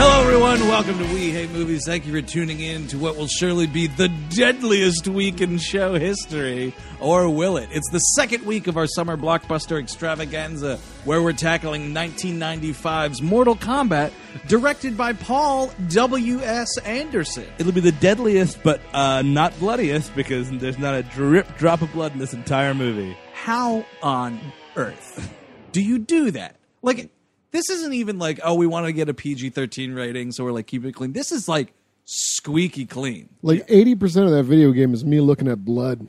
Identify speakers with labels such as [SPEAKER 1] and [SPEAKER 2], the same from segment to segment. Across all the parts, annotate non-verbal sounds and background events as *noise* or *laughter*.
[SPEAKER 1] Hello, everyone. Welcome to We Hate Movies. Thank you for tuning in to what will surely be the deadliest week in show history. Or will it? It's the second week of our summer blockbuster extravaganza where we're tackling 1995's Mortal Kombat, directed by Paul W.S. Anderson.
[SPEAKER 2] It'll be the deadliest, but uh, not bloodiest, because there's not a drip drop of blood in this entire movie.
[SPEAKER 1] how on earth do you do that? Like, this isn't even like, oh, we want to get a PG 13 rating, so we're like, keep it clean. This is like squeaky clean.
[SPEAKER 3] Like eighty percent of that video game is me looking at
[SPEAKER 2] *laughs*
[SPEAKER 3] blood.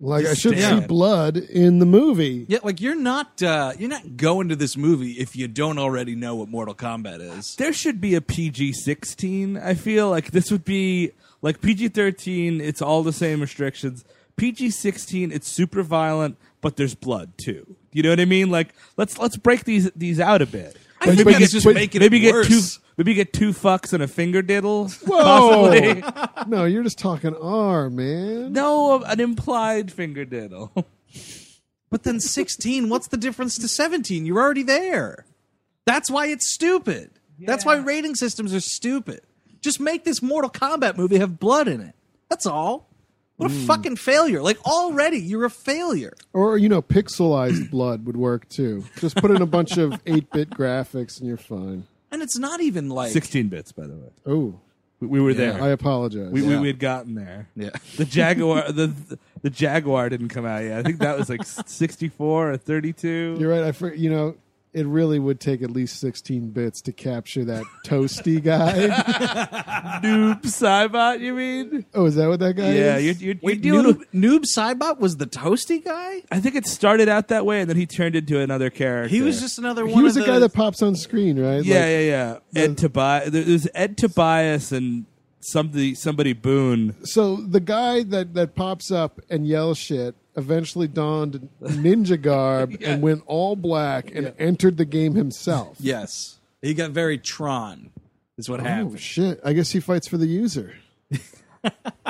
[SPEAKER 3] like I should
[SPEAKER 1] Damn.
[SPEAKER 3] see blood in the movie.
[SPEAKER 1] Yeah, like you're not uh, you're not going to this movie if you don't already know what Mortal Kombat is.
[SPEAKER 2] There should be a PG 16, I feel. Like, this would be like PG 13, it's all the same restrictions. PG 16, it's super violent, but there's blood too. You know what I mean? Like, let's let's break these these out a bit.
[SPEAKER 1] I think
[SPEAKER 3] but
[SPEAKER 1] that's
[SPEAKER 3] you-
[SPEAKER 1] just
[SPEAKER 3] but-
[SPEAKER 1] making
[SPEAKER 2] Maybe
[SPEAKER 1] it
[SPEAKER 2] get
[SPEAKER 1] worse.
[SPEAKER 2] two maybe get two fucks and a finger diddle.
[SPEAKER 3] Whoa!
[SPEAKER 2] Possibly. *laughs*
[SPEAKER 3] no, you're just talking R, man.
[SPEAKER 2] No, an implied finger diddle. *laughs*
[SPEAKER 1] But then 16, what's the difference to 17? You're already there. That's why it's stupid. That's why rating systems are stupid. Just make this Mortal Kombat movie have blood in it. That's all. What
[SPEAKER 3] Hmm.
[SPEAKER 1] a fucking failure. Like already you're a failure.
[SPEAKER 3] Or you know, pixelized *clears throat* blood would work too. Just put in a bunch
[SPEAKER 2] *laughs*
[SPEAKER 3] of eight-bit graphics and you're fine.
[SPEAKER 1] And it's not even like
[SPEAKER 2] 16 bits, by the way.
[SPEAKER 3] Oh,
[SPEAKER 2] We, we were there.
[SPEAKER 3] I apologize.
[SPEAKER 2] we, we, we had gotten there.
[SPEAKER 1] Yeah.
[SPEAKER 2] The Jaguar the the Jaguar didn't come out yet. I think that was like *laughs* 64 or 32.
[SPEAKER 3] you're right. I for, you know. It really would take at least 16 bits to capture that toasty
[SPEAKER 2] *laughs*
[SPEAKER 3] guy.
[SPEAKER 2] *laughs* Noob Cybot, you mean?
[SPEAKER 3] oh, is that what that guy
[SPEAKER 2] Yeah,
[SPEAKER 3] is?
[SPEAKER 2] you're, you're,
[SPEAKER 1] Wait,
[SPEAKER 2] you're
[SPEAKER 1] Noob,
[SPEAKER 2] Noob-
[SPEAKER 1] Noob Saibot was the toasty guy?
[SPEAKER 2] I think it started out that way and then he turned into another character.
[SPEAKER 1] He was just another one
[SPEAKER 3] he was
[SPEAKER 1] of
[SPEAKER 3] the guy
[SPEAKER 1] the-
[SPEAKER 3] that pops on screen, right?
[SPEAKER 2] Yeah,
[SPEAKER 3] Like,
[SPEAKER 2] yeah, yeah. Ed Tobias there's Ed Tobias and somebody
[SPEAKER 1] *laughs*
[SPEAKER 2] somebody Boone.
[SPEAKER 3] so the guy that that pops up and yells shit eventually donned ninja garb and went all black and entered the game himself.
[SPEAKER 1] Yes. He got very Tron, is what
[SPEAKER 3] Oh
[SPEAKER 1] happened.
[SPEAKER 3] shit! I guess he fights for the user.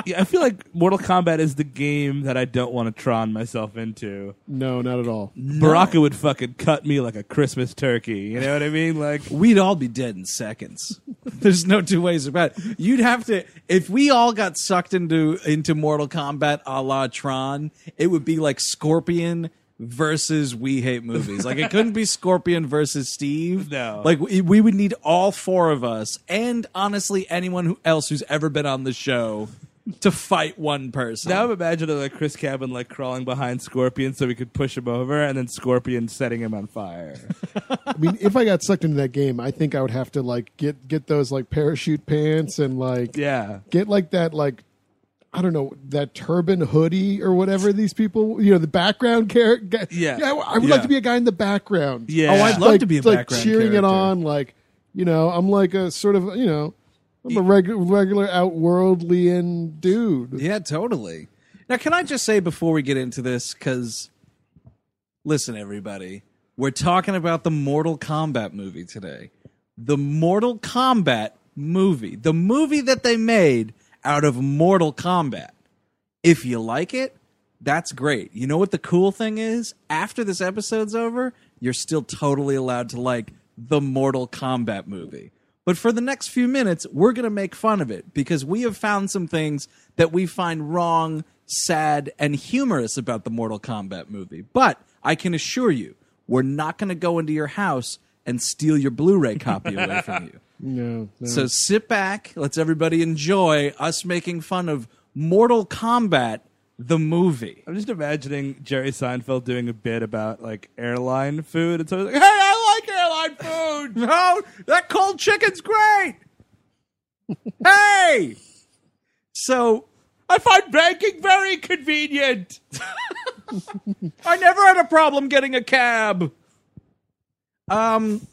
[SPEAKER 2] Yeah, I feel like Mortal Kombat is the game that I don't want to Tron myself into.
[SPEAKER 3] No, not at all.
[SPEAKER 2] Baraka would fucking cut me like a Christmas turkey. You know what I mean? Like,
[SPEAKER 1] We'd all be dead in seconds. *laughs* There's no two ways about it. You'd have to if we all got sucked into into Mortal Kombat a la Tron, it would be like Scorpion versus We Hate Movies. Like it couldn't be Scorpion versus Steve.
[SPEAKER 2] No.
[SPEAKER 1] Like we, we would need all four of us and honestly anyone who else who's ever been on the show to fight one person.
[SPEAKER 2] now I'm imagining like Chris Cabin like crawling behind Scorpion so we could push him over, and then Scorpion setting him
[SPEAKER 1] *laughs*
[SPEAKER 2] on fire.
[SPEAKER 3] I mean, if I got sucked into that game, I think I would have to like get get those like parachute pants and like
[SPEAKER 2] yeah,
[SPEAKER 3] get like that like I don't know that turban hoodie or whatever these people you know the background character.
[SPEAKER 2] Yeah.
[SPEAKER 3] I, I would
[SPEAKER 2] Yeah.
[SPEAKER 3] like to be a guy in the background.
[SPEAKER 2] Yeah. Oh, I'd
[SPEAKER 1] love
[SPEAKER 3] Like-
[SPEAKER 1] to be a
[SPEAKER 3] like
[SPEAKER 1] background
[SPEAKER 3] cheering it
[SPEAKER 1] character.
[SPEAKER 3] on. Like you know, I'm like a sort of you know. I'm a regular, regular outworldlian dude.
[SPEAKER 1] Yeah, totally. Now, can I just say before we get into this, because listen, everybody, we're talking about the Mortal Kombat movie today. The Mortal Kombat movie, the movie that they made out of Mortal Kombat. If you like it, that's great. You know what the cool thing is? After this episode's over, you're still totally allowed to like the Mortal Kombat movie. But for the next few minutes, we're going to make fun of it because we have found some things that we find wrong, sad, and humorous about the Mortal Kombat movie. But I can assure you, we're not going to go into your house and steal your Blu-ray copy away from you.
[SPEAKER 3] No, no.
[SPEAKER 2] Mm.
[SPEAKER 1] So sit back, let's everybody enjoy us making fun of Mortal Kombat the movie.
[SPEAKER 2] I'm just imagining Jerry Seinfeld doing a bit about like airline food, and so he's like, "Hey, I like airline food."
[SPEAKER 1] *laughs* No, that cold chicken's
[SPEAKER 2] *laughs*
[SPEAKER 1] great. hey. So
[SPEAKER 2] I find banking very convenient.
[SPEAKER 1] *laughs* I never had a problem getting a cab. Um,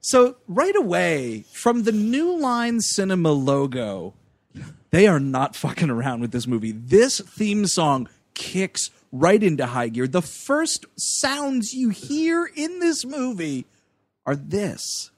[SPEAKER 1] so right away from the New Line Cinema logo, they are not *laughs* fucking around with this movie. This theme song kicks right into high gear. The first sounds you hear in this movie are this.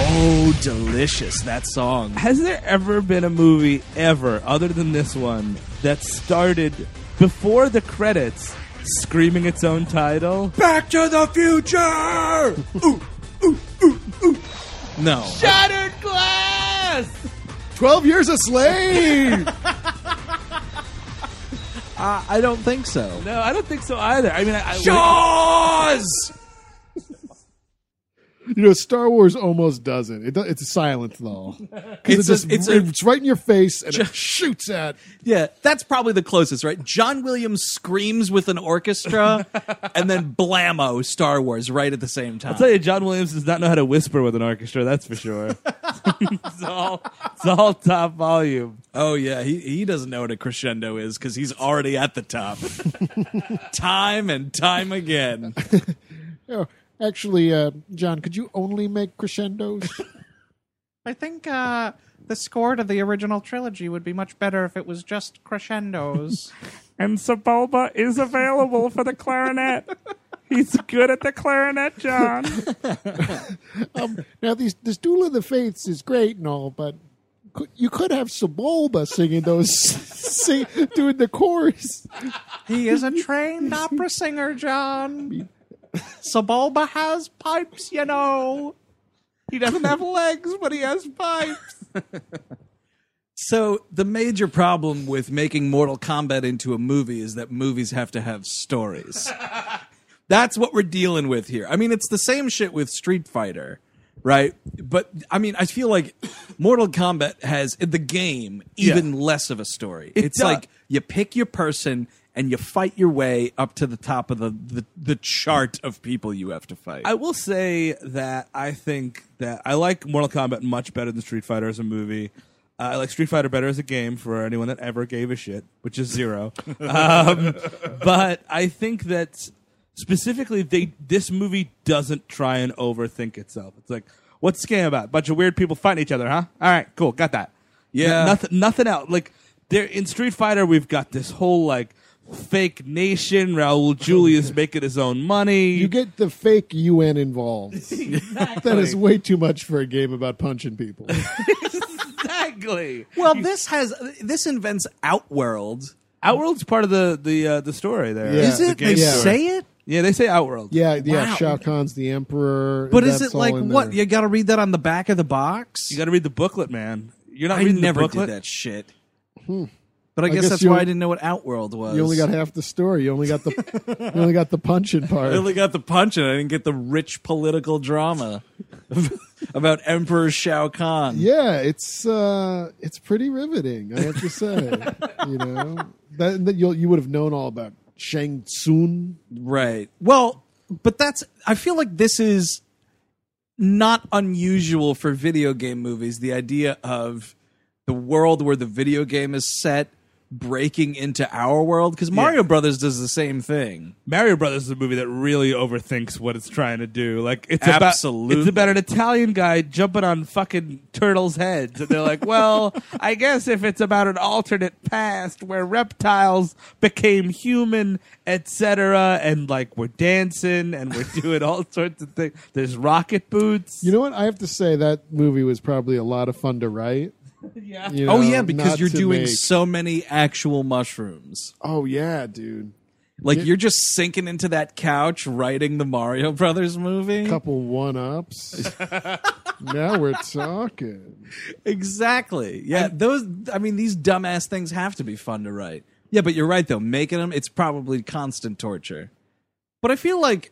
[SPEAKER 1] Oh, delicious that song.
[SPEAKER 2] Has there ever been a movie ever, other than this one, that started before the credits screaming its own title?
[SPEAKER 1] Back to the Future. ooh, ooh, ooh, ooh. No.
[SPEAKER 2] Shattered glass.
[SPEAKER 3] twelve years a slave.
[SPEAKER 1] I, I don't think so.
[SPEAKER 2] No, I don't think so either. I mean, I, I
[SPEAKER 1] Jaws.
[SPEAKER 3] you know, Star Wars almost doesn't. It do, it's silent though.
[SPEAKER 1] It's
[SPEAKER 3] 'Cause it just,
[SPEAKER 1] a- it's
[SPEAKER 3] it's,
[SPEAKER 1] a-
[SPEAKER 3] right in your face and it shoots at.
[SPEAKER 1] Yeah, that's probably the closest, right? John Williams screams with an *laughs* orchestra, and then blammo Star Wars right at the same time.
[SPEAKER 2] I'll tell you, John Williams does not know how to whisper with an orchestra. That's for
[SPEAKER 1] *laughs*
[SPEAKER 2] sure. it's all it's all top volume.
[SPEAKER 1] oh yeah, he he doesn't know what a crescendo is because he's already at the *laughs* top, time and time again.
[SPEAKER 3] Oh, actually, uh, John, could you only make crescendos?
[SPEAKER 4] I think uh, the score to the original trilogy would be much better if it was
[SPEAKER 1] *laughs*
[SPEAKER 4] just crescendos.
[SPEAKER 2] And Saboba is available for the clarinet. He's good at the clarinet, John.
[SPEAKER 3] Now, these, this Duel of the Fates is great and all, but could, you could have Sebulba singing those, *laughs* sing, doing the chorus.
[SPEAKER 4] he is a trained opera singer, John. Sebulba has pipes, you know. He doesn't have legs, but he has pipes.
[SPEAKER 1] So the major problem with making Mortal Kombat into a movie is that movies have to have
[SPEAKER 2] *laughs*
[SPEAKER 1] stories. That's what we're dealing with here. I mean, it's the same shit with Street Fighter, right? But I mean, I feel like Mortal Kombat has in the game even less of a story. it's
[SPEAKER 2] does.
[SPEAKER 1] like you pick your person and you fight your way up to the top of the, the, the chart of people you have to fight.
[SPEAKER 2] I will say that I think that I like Mortal Kombat much better than Street Fighter as a movie. Uh, I like Street Fighter better as a game for anyone that ever gave a shit, which is
[SPEAKER 3] *laughs*
[SPEAKER 2] zero. um, but I think that specifically, they this movie doesn't try and overthink itself. It's like, what's the game about? Bunch of weird people fighting each other, huh? All right, cool, got that.
[SPEAKER 1] Yeah.
[SPEAKER 2] nothing, nothing else. Like there in Street Fighter, we've got this whole like fake nation. Raul
[SPEAKER 3] *laughs*
[SPEAKER 2] Julia's making his own money.
[SPEAKER 3] You get the fake
[SPEAKER 1] *laughs*
[SPEAKER 3] UN involved. That is way too much for a game about punching people.
[SPEAKER 2] *laughs* exactly.
[SPEAKER 1] well, this has this invents Outworld.
[SPEAKER 2] Outworld's part of the the uh, the story there.
[SPEAKER 3] Yeah.
[SPEAKER 1] is
[SPEAKER 3] the
[SPEAKER 1] it? they
[SPEAKER 3] game story.
[SPEAKER 1] say it?
[SPEAKER 2] Yeah, they say Outworld.
[SPEAKER 3] Yeah, yeah.
[SPEAKER 1] Wow.
[SPEAKER 3] Shao Kahn's the emperor.
[SPEAKER 1] But is
[SPEAKER 3] that's
[SPEAKER 1] it like
[SPEAKER 3] all in
[SPEAKER 1] what?
[SPEAKER 3] there.
[SPEAKER 1] You got to read that on the back of the box?
[SPEAKER 2] you got to read the booklet, man. You're not
[SPEAKER 1] I
[SPEAKER 2] reading
[SPEAKER 1] never
[SPEAKER 2] the
[SPEAKER 1] did
[SPEAKER 2] booklet.
[SPEAKER 1] that shit. But I, guess,
[SPEAKER 3] guess
[SPEAKER 1] that's
[SPEAKER 3] you-
[SPEAKER 1] why I didn't know what Outworld was.
[SPEAKER 3] You only got half the story. You only got the you only got the punching part.
[SPEAKER 1] I only got the punch and I didn't get the rich political drama *laughs* about Emperor Shao Kahn.
[SPEAKER 3] yeah, it's uh, it's pretty riveting. I have to say,
[SPEAKER 1] *laughs*
[SPEAKER 3] you know, that, that you'll, you would have known all about Shang Tsung.
[SPEAKER 1] Right. Well, but that's I feel like this is not unusual for video game movies, the idea of the world where the video game is set breaking into our world cuz Mario Brothers does the same thing.
[SPEAKER 2] Mario Brothers is a movie that really overthinks what it's trying to do. Like it's
[SPEAKER 1] Absolutely.
[SPEAKER 2] about it's about an Italian guy jumping on fucking turtles' heads, and they're
[SPEAKER 1] *laughs*
[SPEAKER 2] like, "Well, I guess if it's about an alternate past where reptiles became human, etc., and like we're dancing and we're doing all sorts of things. There's rocket boots.
[SPEAKER 3] You know what? I have to say that movie was probably a lot of fun to write. Yeah.
[SPEAKER 1] oh yeah, because you're doing
[SPEAKER 3] So-
[SPEAKER 1] so many actual mushrooms.
[SPEAKER 3] oh yeah, dude.
[SPEAKER 1] Like you're just sinking into that couch writing the Mario Brothers movie.
[SPEAKER 3] Couple one ups. now we're talking.
[SPEAKER 1] Exactly. Yeah, those. I mean, these dumbass things have to be fun to write. Yeah, but you're right though. Making them, it's probably constant torture. But I feel like,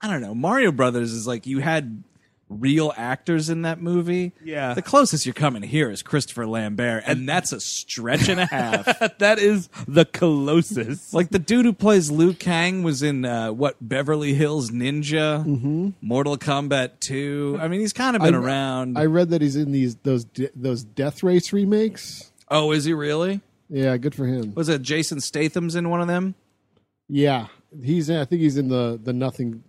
[SPEAKER 1] I don't know. Mario Brothers is like you had real actors in that movie.
[SPEAKER 2] Yeah.
[SPEAKER 1] The closest you're coming here is Christopher Lambert, and that's a stretch and a half.
[SPEAKER 2] *laughs* that is the closest.
[SPEAKER 1] like the dude who plays Liu Kang was in uh, what Beverly Hills Ninja,
[SPEAKER 2] Mm-hmm.
[SPEAKER 1] Mortal Kombat Two. I mean, he's kind of been around.
[SPEAKER 3] I read that he's in these those de- those Death Race remakes.
[SPEAKER 1] oh, is he really?
[SPEAKER 3] Yeah, good for him.
[SPEAKER 1] Was it Jason Statham's in one of them?
[SPEAKER 3] Yeah, he's. in- I think he's in the the nothing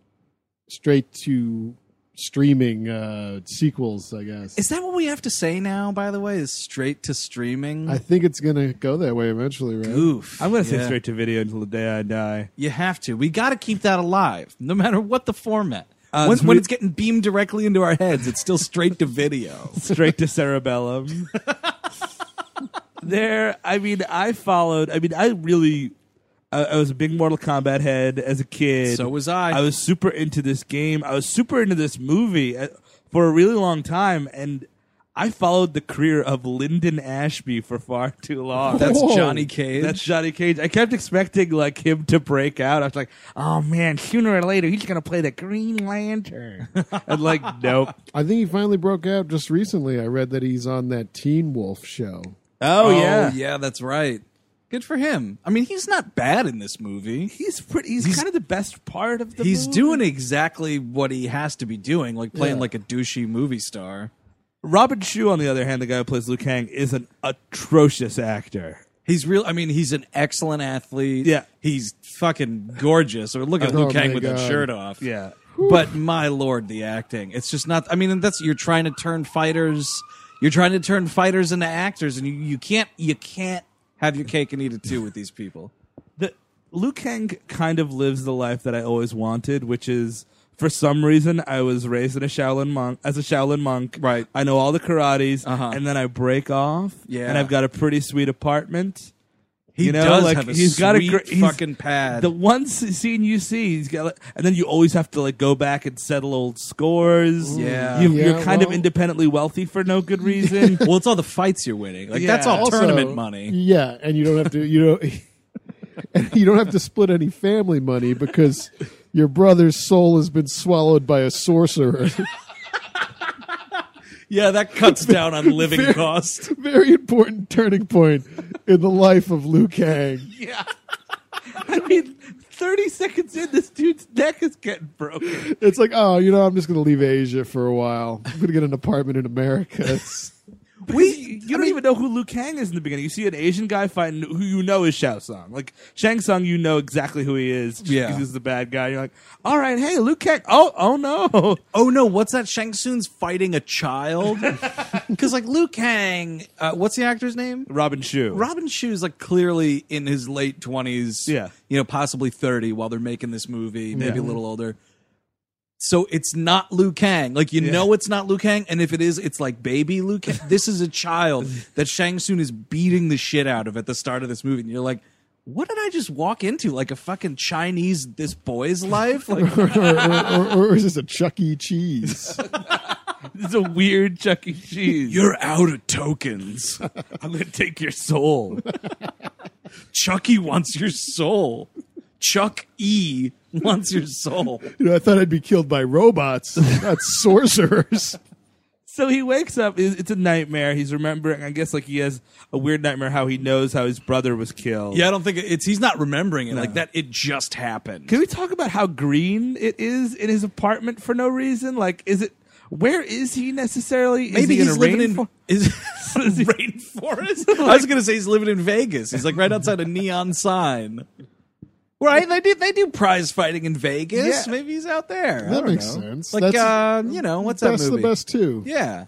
[SPEAKER 3] straight to streaming uh sequels. I guess.
[SPEAKER 1] Is that what we have to say now, by the way? Is straight to streaming?
[SPEAKER 3] I think it's gonna go that way eventually, right?
[SPEAKER 1] Oof.
[SPEAKER 2] I'm gonna say
[SPEAKER 1] Yeah.
[SPEAKER 2] straight to video until the day I die.
[SPEAKER 1] You have to. We got to keep that alive, no matter what the format.
[SPEAKER 2] Uh,
[SPEAKER 1] when,
[SPEAKER 2] so
[SPEAKER 1] when
[SPEAKER 2] we-
[SPEAKER 1] it's getting beamed directly into our heads, it's still straight to
[SPEAKER 2] *laughs*
[SPEAKER 1] video.
[SPEAKER 2] Straight to cerebellum. *laughs* there, I mean, I followed. I mean, I really, I, I was a big Mortal Kombat head as a kid.
[SPEAKER 1] So was I.
[SPEAKER 2] I was super into this game. I was super into this movie uh, for a really long time, and I followed the career of Lyndon Ashby for far too *laughs* long.
[SPEAKER 1] That's
[SPEAKER 3] Whoa.
[SPEAKER 1] Johnny Cage.
[SPEAKER 2] That's Johnny Cage. I kept expecting like him to break out. I was like, oh man, sooner or later he's gonna play the Green *laughs* Lantern. and like, nope.
[SPEAKER 3] I think he finally broke out just recently. I read that he's on that Teen Wolf show.
[SPEAKER 2] Oh, yeah.
[SPEAKER 1] yeah, that's right. Good for him. I mean, he's not bad in this movie.
[SPEAKER 2] He's pretty. He's, kind of the best part of the.
[SPEAKER 1] He's
[SPEAKER 2] movie.
[SPEAKER 1] doing exactly what he has to be doing, like playing like a douchey movie star.
[SPEAKER 2] Robin Shu, on the other hand, the guy who plays Liu Kang, is an atrocious actor.
[SPEAKER 1] He's real. I mean, he's an excellent athlete.
[SPEAKER 2] Yeah.
[SPEAKER 1] he's fucking gorgeous. Or look at
[SPEAKER 3] Oh
[SPEAKER 1] Liu Kang
[SPEAKER 3] my
[SPEAKER 1] with that
[SPEAKER 3] God.
[SPEAKER 1] shirt off.
[SPEAKER 2] Yeah.
[SPEAKER 1] but my lord, the acting. It's just not. I mean, and that's you're trying to turn fighters. You're trying to turn fighters into actors, and you, you can't. You can't have your cake and eat it too with these people.
[SPEAKER 2] the Liu Kang kind of lives the life that I always wanted, which is for some reason I was raised in a Shaolin monk as a Shaolin monk.
[SPEAKER 1] Right.
[SPEAKER 2] I know all the karates,
[SPEAKER 1] Uh-huh.
[SPEAKER 2] and then I break off.
[SPEAKER 1] Yeah.
[SPEAKER 2] and I've got a pretty sweet apartment.
[SPEAKER 1] He
[SPEAKER 2] you know,
[SPEAKER 1] does
[SPEAKER 2] like
[SPEAKER 1] have a
[SPEAKER 2] he's
[SPEAKER 1] sweet
[SPEAKER 2] got a gr- he's-
[SPEAKER 1] fucking pad.
[SPEAKER 2] The one s- scene you see, he's got, like, and then you always have to like go back and settle old scores.
[SPEAKER 1] Yeah.
[SPEAKER 2] you,
[SPEAKER 3] Yeah,
[SPEAKER 2] you're kind of
[SPEAKER 3] well-
[SPEAKER 2] independently wealthy for
[SPEAKER 3] *laughs*
[SPEAKER 2] no good reason.
[SPEAKER 1] well, it's all the fights you're winning. Like
[SPEAKER 2] Yeah.
[SPEAKER 1] that's all
[SPEAKER 3] Also-
[SPEAKER 1] tournament money.
[SPEAKER 3] Yeah, and you don't have to. You know, *laughs* and you don't have to split any family money because your brother's soul has been swallowed by a sorcerer. *laughs*
[SPEAKER 1] Yeah, that *laughs* cuts down on living costs.
[SPEAKER 3] Very important turning point in the life of Liu Kang.
[SPEAKER 2] I mean, thirty seconds in, this dude's neck is getting broken.
[SPEAKER 3] It's like, oh, you know, I'm just going to leave Asia for a while. I'm going to get an apartment in America.
[SPEAKER 2] We, you don't even know who Liu Kang is in the beginning. You see an Asian guy fighting who you know is Shao Tsung. Like Shang Tsung, you know exactly who he is.
[SPEAKER 1] Yeah.
[SPEAKER 2] he's the bad guy. You're like, all right, hey, Liu Kang. Oh, oh no. *laughs*
[SPEAKER 1] Oh no, what's that? Shang Tsung's fighting a child *laughs* because like Liu Kang. Uh, what's the actor's name?
[SPEAKER 2] Robin Shu.
[SPEAKER 1] Robin Shu's like clearly in his late twenties,
[SPEAKER 2] Yeah.
[SPEAKER 1] you know, possibly thirty, while they're making this movie, maybe
[SPEAKER 2] Yeah.
[SPEAKER 1] a little older. So it's not Liu Kang, like you
[SPEAKER 2] Yeah.
[SPEAKER 1] know, it's not Liu Kang, and if it is, it's like baby Liu Kang. this is a child
[SPEAKER 2] *laughs*
[SPEAKER 1] that Shang Tsung is beating the shit out of at the start of this movie, and you're like, what did I just walk into? Like a fucking Chinese this boy's life? Like
[SPEAKER 3] or, or, or, or is this a Chuck E. Cheese?
[SPEAKER 2] It's a weird Chuck E. Cheese.
[SPEAKER 1] you're out of *laughs* tokens.
[SPEAKER 2] I'm gonna take your soul.
[SPEAKER 1] Chucky wants your soul. Chuck E wants your soul.
[SPEAKER 3] You know, I thought I'd be killed by robots, not sorcerers.
[SPEAKER 2] *laughs* so he wakes up. It's it's a nightmare. He's remembering. I guess like he has a weird nightmare how he knows how his brother was killed.
[SPEAKER 1] Yeah, I don't think it's he's not remembering it like that. It just happened.
[SPEAKER 2] Can we talk about how green it is in his apartment for no reason? Like, is it? Where is he necessarily? Is
[SPEAKER 1] Maybe
[SPEAKER 2] he
[SPEAKER 1] he's
[SPEAKER 2] in a
[SPEAKER 1] living
[SPEAKER 2] rainfo-
[SPEAKER 1] in *laughs* is, rainforest. *laughs* I was gonna say he's living in Vegas. He's like right outside a neon sign. Right? They do they do prize fighting in Vegas.
[SPEAKER 2] Yeah.
[SPEAKER 1] Maybe he's out there. I
[SPEAKER 3] That
[SPEAKER 1] don't
[SPEAKER 3] makes
[SPEAKER 1] know.
[SPEAKER 3] sense.
[SPEAKER 1] Like
[SPEAKER 3] That's-
[SPEAKER 1] uh, you know, what's
[SPEAKER 3] That's
[SPEAKER 1] that
[SPEAKER 3] the
[SPEAKER 1] movie?
[SPEAKER 3] best, too.
[SPEAKER 1] Yeah.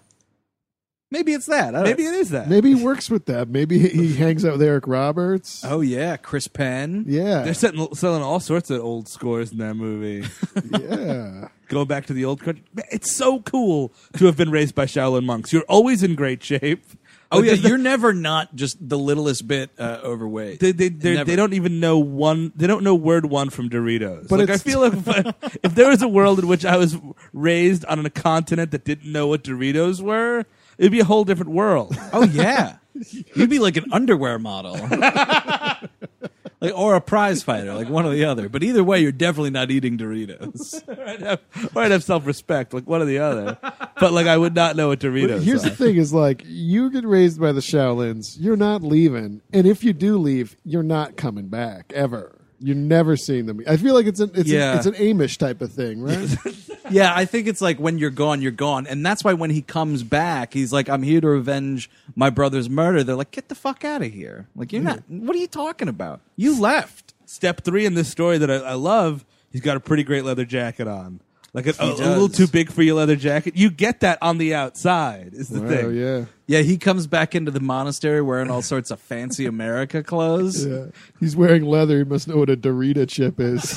[SPEAKER 1] Maybe it's that. I don't-
[SPEAKER 2] Maybe it is that.
[SPEAKER 3] Maybe he works with that. Maybe he hangs out with Eric Roberts.
[SPEAKER 1] Oh yeah, Chris Penn.
[SPEAKER 3] Yeah.
[SPEAKER 2] *laughs* They're setting, selling all sorts of old scores in that movie.
[SPEAKER 3] Yeah.
[SPEAKER 2] Going back to the old country. It's so cool to have been raised by Shaolin monks. You're always in great shape.
[SPEAKER 1] Oh
[SPEAKER 2] Like,
[SPEAKER 1] yeah,
[SPEAKER 2] there's no-
[SPEAKER 1] you're never not just the littlest bit uh, overweight.
[SPEAKER 2] *laughs* They they they
[SPEAKER 1] Never.
[SPEAKER 2] they don't even know one. They don't know word one from Doritos.
[SPEAKER 3] But
[SPEAKER 2] like I
[SPEAKER 3] it's-
[SPEAKER 2] feel like if, *laughs* if there was a world in which I was raised on a continent that didn't know what Doritos were, it'd be a whole different world. *laughs*
[SPEAKER 1] Oh yeah, you'd be like an underwear model, like or a prize fighter, like one or the other. But either way, you're definitely not eating Doritos.
[SPEAKER 2] or I'd have self respect, like one or the other. But like I would not know what Doritos.
[SPEAKER 3] But here's
[SPEAKER 2] are.
[SPEAKER 3] the thing: is like you get raised by the Shaolins, you're not leaving, and if you do leave, you're not coming back ever. You're never seeing them. I feel like it's an it's,
[SPEAKER 1] Yeah.
[SPEAKER 3] an, it's an Amish type of thing, right?
[SPEAKER 1] yeah, I think it's like when you're gone, you're gone, and that's why when he comes back, he's like, "I'm here to revenge my brother's murder." They're like, "Get the fuck out of here! Like you're not. What are you talking about? You left."
[SPEAKER 2] step three in this story that I, I love. He's got a pretty great leather jacket on, like a, a, a
[SPEAKER 1] does.
[SPEAKER 2] little too big for your leather jacket. You get that on the outside. Is the
[SPEAKER 3] oh
[SPEAKER 2] thing?
[SPEAKER 3] yeah.
[SPEAKER 1] Yeah, he comes back into the monastery wearing all sorts of fancy America clothes.
[SPEAKER 3] Yeah. He's wearing leather. He must know what a Dorita chip is.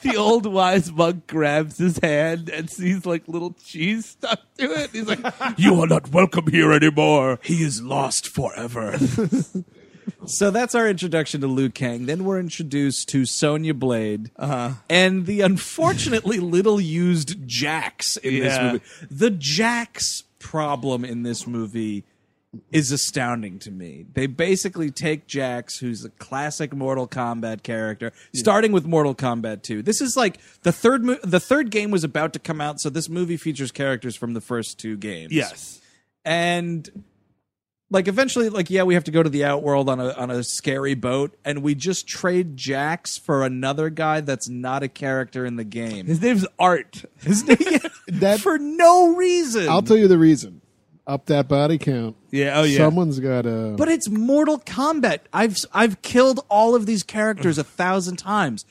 [SPEAKER 2] The old wise monk grabs his hand and sees like little cheese stuck to it. He's like, "You are not welcome here anymore."
[SPEAKER 1] He is lost forever. so that's our introduction to Liu Kang. Then we're introduced to Sonya Blade
[SPEAKER 2] Uh-huh.
[SPEAKER 1] and the unfortunately little used Jax in
[SPEAKER 2] Yeah.
[SPEAKER 1] this movie. The Jax problem in this movie is astounding to me. They basically take Jax, who's a classic Mortal Kombat character, starting with Mortal Kombat 2. This is like the third mo- the third game was about to come out, so this movie features characters from the first two games
[SPEAKER 2] Yes.
[SPEAKER 1] and like eventually like yeah we have to go to the outworld on a on a scary boat and we just trade jax for another guy that's not a character in the game
[SPEAKER 2] His name's Art.
[SPEAKER 1] His
[SPEAKER 3] *laughs*
[SPEAKER 1] name-
[SPEAKER 3] That-
[SPEAKER 1] for no reason
[SPEAKER 3] I'll tell you the reason. Up that body count.
[SPEAKER 2] Yeah, oh, yeah.
[SPEAKER 3] Someone's got a.
[SPEAKER 1] but it's mortal kombat i've i've killed all of these characters a thousand times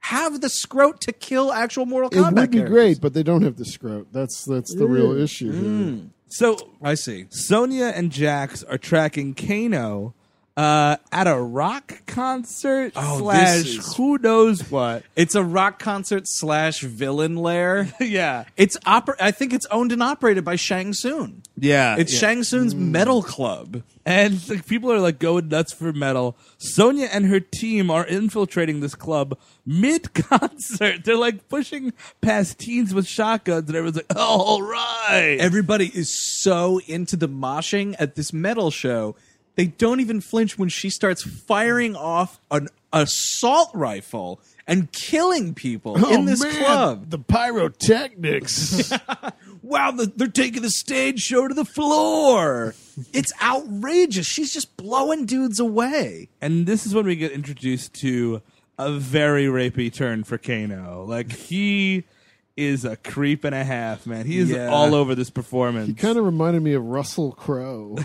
[SPEAKER 1] have the scrote to kill actual mortal
[SPEAKER 3] it
[SPEAKER 1] kombat
[SPEAKER 3] would be
[SPEAKER 1] characters.
[SPEAKER 3] great, but they don't have the scrote. That's that's the real issue. here.
[SPEAKER 2] So
[SPEAKER 1] i see
[SPEAKER 2] Sonia and Jax are tracking Kano uh, at a rock concert
[SPEAKER 1] Oh,
[SPEAKER 2] slash
[SPEAKER 1] this is-
[SPEAKER 2] who knows what.
[SPEAKER 1] it's a rock concert slash villain
[SPEAKER 3] *laughs*
[SPEAKER 1] lair
[SPEAKER 2] yeah,
[SPEAKER 1] it's oper- i think it's owned and operated by shang Tsung.
[SPEAKER 2] yeah.
[SPEAKER 1] it's
[SPEAKER 2] Uh, yeah.
[SPEAKER 1] shang Tsung's metal club
[SPEAKER 2] and like, people are like going nuts for metal. Sonia and her team are infiltrating this club mid concert. *laughs* They're like pushing past teens with shotguns, and everyone's like, oh, "All right."
[SPEAKER 1] Everybody is so into the moshing at this metal show, they don't even flinch when she starts firing off an assault rifle and killing people
[SPEAKER 3] Oh,
[SPEAKER 1] in this
[SPEAKER 3] man,
[SPEAKER 1] club.
[SPEAKER 3] the pyrotechnics. *laughs*
[SPEAKER 1] Wow, the, they're taking the stage show to the floor. It's outrageous. She's just blowing dudes away.
[SPEAKER 2] And this is when we get introduced to a very rapey turn for Kano. Like he is a creep and a half, man. He is
[SPEAKER 1] Yeah.
[SPEAKER 2] all over this performance.
[SPEAKER 3] he kind of reminded me of
[SPEAKER 1] *laughs*
[SPEAKER 3] Russell Crowe.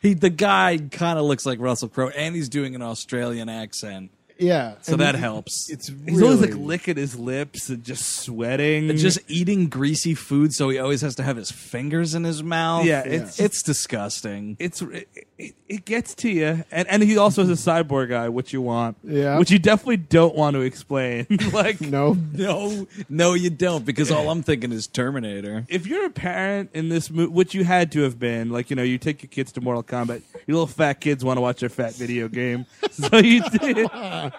[SPEAKER 1] He, the guy kind of looks like Russell Crowe, and he's doing an Australian accent,
[SPEAKER 3] Yeah.
[SPEAKER 1] so that helps.
[SPEAKER 3] It's really.
[SPEAKER 2] He's always like licking his lips and just sweating.
[SPEAKER 1] just eating greasy food, so he always has to have his fingers in his mouth.
[SPEAKER 2] Yeah, it's-
[SPEAKER 1] it's disgusting. *laughs*
[SPEAKER 2] it's it, it- it gets to you, and and he also is a cyborg guy, which you want,
[SPEAKER 3] Yeah.
[SPEAKER 2] which you definitely don't want to explain. *laughs* like
[SPEAKER 3] no.
[SPEAKER 1] No, no, you don't, because all I'm thinking is Terminator.
[SPEAKER 2] if you're a parent in this movie, which you had to have been, like you know, you take your kids to Mortal Kombat. Your little fat kids want to watch their fat video game, *laughs* so you did.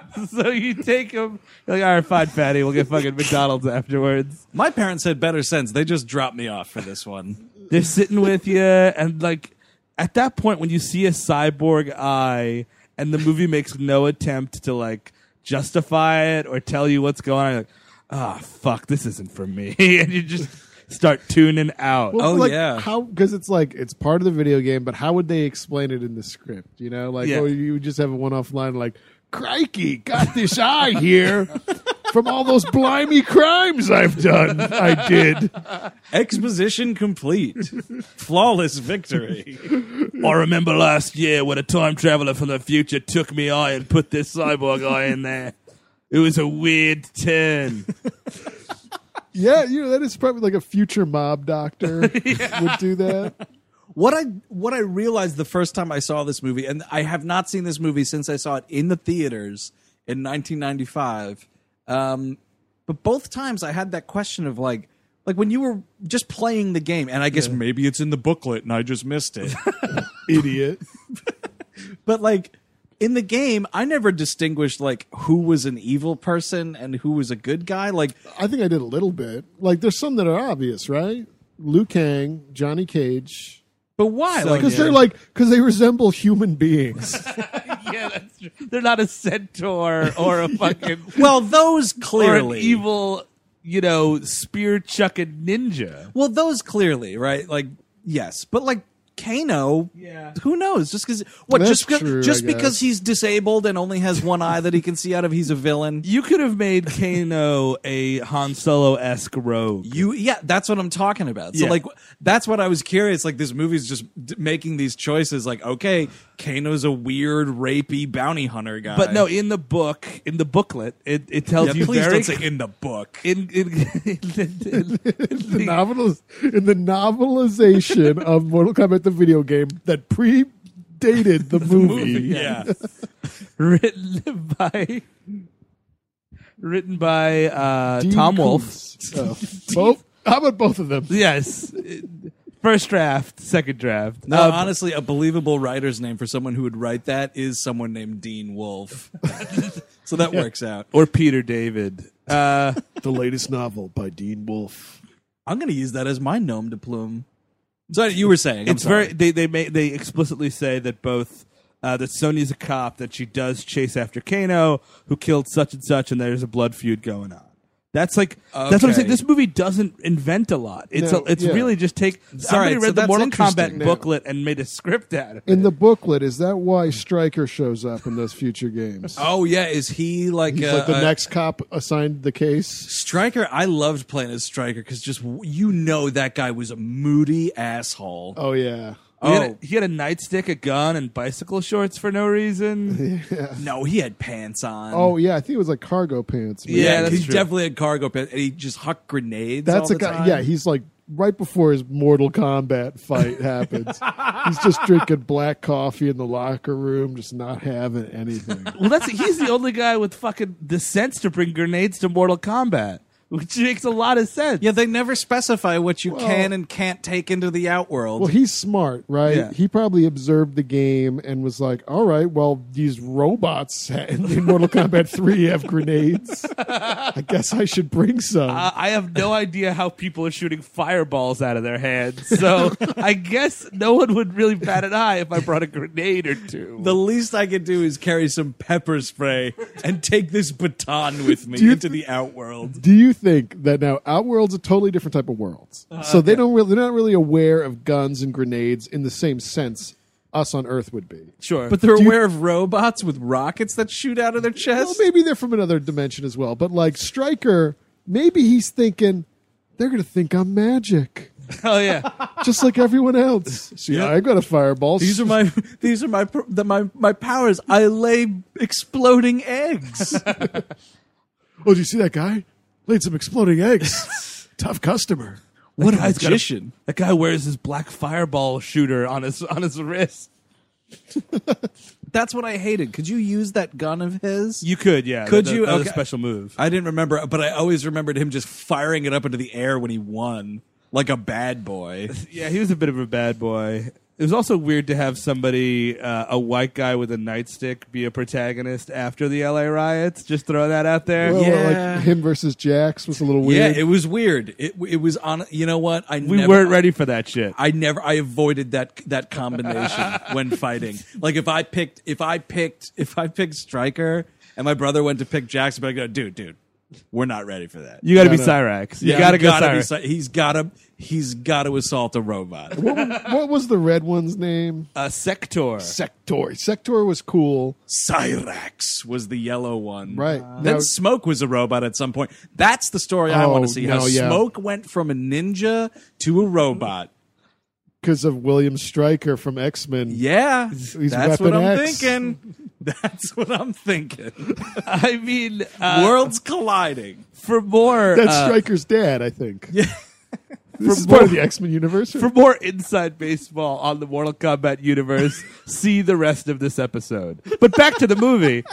[SPEAKER 2] *laughs* so you take them. You're like, all right, fine, fatty, we'll get fucking McDonald's afterwards.
[SPEAKER 1] My parents had better sense. They just dropped me off for this one.
[SPEAKER 2] They're sitting with you, and like at that point, when you see a cyborg eye, and the movie makes no attempt to like justify it or tell you what's going on, you're like, ah, fuck, this isn't for me, *laughs* and you just start tuning out.
[SPEAKER 3] Well,
[SPEAKER 1] Oh,
[SPEAKER 3] like,
[SPEAKER 1] yeah.
[SPEAKER 3] How? Because it's like it's part of the video game, but how would they explain it in the script? You know, like
[SPEAKER 2] Yeah.
[SPEAKER 3] oh, you would just have a one-off line like, "Crikey, got this eye here from all those blimey crimes I've done. I did."
[SPEAKER 1] Exposition
[SPEAKER 2] *laughs*
[SPEAKER 1] complete. Flawless victory.
[SPEAKER 2] I remember last year when a time traveler from the future took me eye and put this cyborg eye in there. It was a weird turn.
[SPEAKER 3] Yeah, you know that is probably like a future
[SPEAKER 1] *laughs*
[SPEAKER 3] mob doctor would do that.
[SPEAKER 1] What I what I realized the first time I saw this movie, and I have not seen this movie since I saw it in the theaters in 1995. Um, but both times I had that question of like, Like when you were just playing the game, and I guess maybe it's in the booklet and I just missed
[SPEAKER 3] *laughs*
[SPEAKER 1] it.
[SPEAKER 3] idiot.
[SPEAKER 1] but like in the game, I never distinguished like who was an evil person and who was a good guy. Like
[SPEAKER 3] I think I did a little bit. Like, there's some that are obvious, right? Liu Kang, Johnny Cage,
[SPEAKER 1] but why? like
[SPEAKER 3] because they're like because they resemble human *laughs* beings.
[SPEAKER 2] yeah, that's true. They're not a centaur or a fucking
[SPEAKER 1] Well, those
[SPEAKER 2] or an
[SPEAKER 1] clearly
[SPEAKER 2] evil, you know, spear chucking ninja.
[SPEAKER 1] Well, those clearly, right? Like, yes, but like Kano,
[SPEAKER 2] Yeah.
[SPEAKER 1] who knows? Just because what?
[SPEAKER 3] That's
[SPEAKER 1] just because
[SPEAKER 3] true, I
[SPEAKER 1] just
[SPEAKER 3] guess.
[SPEAKER 1] because he's disabled and only has one eye that he can see out of, he's a
[SPEAKER 3] *laughs*
[SPEAKER 1] villain.
[SPEAKER 2] You could have made Kano a Han Solo esque rogue.
[SPEAKER 1] You, yeah, that's what I'm talking about. So
[SPEAKER 2] Yeah.
[SPEAKER 1] like, that's what I was curious. Like, this movie's just d- making these choices. Like, okay, Kano's a weird, rapey bounty hunter guy.
[SPEAKER 2] But no, in the book, in the booklet, it, it tells
[SPEAKER 1] yeah,
[SPEAKER 2] you
[SPEAKER 1] please
[SPEAKER 2] very
[SPEAKER 1] don't
[SPEAKER 2] *laughs*
[SPEAKER 1] say in the book.
[SPEAKER 2] in, in, in- in-
[SPEAKER 3] the novel in the novelization of Mortal Kombat the video game that predated *laughs* the, movie.
[SPEAKER 1] *laughs* yeah.
[SPEAKER 2] written *laughs* by written by uh,
[SPEAKER 3] Dean
[SPEAKER 2] Tom Wolfe.
[SPEAKER 3] Koontz. Oh, both. How about both of them?
[SPEAKER 2] Yes, first draft, second draft.
[SPEAKER 1] No,
[SPEAKER 2] Uh,
[SPEAKER 1] honestly, a believable writer's name for someone who would write that is someone named Dean Wolf. *laughs* so that works out.
[SPEAKER 2] or Peter David.
[SPEAKER 1] *laughs*
[SPEAKER 2] Uh,
[SPEAKER 3] The latest novel by Dean Wolfe.
[SPEAKER 1] I'm going to use that as my nom de plume. So you were saying I'm
[SPEAKER 2] it's
[SPEAKER 1] sorry.
[SPEAKER 2] very they they may, they explicitly say that both uh, that Sonya's a cop that she does chase after Kano who killed such and such and there's a blood feud going on. That's like that's what I'm
[SPEAKER 1] Okay.
[SPEAKER 2] saying. This movie doesn't invent a lot. It's
[SPEAKER 3] No,
[SPEAKER 2] a, it's
[SPEAKER 3] yeah.
[SPEAKER 2] really just take somebody
[SPEAKER 1] right, so
[SPEAKER 2] read the
[SPEAKER 1] that's
[SPEAKER 2] Mortal
[SPEAKER 1] interesting.
[SPEAKER 2] Kombat
[SPEAKER 1] No.
[SPEAKER 2] booklet and made a script out of it.
[SPEAKER 3] In the booklet, is that why Stryker shows up in those future games?
[SPEAKER 1] Oh yeah, is he like,
[SPEAKER 3] He's
[SPEAKER 1] uh,
[SPEAKER 3] like the
[SPEAKER 1] uh,
[SPEAKER 3] next cop assigned the case.
[SPEAKER 1] striker? I loved playing as striker because just you know that guy was a moody asshole.
[SPEAKER 3] Oh yeah.
[SPEAKER 2] He, had
[SPEAKER 1] Oh.
[SPEAKER 2] a, he had a nightstick, a gun, and bicycle shorts for no
[SPEAKER 1] *laughs*
[SPEAKER 2] reason.
[SPEAKER 1] No, he had pants on.
[SPEAKER 3] Oh yeah, I think it was like cargo pants. maybe.
[SPEAKER 2] Yeah, that's
[SPEAKER 1] he
[SPEAKER 2] true.
[SPEAKER 1] definitely had cargo pants. And he just hucked grenades.
[SPEAKER 3] That's
[SPEAKER 1] all
[SPEAKER 3] a
[SPEAKER 1] the
[SPEAKER 3] guy.
[SPEAKER 1] time.
[SPEAKER 3] Yeah, he's like right before his Mortal Kombat
[SPEAKER 1] *laughs*
[SPEAKER 3] fight happens. he's just drinking black coffee in the locker room, just not having anything.
[SPEAKER 2] Well, that's he's the only guy with fucking the sense to bring grenades to Mortal Kombat, which makes a lot of sense.
[SPEAKER 1] yeah. They never specify what you can and can't take into the outworld.
[SPEAKER 3] well, he's smart, right?
[SPEAKER 2] Yeah.
[SPEAKER 3] He probably observed the game and was like, "All right, well, these robots *laughs* in Mortal Kombat Three have grenades. I guess I should bring some."
[SPEAKER 2] Uh, I have no idea how people are shooting fireballs out of their
[SPEAKER 1] *laughs*
[SPEAKER 2] hands, so I guess no one would really bat an eye if I brought a grenade or two.
[SPEAKER 1] the least I could do is carry some pepper spray and take this baton with me
[SPEAKER 3] you
[SPEAKER 1] into the outworld.
[SPEAKER 3] do you think that now Outworld's a totally different type of world?
[SPEAKER 1] Uh,
[SPEAKER 3] so they don't really, they're not really aware of guns and grenades in the same sense us on Earth would be.
[SPEAKER 2] Sure,
[SPEAKER 1] But they're aware of robots with rockets that shoot out of their
[SPEAKER 3] Well,
[SPEAKER 1] chest.
[SPEAKER 3] maybe they're from another dimension as well. But like Stryker, maybe he's thinking they're going to think
[SPEAKER 1] *laughs*
[SPEAKER 3] I'm magic,
[SPEAKER 2] oh yeah,
[SPEAKER 3] just like everyone else. *laughs* See, I got a fireball.
[SPEAKER 1] These are my these are my pr- the, my my powers. I lay exploding eggs.
[SPEAKER 3] oh, do you see that guy? Laid some exploding *laughs* eggs. Tough customer.
[SPEAKER 1] *laughs* what a
[SPEAKER 2] Guy's got a-
[SPEAKER 1] magician!
[SPEAKER 2] that guy wears his black fireball shooter on his on his wrist.
[SPEAKER 1] That's what I hated. Could you use that gun of his?
[SPEAKER 2] You could, yeah.
[SPEAKER 1] Could
[SPEAKER 2] that-
[SPEAKER 1] you?
[SPEAKER 2] That was
[SPEAKER 1] Okay.
[SPEAKER 2] a special move.
[SPEAKER 1] I didn't remember, but I always remembered him just firing it up into the air when he won, like a bad boy.
[SPEAKER 2] Yeah, he was a bit of a bad boy. It was also weird to have somebody, uh, a white guy with a nightstick, be a protagonist after the LA riots. Just throw that out there.
[SPEAKER 3] Well,
[SPEAKER 1] Yeah.
[SPEAKER 3] like him versus Jax was a little
[SPEAKER 1] Yeah,
[SPEAKER 3] weird.
[SPEAKER 1] it was weird. It it was on. You know what? I
[SPEAKER 2] we
[SPEAKER 1] never,
[SPEAKER 2] weren't ready for that shit.
[SPEAKER 1] I never I avoided that that *laughs* combination when fighting. Like if I picked if I picked if I picked Striker and my brother went to pick Jackson, but I go, dude, dude, we're not ready for that.
[SPEAKER 2] you got to be
[SPEAKER 3] Yeah, no.
[SPEAKER 2] Cyrax. You got to go
[SPEAKER 1] be
[SPEAKER 2] Cyrax.
[SPEAKER 1] si- he's gotta he's gotta assault a robot.
[SPEAKER 3] what was the red one's name?
[SPEAKER 1] Uh,
[SPEAKER 2] A sector.
[SPEAKER 3] Sector. Sector was cool.
[SPEAKER 1] Cyrax was the yellow one.
[SPEAKER 3] Right.
[SPEAKER 1] then
[SPEAKER 3] Now-
[SPEAKER 1] Smoke was a robot at some point. That's the story I
[SPEAKER 3] Oh,
[SPEAKER 1] want to see. how
[SPEAKER 3] no, yeah.
[SPEAKER 1] Smoke went from a ninja to a robot.
[SPEAKER 3] because of William Stryker from X Men.
[SPEAKER 1] Yeah. that's what
[SPEAKER 3] Weapon
[SPEAKER 1] I'm
[SPEAKER 3] X.
[SPEAKER 2] *laughs*
[SPEAKER 1] thinking. That's what I'm thinking.
[SPEAKER 2] I mean, uh,
[SPEAKER 1] Worlds colliding.
[SPEAKER 2] for more
[SPEAKER 3] That's
[SPEAKER 2] uh,
[SPEAKER 3] Stryker's dad, I think. Yeah.
[SPEAKER 2] for
[SPEAKER 3] This is
[SPEAKER 2] more-
[SPEAKER 3] part of the X Men universe.
[SPEAKER 2] for more inside baseball on the Mortal Kombat universe, see the rest of this episode. But back to the movie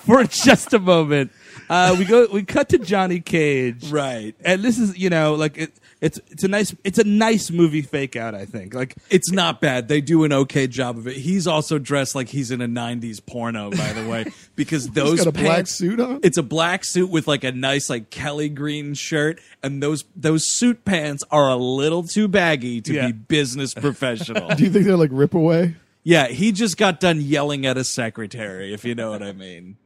[SPEAKER 2] for just a moment. Uh, we go. We cut to Johnny Cage.
[SPEAKER 1] Right.
[SPEAKER 2] And this is, you know, like it, it's it's a nice it's a nice movie fake out. I think. Like
[SPEAKER 1] It's not bad. They do an okay job of it. He's also dressed like he's in a '90s porno, by the way,
[SPEAKER 3] *laughs*
[SPEAKER 1] because those
[SPEAKER 3] got a black
[SPEAKER 1] pants-
[SPEAKER 3] suit on?
[SPEAKER 1] It's a black suit with like a nice like Kelly green shirt, and those those suit pants are a little too baggy to
[SPEAKER 2] Yeah.
[SPEAKER 1] be business professional.
[SPEAKER 3] Do you think they're like rip away?
[SPEAKER 1] yeah, he just got done yelling at a secretary, if you know what I mean.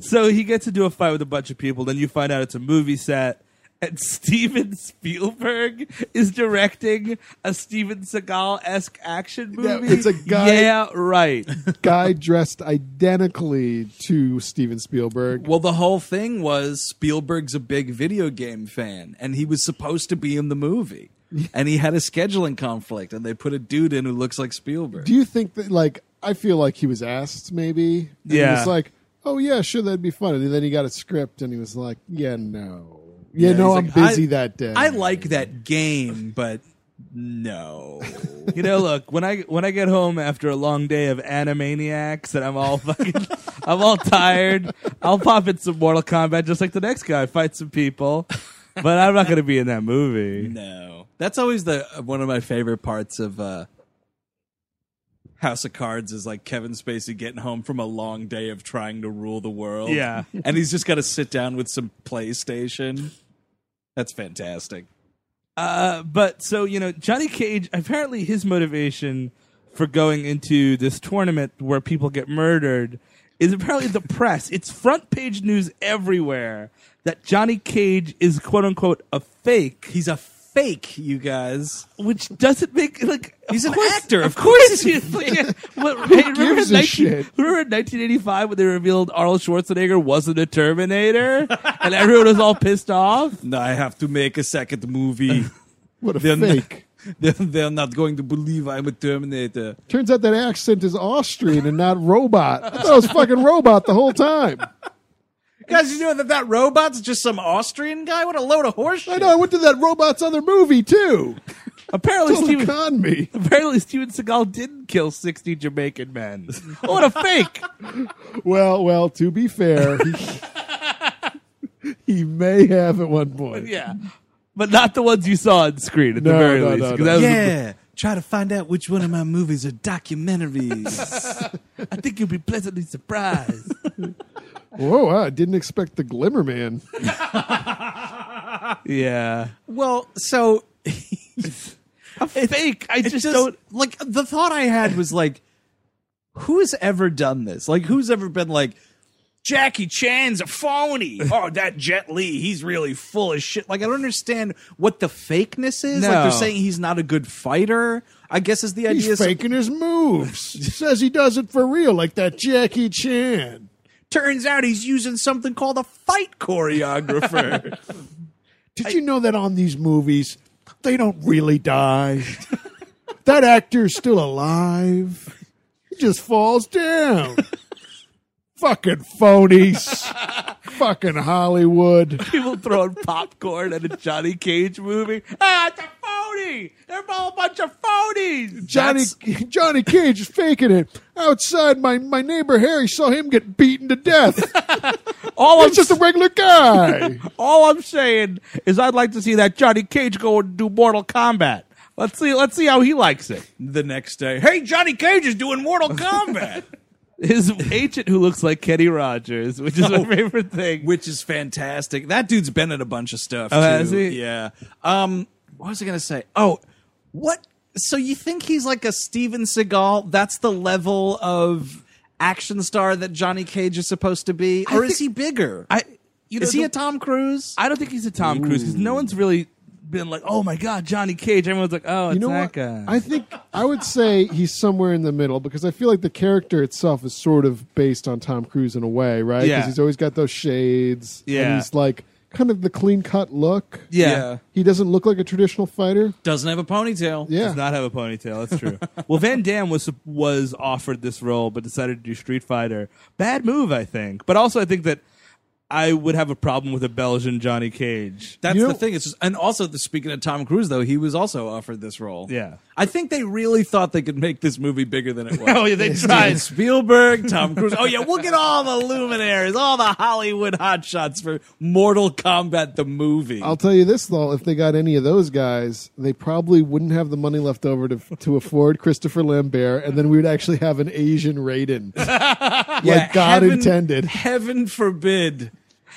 [SPEAKER 2] so, he gets into a fight with a bunch of people. Then you find out it's a movie set. And *laughs* Steven Spielberg is directing a Steven Seagal esque action
[SPEAKER 3] Yeah,
[SPEAKER 2] movie.
[SPEAKER 3] it's a guy-
[SPEAKER 2] Yeah, right.
[SPEAKER 3] Guy dressed identically to Steven Spielberg.
[SPEAKER 1] Well, the whole thing was Spielberg's a big video game fan, and he was supposed to be in the movie, and he had a scheduling conflict, and they put a dude in who looks like
[SPEAKER 3] *laughs*
[SPEAKER 1] Spielberg.
[SPEAKER 3] Do you think that like I feel like he was asked maybe? And
[SPEAKER 2] Yeah.
[SPEAKER 3] He was like, oh yeah, sure, that'd be fun. And then he got a script and he was like, yeah, no, yeah,
[SPEAKER 1] And
[SPEAKER 3] no,
[SPEAKER 1] he's
[SPEAKER 3] I'm
[SPEAKER 1] like,
[SPEAKER 3] busy
[SPEAKER 1] I-
[SPEAKER 3] that day.
[SPEAKER 1] I like that game, but no.
[SPEAKER 2] *laughs* You know, look when I when I get home after a long day of Animaniacs and I'm all fucking, *laughs* I'm all tired. I'll pop in some Mortal Kombat just like the next guy, fight some people. But I'm not gonna be in that movie.
[SPEAKER 1] No. That's always the uh, one of my favorite parts of uh House of Cards is like Kevin Spacey getting home from a long day of trying to rule the world.
[SPEAKER 2] Yeah.
[SPEAKER 1] *laughs* And he's just got to sit down with some PlayStation. That's fantastic.
[SPEAKER 2] Uh, but so you know, Johnny Cage apparently his motivation for going into this tournament where people get murdered is
[SPEAKER 1] *laughs*
[SPEAKER 2] apparently the press. It's front page news everywhere that Johnny Cage is quote unquote a fake.
[SPEAKER 1] He's a fake, you guys.
[SPEAKER 2] which doesn't make like of
[SPEAKER 1] He's an
[SPEAKER 2] course-
[SPEAKER 1] actor,
[SPEAKER 2] Of
[SPEAKER 1] of course
[SPEAKER 2] course,
[SPEAKER 1] *laughs*
[SPEAKER 2] he's like, what, *laughs* remember, in
[SPEAKER 3] gives a
[SPEAKER 2] 19
[SPEAKER 3] shit?
[SPEAKER 2] remember in 1985 when they revealed Arnold Schwarzenegger wasn't a Terminator, and everyone was all
[SPEAKER 1] *laughs*
[SPEAKER 2] pissed off.
[SPEAKER 1] No, I have to make a second movie.
[SPEAKER 3] what a
[SPEAKER 1] They're not-
[SPEAKER 3] fake.
[SPEAKER 1] *laughs* they're, they're not going to believe I'm a Terminator.
[SPEAKER 3] Turns out that accent is Austrian and not robot. I thought it was fucking robot the whole time.
[SPEAKER 1] Guys, you know that that robot's just some Austrian guy? What a load of horseshit.
[SPEAKER 3] I know. I went to that robot's other movie too.
[SPEAKER 2] Apparently,
[SPEAKER 3] Totally
[SPEAKER 2] Steven,
[SPEAKER 3] con me.
[SPEAKER 2] apparently Steven Seagal didn't kill 60 Jamaican men. Oh, What a fake!
[SPEAKER 3] Well, well. To be fair, he- he may have at one point.
[SPEAKER 2] yeah, but not the ones you saw on screen at the
[SPEAKER 3] No,
[SPEAKER 2] very
[SPEAKER 3] no,
[SPEAKER 2] least.
[SPEAKER 3] no,
[SPEAKER 2] 'cause
[SPEAKER 3] no.
[SPEAKER 2] that was-
[SPEAKER 1] Yeah. Try to find out which one of my movies are documentaries. *laughs*
[SPEAKER 2] I think you'll be pleasantly surprised.
[SPEAKER 3] Whoa! I didn't expect the Glimmer Man.
[SPEAKER 2] yeah,
[SPEAKER 1] well,
[SPEAKER 2] *laughs*
[SPEAKER 1] so
[SPEAKER 2] a fake. I
[SPEAKER 1] it
[SPEAKER 2] just,
[SPEAKER 1] just,
[SPEAKER 2] don't.
[SPEAKER 1] like the thought I had was like, who's ever done this? Like, who's ever been like, Jackie Chan's a phony. Oh, that Jet Li, he's really full of shit. Like, I don't understand what the fakeness is. Like,
[SPEAKER 2] No.
[SPEAKER 1] they're saying he's not a good fighter. I guess is the idea.
[SPEAKER 3] He's
[SPEAKER 1] some-
[SPEAKER 3] faking his moves. Says he does it for real, like that Jackie Chan.
[SPEAKER 1] Turns out he's using something called a fight *laughs* choreographer.
[SPEAKER 3] Did you know that on these movies, they don't really die? that actor's still alive. He just falls down. Fucking phonies. Fucking Hollywood.
[SPEAKER 2] people throwing popcorn at a Johnny Cage movie. Ah, it's a phony. They're all a bunch of phonies.
[SPEAKER 3] Johnny *laughs* Johnny Cage is faking it. Outside, my, my neighbor Harry saw him get beaten to death.
[SPEAKER 2] *laughs* all Oh, I'm
[SPEAKER 3] It's just a regular
[SPEAKER 2] *laughs*
[SPEAKER 3] guy.
[SPEAKER 2] all I'm saying is I'd like to see that Johnny Cage go and do Mortal Kombat. Let's see. Let's see how he likes it.
[SPEAKER 1] the next day, hey, Johnny Cage is doing Mortal *laughs* Kombat.
[SPEAKER 2] His agent, who looks like Kenny Rogers, which is my favorite thing.
[SPEAKER 1] which is fantastic. That dude's been in a bunch of stuff.
[SPEAKER 2] Oh,
[SPEAKER 1] too.
[SPEAKER 2] has he?
[SPEAKER 1] Yeah. Um, what was I gonna say? Oh, what? So you think he's like a Steven Seagal? That's the level of action star that Johnny Cage is supposed to be, or is he bigger?
[SPEAKER 2] I, you know,
[SPEAKER 1] is he
[SPEAKER 2] the-
[SPEAKER 1] a Tom Cruise?
[SPEAKER 2] I don't think he's a Tom Cruise because no one's really been like, "Oh my God, Johnny Cage." Everyone's like, "Oh, it's
[SPEAKER 3] you know
[SPEAKER 2] that
[SPEAKER 3] what?
[SPEAKER 2] guy."
[SPEAKER 3] I think I would say he's somewhere in the middle because I feel like the character itself is sort of based on Tom Cruise in a way, right?
[SPEAKER 2] Yeah.
[SPEAKER 3] Because he's always got those shades.
[SPEAKER 2] Yeah.
[SPEAKER 3] And he's like kind of the clean cut look.
[SPEAKER 2] yeah.
[SPEAKER 1] Yeah.
[SPEAKER 3] He doesn't look like a traditional fighter.
[SPEAKER 1] Doesn't have a ponytail.
[SPEAKER 3] Yeah.
[SPEAKER 2] Does not have a ponytail. That's true. *laughs* well, Van Damme was was offered this role, but decided to do Street Fighter. Bad move, I think. But also, I think that I would have a problem with a Belgian Johnny Cage.
[SPEAKER 1] That's
[SPEAKER 5] You know-
[SPEAKER 1] the thing. It's just, and also the, speaking of Tom Cruise, though, he was also offered this role.
[SPEAKER 2] Yeah.
[SPEAKER 1] I think they really thought they could make this movie bigger than it was.
[SPEAKER 2] *laughs* *laughs* Oh, yeah, they
[SPEAKER 1] Steven
[SPEAKER 2] tried.
[SPEAKER 1] Spielberg, Tom Cruise. Oh yeah, we'll get all the luminaries, all the Hollywood hotshots for Mortal Kombat the movie.
[SPEAKER 3] I'll tell you this though: if they got any of those guys, they probably wouldn't have the money left over to to afford Christopher Lambert, and then we would actually have an
[SPEAKER 5] *laughs*
[SPEAKER 3] Asian Raiden, like God
[SPEAKER 1] heaven-
[SPEAKER 3] intended.
[SPEAKER 1] Heaven forbid.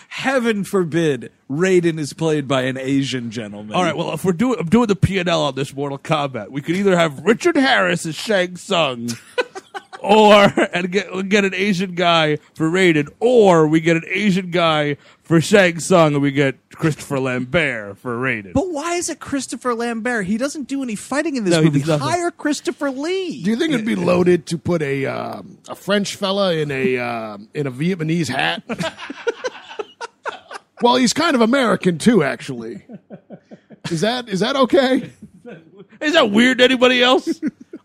[SPEAKER 1] Heaven forbid Raiden is played by an Asian gentleman.
[SPEAKER 2] All right, well, if we're doing I'm doing the P and L on this Mortal Kombat, we could either have Richard Harris as
[SPEAKER 3] *laughs*
[SPEAKER 2] Shang Tsung, or and get get an Asian guy for Raiden, or we get an Asian guy for Shang Tsung, and we get Christopher Lambert for Raiden.
[SPEAKER 1] But why is it Christopher Lambert? He doesn't do any fighting in this
[SPEAKER 2] No, he
[SPEAKER 1] movie.
[SPEAKER 2] does nothing.
[SPEAKER 1] Hire Christopher Lee.
[SPEAKER 5] Do you think it'd be loaded to put a um, a French fella in a um, in a Vietnamese hat? *laughs* well, he's kind of American too, actually. Is that is that okay?
[SPEAKER 2] Is that weird to anybody else?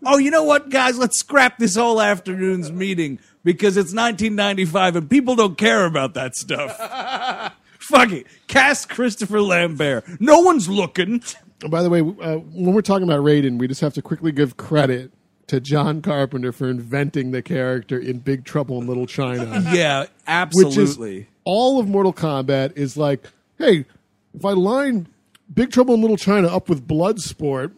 [SPEAKER 1] oh, you know what, guys? Let's scrap this whole afternoon's meeting because it's 1995 and people don't care about that
[SPEAKER 2] *laughs*
[SPEAKER 1] stuff. Fuck it. Cast Christopher Lambert. No one's looking.
[SPEAKER 3] And by the way, uh, when we're talking about Raiden, we just have to quickly give credit to John Carpenter for inventing the character in Big Trouble in
[SPEAKER 1] *laughs*
[SPEAKER 3] Little China.
[SPEAKER 1] Yeah,
[SPEAKER 3] which
[SPEAKER 1] absolutely.
[SPEAKER 3] is all of Mortal Kombat is like, hey, if I line Big Trouble in Little China up with Bloodsport,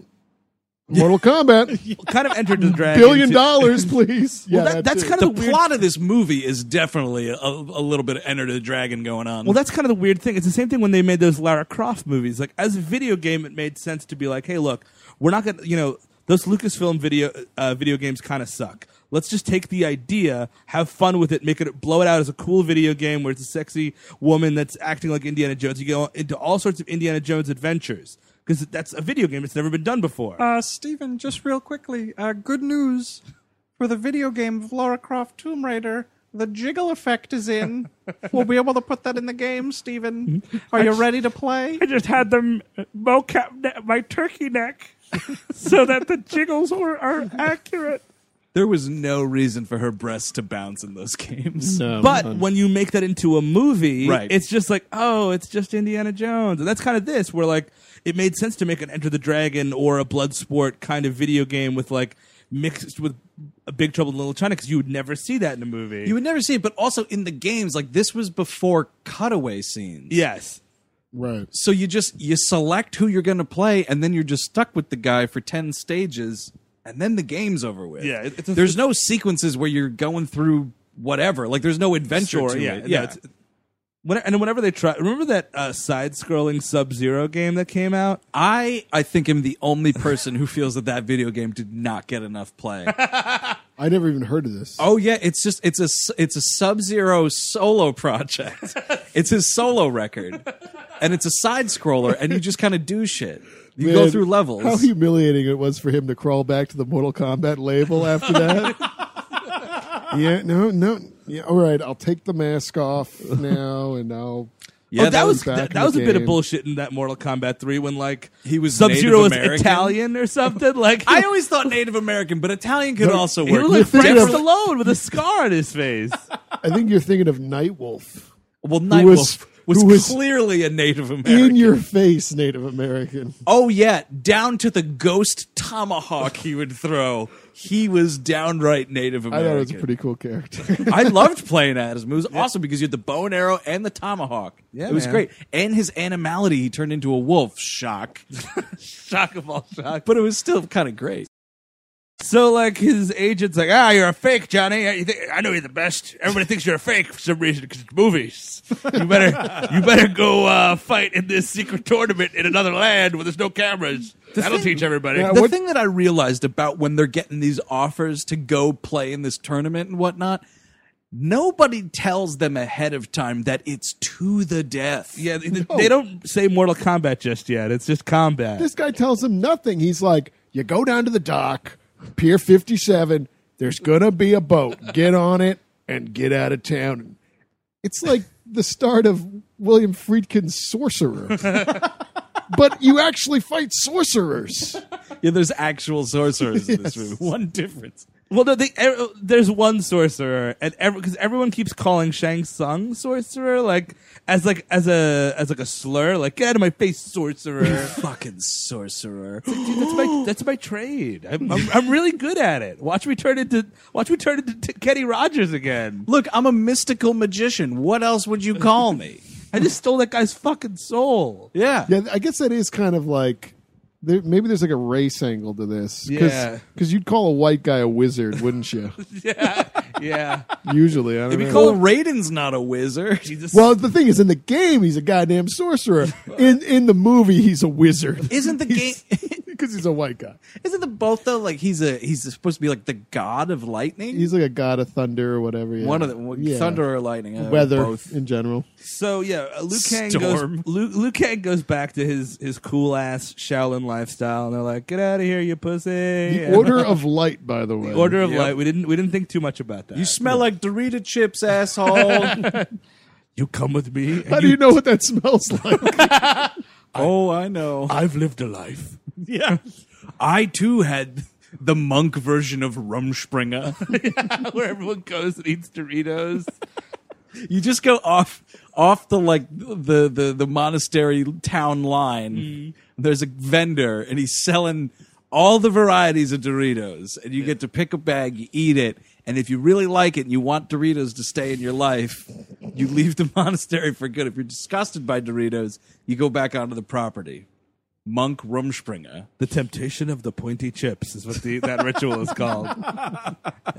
[SPEAKER 1] *laughs*
[SPEAKER 3] Mortal Kombat,
[SPEAKER 2] kind
[SPEAKER 3] *laughs*
[SPEAKER 2] of entered the dragon.
[SPEAKER 3] billion dollars, please. Yeah,
[SPEAKER 1] well, that, that's
[SPEAKER 3] it.
[SPEAKER 1] kind
[SPEAKER 2] The
[SPEAKER 1] of the,
[SPEAKER 2] weird-
[SPEAKER 1] plot of this movie is definitely a, a little bit of Enter the Dragon going on.
[SPEAKER 2] Well, that's kind of the weird thing. It's the same thing when they made those Lara Croft movies. Like as a video game, it made sense to be like, "Hey, look, we're not gonna, you know, those Lucasfilm video uh, video games kind of suck. Let's just take the idea, have fun with it, make it blow it out as a cool video game where it's a sexy woman that's acting like Indiana Jones. You go into all sorts of Indiana Jones adventures because that's a video game. It's never been done before.
[SPEAKER 4] Uh, Steven, just real quickly, uh, good news for the video game of Lara Croft Tomb Raider. The jiggle effect
[SPEAKER 1] *laughs*
[SPEAKER 4] is in. we'll be able to put that in the game, Steven.
[SPEAKER 1] Mm-hmm.
[SPEAKER 4] Are you ready to play?
[SPEAKER 6] I just had them mocap ne- my turkey neck *laughs* so that the jiggles were, are accurate.
[SPEAKER 1] there was no reason for her breasts to bounce in those games.
[SPEAKER 2] But when you make that into a movie,
[SPEAKER 1] Right.
[SPEAKER 2] it's just like, oh, it's just Indiana Jones. And that's kind of this, where like it made sense to make an Enter the Dragon or a Bloodsport kind of video game with like mixed with a Big Trouble in Little China because you would never see that in a movie.
[SPEAKER 1] You would never see it, but also in the games, like this was before cutaway scenes.
[SPEAKER 2] yes.
[SPEAKER 3] right.
[SPEAKER 1] So you just you select who you're going to play, and then you're just stuck with the guy for ten stages, and then the game's over with.
[SPEAKER 2] Yeah, it- it's a-
[SPEAKER 1] there's no sequences where you're going through whatever. Like there's no adventure.
[SPEAKER 2] Sure,
[SPEAKER 1] to
[SPEAKER 2] yeah,
[SPEAKER 1] it.
[SPEAKER 2] yeah. it's- when, and whenever they try, remember that uh, side-scrolling Sub-Zero game that came out?
[SPEAKER 1] I I think am the only person who feels that that video game did not get enough
[SPEAKER 2] *laughs*
[SPEAKER 1] play.
[SPEAKER 3] I never even heard of this.
[SPEAKER 1] Oh yeah, it's just it's a s- it's a Sub Zero solo project. *laughs* it's his solo record, and it's a side scroller, and you just kind of do shit. You go
[SPEAKER 3] Man,
[SPEAKER 1] through levels.
[SPEAKER 3] How humiliating it was for him to crawl back to the Mortal Kombat label after that.
[SPEAKER 2] *laughs*
[SPEAKER 3] yeah, no, no. Yeah, all right, I'll take the mask off now, and
[SPEAKER 2] *laughs*
[SPEAKER 3] I'll.
[SPEAKER 1] yeah,
[SPEAKER 2] oh, that was
[SPEAKER 3] back
[SPEAKER 2] that,
[SPEAKER 3] in
[SPEAKER 2] that
[SPEAKER 3] the
[SPEAKER 2] was a bit of
[SPEAKER 3] game.
[SPEAKER 2] bullshit in that Mortal Kombat Three when like
[SPEAKER 1] He was
[SPEAKER 2] Sub Zero
[SPEAKER 1] Native
[SPEAKER 2] was
[SPEAKER 1] American?
[SPEAKER 2] Italian
[SPEAKER 1] *laughs*
[SPEAKER 2] or something. Like
[SPEAKER 1] I always thought Native American, but Italian could also
[SPEAKER 2] He
[SPEAKER 1] work.
[SPEAKER 2] looked like
[SPEAKER 3] You're
[SPEAKER 2] Frank
[SPEAKER 3] thinking of-
[SPEAKER 2] Stallone with a scar on his face.
[SPEAKER 3] I think you're thinking of Nightwolf.
[SPEAKER 1] well, Nightwolf was,
[SPEAKER 3] was- who was
[SPEAKER 1] clearly a Native American.
[SPEAKER 3] In your face, Native American.
[SPEAKER 1] oh yeah, down to the ghost tomahawk he would throw. He was downright Native
[SPEAKER 3] I
[SPEAKER 1] American.
[SPEAKER 3] thought it was a pretty cool
[SPEAKER 2] *laughs*
[SPEAKER 3] character. *laughs*
[SPEAKER 1] I loved playing at him. It was awesome because you had the bow and arrow and the tomahawk. Yeah, it was
[SPEAKER 2] man.
[SPEAKER 1] great. And his animality, he turned into a wolf.
[SPEAKER 3] *laughs*
[SPEAKER 1] Shock,
[SPEAKER 2] Shock of all shock.
[SPEAKER 1] but it was still kind of great.
[SPEAKER 2] So like his agent's like, ah, you're a fake, Johnny. You think- I know you're the best. Everybody thinks you're a fake for some reason because it's movies. You better, you better go uh, fight in this secret tournament in another land where there's no cameras. That'll
[SPEAKER 1] thing-
[SPEAKER 2] teach everybody.
[SPEAKER 3] Yeah,
[SPEAKER 1] the
[SPEAKER 3] what-
[SPEAKER 1] thing that I realized about when they're getting these offers to go play in this tournament and whatnot, nobody tells them ahead of time that it's to the death.
[SPEAKER 2] yeah, they, they don't say Mortal Kombat just yet. It's just combat.
[SPEAKER 3] this guy tells him nothing. He's like, "You go down to the dock, Pier 57. There's gonna be a boat. Get on it and get out of town." It's like the start of William Friedkin's Sorcerer, but you actually fight sorcerers.
[SPEAKER 2] *laughs*
[SPEAKER 1] Yeah, there's actual sorcerers in this movie. One difference.
[SPEAKER 7] Well, no, they, er, there's one sorcerer, and because everyone keeps calling Shang Tsung sorcerer, like as like as a as like a slur, like get out of my face, sorcerer.
[SPEAKER 2] Fucking sorcerer.
[SPEAKER 7] Dude, that's my that's my trade. I'm, I'm, I'm really good at it. Watch me turn into watch me turn into t- Kenny Rogers again.
[SPEAKER 2] Look, I'm a mystical magician. What else would you call me?
[SPEAKER 7] I just stole that guy's fucking soul.
[SPEAKER 2] *laughs* Yeah.
[SPEAKER 3] Yeah, I guess that is kind of like there, maybe there's like a race angle to this.
[SPEAKER 7] Yeah.
[SPEAKER 3] because you'd call a white guy a wizard, wouldn't you?
[SPEAKER 7] Yeah, yeah.
[SPEAKER 3] Usually, I don't know.
[SPEAKER 2] Well, Raiden's not a wizard.
[SPEAKER 7] Jesus.
[SPEAKER 3] well, the thing is, in the game, he's a goddamn sorcerer. In in the movie, he's a wizard *laughs*
[SPEAKER 2] Isn't the game? *laughs*
[SPEAKER 3] because he's a white guy.
[SPEAKER 2] Isn't the both though? Like he's a he's supposed to be like the god of lightning.
[SPEAKER 3] He's like a god of thunder or whatever. yeah.
[SPEAKER 2] one of the one-
[SPEAKER 3] Yeah.
[SPEAKER 2] thunder or lightning. uh,
[SPEAKER 3] weather
[SPEAKER 2] Both.
[SPEAKER 3] in general.
[SPEAKER 7] so yeah, uh, Liu Kang
[SPEAKER 2] Storm.
[SPEAKER 7] goes. Liu, Liu Kang goes back to his his cool ass Shaolin lifestyle, and they're like, "Get out of here, you pussy!"
[SPEAKER 3] The Order
[SPEAKER 2] *laughs*
[SPEAKER 3] of Light, by the way.
[SPEAKER 7] The Order of
[SPEAKER 2] Yep.
[SPEAKER 7] Light. We didn't we didn't think too much about that.
[SPEAKER 2] You smell like Dorita chips, asshole. *laughs*
[SPEAKER 7] You come with me. and
[SPEAKER 3] How do you know what that smells like?
[SPEAKER 2] oh, I know.
[SPEAKER 7] I've lived a *laughs* life.
[SPEAKER 2] Yeah. I too had the monk version of Rumspringer.
[SPEAKER 7] where everyone goes and eats Doritos.
[SPEAKER 2] you just go off off the like the the, the monastery town line.
[SPEAKER 7] Mm.
[SPEAKER 2] There's a vendor and he's selling all the varieties of Doritos and you get to pick a bag, you eat it, and if you really like it and you want Doritos to stay in your life, you leave the *laughs* monastery for good. If you're disgusted by Doritos, you go back onto the property. Monk Rumspringer.
[SPEAKER 7] the temptation of the pointy chips is what the, that ritual is called. Uh,
[SPEAKER 2] *laughs*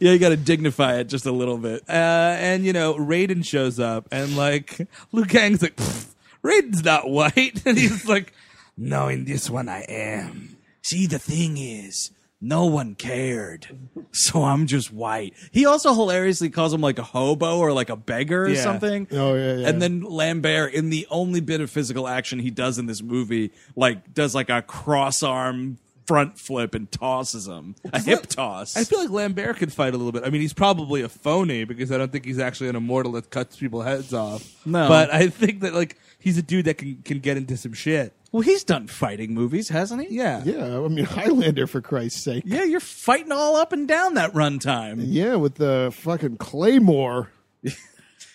[SPEAKER 2] Yeah, you got to dignify it just a little bit. Uh,
[SPEAKER 7] and you know, Raiden shows up and like Liu Kang's like, "Pfft, Raiden's not
[SPEAKER 2] *laughs*
[SPEAKER 7] white, and he's like, No, in this one I am.
[SPEAKER 2] See, the thing is, no one cared. So I'm just white. He also hilariously calls him like a hobo or like a beggar or
[SPEAKER 7] Yeah.
[SPEAKER 2] something.
[SPEAKER 3] *laughs* Oh, yeah, yeah.
[SPEAKER 2] And then Lambert, in the only bit of physical action he does in this movie, like does like a cross arm front flip and tosses him. A hip toss.
[SPEAKER 7] I feel like Lambert could fight a little bit. I mean, he's probably a phony because I don't think he's actually an immortal that cuts people's heads off.
[SPEAKER 2] No.
[SPEAKER 7] but I think that like he's a dude that can can get into some shit.
[SPEAKER 2] well, he's done fighting movies, hasn't he?
[SPEAKER 7] Yeah,
[SPEAKER 3] yeah, I mean Highlander for Christ's sake.
[SPEAKER 2] Yeah, you're fighting all up and down that runtime.
[SPEAKER 3] Yeah, with the fucking claymore.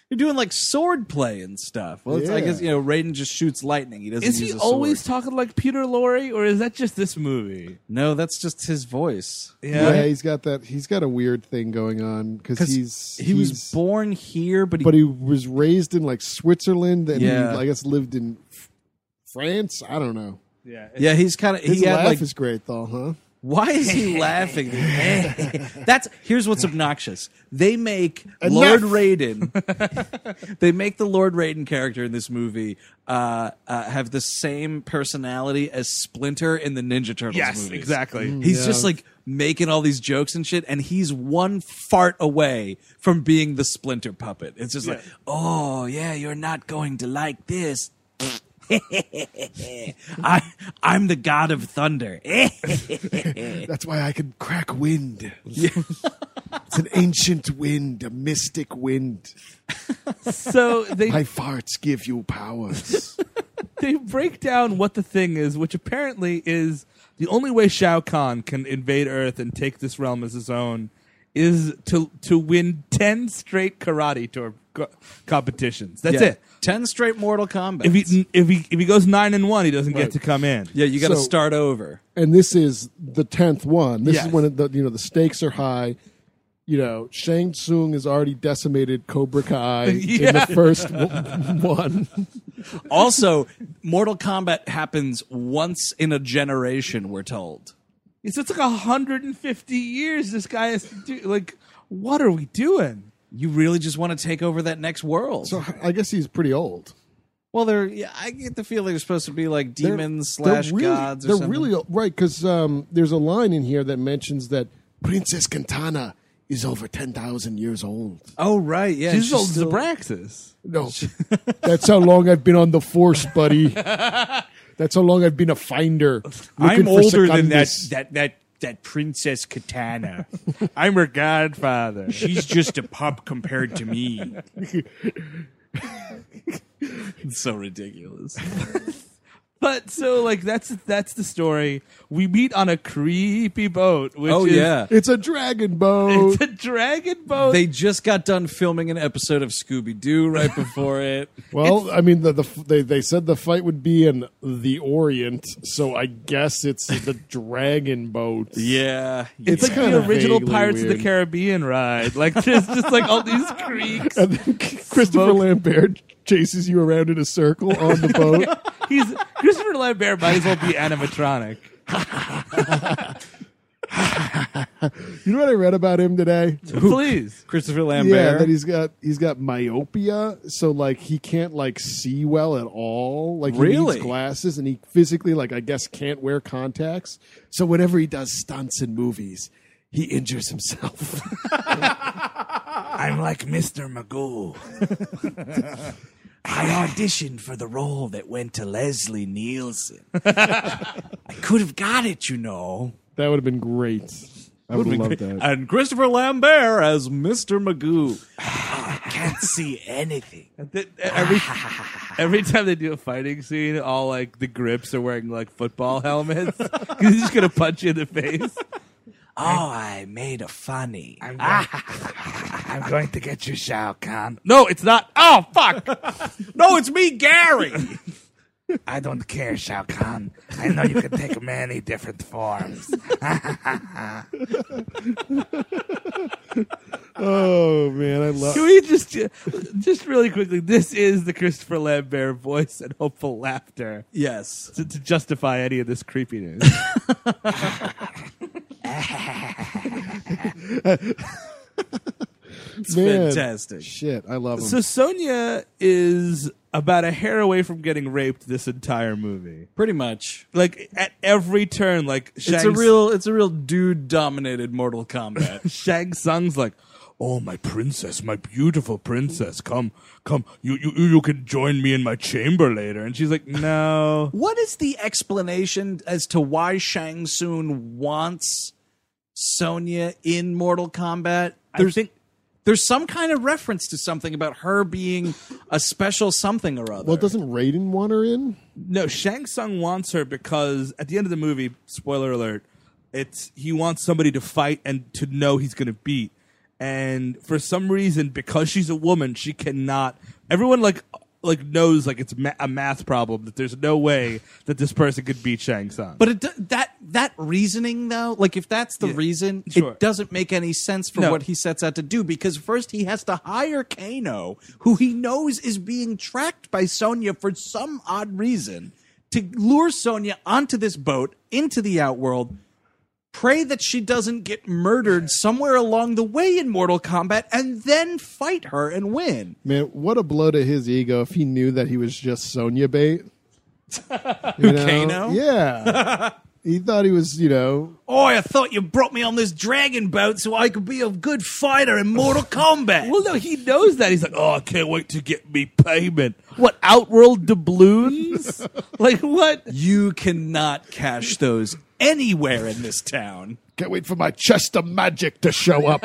[SPEAKER 2] You're doing like sword play and stuff. Well, it's, I
[SPEAKER 3] Yeah.
[SPEAKER 2] guess you know Raiden just shoots lightning. He doesn't.
[SPEAKER 7] Is
[SPEAKER 2] use
[SPEAKER 7] he
[SPEAKER 2] a
[SPEAKER 7] always
[SPEAKER 2] sword.
[SPEAKER 7] talking like Peter Lorre, or is that just this movie?
[SPEAKER 2] no, that's just his voice.
[SPEAKER 3] Yeah. he's got that. He's got a weird thing going on because he's
[SPEAKER 2] he was
[SPEAKER 3] he's-
[SPEAKER 2] born here, but he,
[SPEAKER 3] but he was raised in like Switzerland, and
[SPEAKER 2] Yeah.
[SPEAKER 3] he, I guess, lived in F- France. I don't know.
[SPEAKER 2] yeah, he's kind of
[SPEAKER 3] His
[SPEAKER 2] he had
[SPEAKER 3] laugh
[SPEAKER 2] like
[SPEAKER 3] is great, though, huh?
[SPEAKER 2] *laughs* why is
[SPEAKER 7] *laughs*
[SPEAKER 2] he laughing? *laughs* That's here's what's obnoxious. They make
[SPEAKER 3] Enough.
[SPEAKER 2] Lord Raiden. *laughs* they make the Lord Raiden character in this movie uh, uh, have the same personality as Splinter in the Ninja Turtles.
[SPEAKER 7] Yes,
[SPEAKER 2] movies.
[SPEAKER 7] exactly. Mm,
[SPEAKER 2] He's just like making all these jokes and shit, and he's one fart away from being the Splinter puppet. It's just like, oh yeah, you're not going to like this. *laughs* I I'm the god of thunder.
[SPEAKER 3] *laughs* That's why I can crack wind. *laughs* it's an ancient wind, a mystic wind.
[SPEAKER 7] *laughs* So they
[SPEAKER 3] My farts give you powers.
[SPEAKER 7] they break down what the thing is, which apparently is the only way Shao Kahn can invade Earth and take this realm as his own is to to win ten straight karate tour co- competitions. That's
[SPEAKER 2] Yeah.
[SPEAKER 7] it.
[SPEAKER 2] Ten straight Mortal Kombat.
[SPEAKER 7] If he if he if he goes nine and one, he doesn't get to come in.
[SPEAKER 2] yeah, you got to
[SPEAKER 3] So-
[SPEAKER 2] start over.
[SPEAKER 3] *laughs* and this is the tenth one. This
[SPEAKER 7] Yes.
[SPEAKER 3] is when it- the you know the stakes are high. You know, Shang Tsung has already decimated Cobra *laughs* Kai in
[SPEAKER 7] Yeah.
[SPEAKER 3] the first *laughs* w- one.
[SPEAKER 2] Also, Mortal Kombat happens once in a generation. We're told.
[SPEAKER 7] So it's like hundred and fifty years. This guy has to do like, what are we doing?
[SPEAKER 2] You really just want to take over that next world.
[SPEAKER 3] So I guess he's pretty old.
[SPEAKER 2] well, they're. Yeah, I get the feeling they're supposed to be like
[SPEAKER 3] They're-
[SPEAKER 2] demons
[SPEAKER 3] they're
[SPEAKER 2] slash
[SPEAKER 3] really-
[SPEAKER 2] gods. Or
[SPEAKER 3] they're
[SPEAKER 2] something.
[SPEAKER 3] really old, right because um, there's a line in here that mentions that Princess Quintana is over ten thousand years old.
[SPEAKER 2] Oh right, yeah.
[SPEAKER 7] This
[SPEAKER 2] she's
[SPEAKER 7] is old
[SPEAKER 2] still-
[SPEAKER 7] Zabraxis.
[SPEAKER 3] No, *laughs* that's how long I've been on the force, buddy. *laughs* That's how long I've been a finder. looking
[SPEAKER 2] I'm
[SPEAKER 3] for
[SPEAKER 2] older than that,
[SPEAKER 3] Secundus.
[SPEAKER 2] that that that princess Katana.
[SPEAKER 7] *laughs* I'm her godfather.
[SPEAKER 2] She's just a pup compared to
[SPEAKER 7] *laughs*
[SPEAKER 2] me. it's so ridiculous.
[SPEAKER 7] But so like that's that's the story. We meet on a creepy boat, which
[SPEAKER 2] oh
[SPEAKER 7] is *laughs*
[SPEAKER 2] yeah.
[SPEAKER 3] It's a dragon boat.
[SPEAKER 7] it's a dragon boat.
[SPEAKER 2] They just got done filming an episode of Scooby Doo right before
[SPEAKER 7] *laughs*
[SPEAKER 2] it.
[SPEAKER 3] Well, I mean, the, the f- they they said the fight would be in the Orient, so I guess it's the dragon boat.
[SPEAKER 2] Yeah.
[SPEAKER 7] it's like
[SPEAKER 3] kinda
[SPEAKER 7] the original
[SPEAKER 3] vaguely
[SPEAKER 7] Pirates of
[SPEAKER 3] weird.
[SPEAKER 7] the Caribbean ride. Like there's just like all these creeks.
[SPEAKER 3] And then *laughs* Christopher Lambert chases you around in a circle on
[SPEAKER 2] *laughs*
[SPEAKER 3] the boat.
[SPEAKER 7] He's Christopher Lambert might as well be animatronic.
[SPEAKER 3] You know what I read about him today?
[SPEAKER 7] Please.
[SPEAKER 2] Christopher
[SPEAKER 3] Yeah,
[SPEAKER 2] Lambert.
[SPEAKER 3] that he's got he's got myopia, so like he can't like see well at all. Like he
[SPEAKER 2] Really?
[SPEAKER 3] needs glasses, and he physically like I guess can't wear contacts. So whenever he does stunts in movies, he injures himself. *laughs*
[SPEAKER 7] I'm like Mr. Magoo.
[SPEAKER 8] I auditioned for the role that went to Leslie Nielsen. I could have got it, you know.
[SPEAKER 3] that would have been great. I would love that.
[SPEAKER 2] and Christopher Lambert as Mr. Magoo.
[SPEAKER 8] Can't see anything.
[SPEAKER 7] Th-
[SPEAKER 8] *laughs*
[SPEAKER 7] Every, every time they do a fighting scene, all like the grips are wearing like football helmets. *laughs* 'Cause He's just gonna punch you in the face.
[SPEAKER 8] Oh, I made a funny. Ah. *laughs*
[SPEAKER 7] I'm going to get you, Shao Kahn. No, it's not. Oh fuck! *laughs*
[SPEAKER 2] No, it's me, Gary.
[SPEAKER 7] I don't care, Shao Kahn. I know you can take many different forms.
[SPEAKER 3] Oh man, I love.
[SPEAKER 7] Can we just just really quickly? This is the Christopher Lambert voice and hopeful laughter
[SPEAKER 2] yes.
[SPEAKER 7] to, to justify any of
[SPEAKER 2] *laughs*
[SPEAKER 7] this creepiness.
[SPEAKER 2] It's
[SPEAKER 3] Man.
[SPEAKER 2] fantastic.
[SPEAKER 3] Shit, I love him.
[SPEAKER 7] so Sonia is about a hair away from getting raped this entire movie.
[SPEAKER 2] Pretty much.
[SPEAKER 7] Like at every turn, like Shang,
[SPEAKER 2] It's a real it's a real dude dominated Mortal
[SPEAKER 7] *laughs*
[SPEAKER 2] Kombat.
[SPEAKER 7] Shang Tsung's like, "Oh my princess, my beautiful princess, come, come, you you you can join me in my chamber later." And she's
[SPEAKER 2] *laughs*
[SPEAKER 7] like, "No,
[SPEAKER 2] what is the explanation as to why Shang Tsung wants Sonya in Mortal Kombat? There's
[SPEAKER 7] think-
[SPEAKER 2] there's some kind of reference to something about her being a special something or other.
[SPEAKER 3] well, doesn't Raiden want her in?
[SPEAKER 7] no." Shang Tsung wants her because at the end of the movie, spoiler alert, it's he wants somebody to fight and to know he's going to beat. And for some reason, because she's a woman, she cannot. Everyone like like knows like it's ma- a math problem that there's no way that this person could beat Shang Tsung.
[SPEAKER 2] But it do- that that reasoning though, like if that's the
[SPEAKER 7] Yeah,
[SPEAKER 2] reason,
[SPEAKER 7] sure.
[SPEAKER 2] it doesn't make any sense for
[SPEAKER 7] No.
[SPEAKER 2] what he sets out to do because first he has to hire Kano, who he knows is being tracked by Sonya for some odd reason, to lure Sonya onto this boat into the outworld. Pray that she doesn't get murdered somewhere along the way in Mortal Kombat and then fight her and win.
[SPEAKER 3] Man, what a blow to his ego if he knew that he was just Sonya bait.
[SPEAKER 7] *laughs*
[SPEAKER 3] You know?
[SPEAKER 2] Kano?
[SPEAKER 3] Yeah. he thought he was, you know,
[SPEAKER 2] Oh, I thought you brought me on this dragon boat so I could be a good fighter in *laughs* Mortal Kombat.
[SPEAKER 7] Well, no, he knows that. He's like, oh, I can't wait to get me payment. What,
[SPEAKER 2] *laughs*
[SPEAKER 7] Outworld doubloons? like, what?
[SPEAKER 2] You cannot cash those anywhere in this town.
[SPEAKER 3] can't wait for my chest of magic to show
[SPEAKER 7] *laughs*
[SPEAKER 3] up.